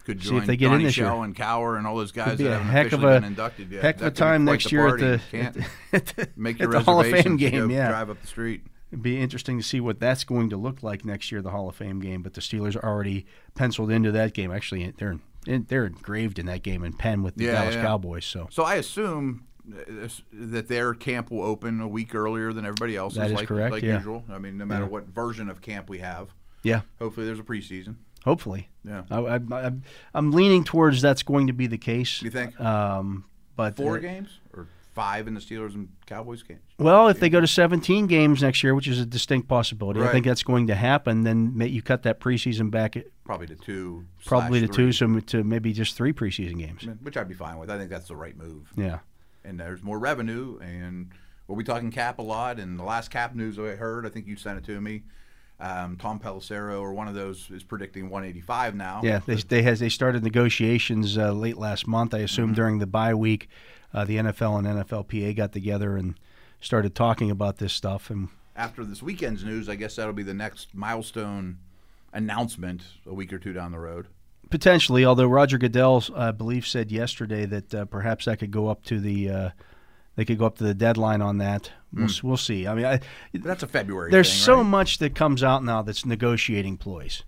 Speaker 2: could
Speaker 1: see
Speaker 2: join
Speaker 1: if they get in
Speaker 2: Donnie
Speaker 1: this year.
Speaker 2: Shell and Cower and all those guys
Speaker 1: be
Speaker 2: that
Speaker 1: a
Speaker 2: haven't
Speaker 1: heck of
Speaker 2: officially
Speaker 1: a-
Speaker 2: been inducted yet.
Speaker 1: heck of
Speaker 2: That
Speaker 1: a
Speaker 2: could be
Speaker 1: time
Speaker 2: quite
Speaker 1: next
Speaker 2: the
Speaker 1: year at
Speaker 2: party.
Speaker 1: the-
Speaker 2: Can't make
Speaker 1: at
Speaker 2: your
Speaker 1: the Hall of Fame
Speaker 2: reservations to
Speaker 1: game,
Speaker 2: go
Speaker 1: yeah.
Speaker 2: drive up the street.
Speaker 1: It'd be interesting to see what that's going to look like next year, the Hall of Fame game. But the Steelers are already penciled into that game. Actually, they're in, they're engraved in that game in pen with the
Speaker 2: Yeah,
Speaker 1: Dallas
Speaker 2: yeah.
Speaker 1: Cowboys. So
Speaker 2: So I assume uh, this- that their camp will open a week earlier than everybody else's,
Speaker 1: That is
Speaker 2: like,
Speaker 1: correct,
Speaker 2: like
Speaker 1: yeah.
Speaker 2: usual. I mean, no matter what version of camp we have,
Speaker 1: yeah,
Speaker 2: hopefully there's a preseason.
Speaker 1: hopefully,
Speaker 2: Yeah.
Speaker 1: I, I, I, I'm leaning towards that's going to be the case.
Speaker 2: You think
Speaker 1: Um, but
Speaker 2: four
Speaker 1: uh,
Speaker 2: games or five in the Steelers and Cowboys games?
Speaker 1: Well, if they go to 17 games next year, which is a distinct possibility, I
Speaker 2: Right.
Speaker 1: think that's going to happen. Then ma- you cut that preseason back, at-
Speaker 2: Probably to two.
Speaker 1: probably to
Speaker 2: slash
Speaker 1: two,
Speaker 2: three,
Speaker 1: so m- to maybe just three preseason games.
Speaker 2: which I'd be fine with. I think that's the right move.
Speaker 1: Yeah.
Speaker 2: And there's more revenue, and we'll be talking cap a lot. And the last cap news I heard, I think you sent it to me. Um, Tom Pelissero or one of those is predicting 185 now.
Speaker 1: Yeah, they they has they started negotiations uh, late last month. I assume
Speaker 2: Mm-hmm.
Speaker 1: during the bye week, uh, the NFL and NFLPA got together and started talking about this stuff. And
Speaker 2: after this weekend's news, I guess that'll be the next milestone announcement a week or two down the road.
Speaker 1: potentially, although Roger Goodell, I believe, said yesterday that uh, perhaps that could go up to the uh, they could go up to the deadline on that. We'll, s we'll see. I mean, I,
Speaker 2: But that's a February.
Speaker 1: there's
Speaker 2: thing,
Speaker 1: so
Speaker 2: Hmm. right?
Speaker 1: much that comes out now that's negotiating ploys.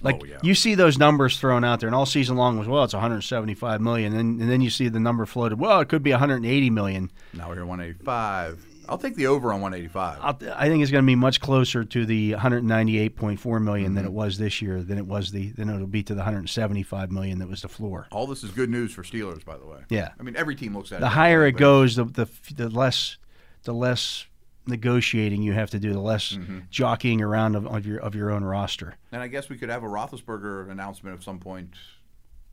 Speaker 1: Like
Speaker 2: Oh, yeah.
Speaker 1: you see those numbers thrown out there, and all season long was well, it's 175 million, and, and then you see the number floated. Well, it could be 180 million.
Speaker 2: Now we're here 185. I'll take the over on 185.
Speaker 1: I'll, I think it's going to be much closer to the 198.4 million
Speaker 2: Mm-hmm.
Speaker 1: than it was this year than it was the than it'll be to the 175 million that was the floor.
Speaker 2: All this is good news for Steelers, by the way.
Speaker 1: Yeah.
Speaker 2: I mean, every team looks at it.
Speaker 1: The
Speaker 2: that
Speaker 1: higher
Speaker 2: way,
Speaker 1: it
Speaker 2: but
Speaker 1: goes, the the, f- the less the less negotiating you have to do, the less
Speaker 2: Mm-hmm.
Speaker 1: jockeying around of, of your of your own roster.
Speaker 2: And I guess we could have a Roethlisberger announcement at some point.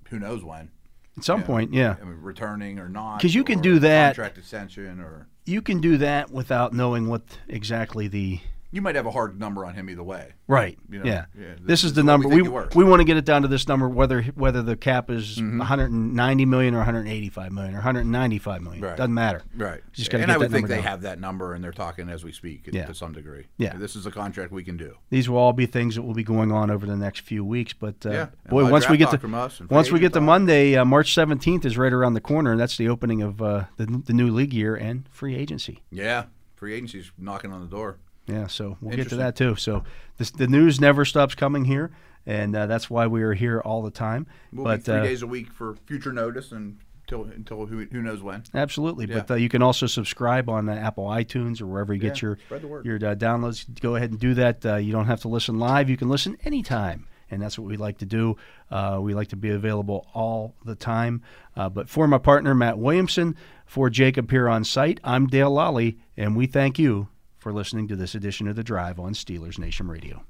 Speaker 2: Who knows when?
Speaker 1: At some point, yeah,
Speaker 2: I mean, returning or not?
Speaker 1: 'Cause you can
Speaker 2: or
Speaker 1: do that-
Speaker 2: Contract extension, or
Speaker 1: you can do that without knowing what exactly the
Speaker 2: you might have a hard number on him either way.
Speaker 1: Right.
Speaker 2: You know,
Speaker 1: yeah.
Speaker 2: yeah,
Speaker 1: This,
Speaker 2: this
Speaker 1: is
Speaker 2: is
Speaker 1: the
Speaker 2: what we
Speaker 1: number
Speaker 2: think
Speaker 1: we
Speaker 2: it works. Mm-hmm.
Speaker 1: we want to get it down to this number whether whether the cap is 190 million or 185 million or 195 million.
Speaker 2: Right.
Speaker 1: Doesn't matter.
Speaker 2: Right.
Speaker 1: Just gotta
Speaker 2: and
Speaker 1: get
Speaker 2: I would
Speaker 1: that
Speaker 2: think
Speaker 1: number
Speaker 2: they
Speaker 1: down.
Speaker 2: have that number and they're talking as we speak
Speaker 1: Yeah.
Speaker 2: to some degree.
Speaker 1: Yeah.
Speaker 2: This is a contract we can do.
Speaker 1: These will all be things that will be going on over the next few weeks. But uh,
Speaker 2: Yeah. And
Speaker 1: boy,
Speaker 2: live
Speaker 1: once we
Speaker 2: draft
Speaker 1: get
Speaker 2: talk
Speaker 1: to
Speaker 2: from us and free
Speaker 1: once we get
Speaker 2: agent
Speaker 1: to
Speaker 2: talk.
Speaker 1: Monday, uh, March 17th is right around the corner, and that's the opening of uh, the the new league year and free agency.
Speaker 2: Yeah. Free agency's knocking on the door.
Speaker 1: Yeah, so we'll get to
Speaker 2: Interesting.
Speaker 1: that too. So this, the news never stops coming here, and uh, that's why we are here all the time.
Speaker 2: We'll
Speaker 1: but
Speaker 2: be three
Speaker 1: uh,
Speaker 2: days a week for future notice and until until who, who knows when.
Speaker 1: Absolutely, but
Speaker 2: Yeah.
Speaker 1: uh, you can also subscribe on uh, Apple iTunes or wherever you get
Speaker 2: Yeah,
Speaker 1: your
Speaker 2: spread the word.
Speaker 1: your uh, downloads. Go ahead and do that. Uh, you don't have to listen live; you can listen anytime, and that's what we like to do. Uh, we like to be available all the time. Uh, but for my partner Matt Williamson, for Jacob here on site, I'm Dale Lally, and we thank you for listening to this edition of the Drive on Steelers Nation Radio.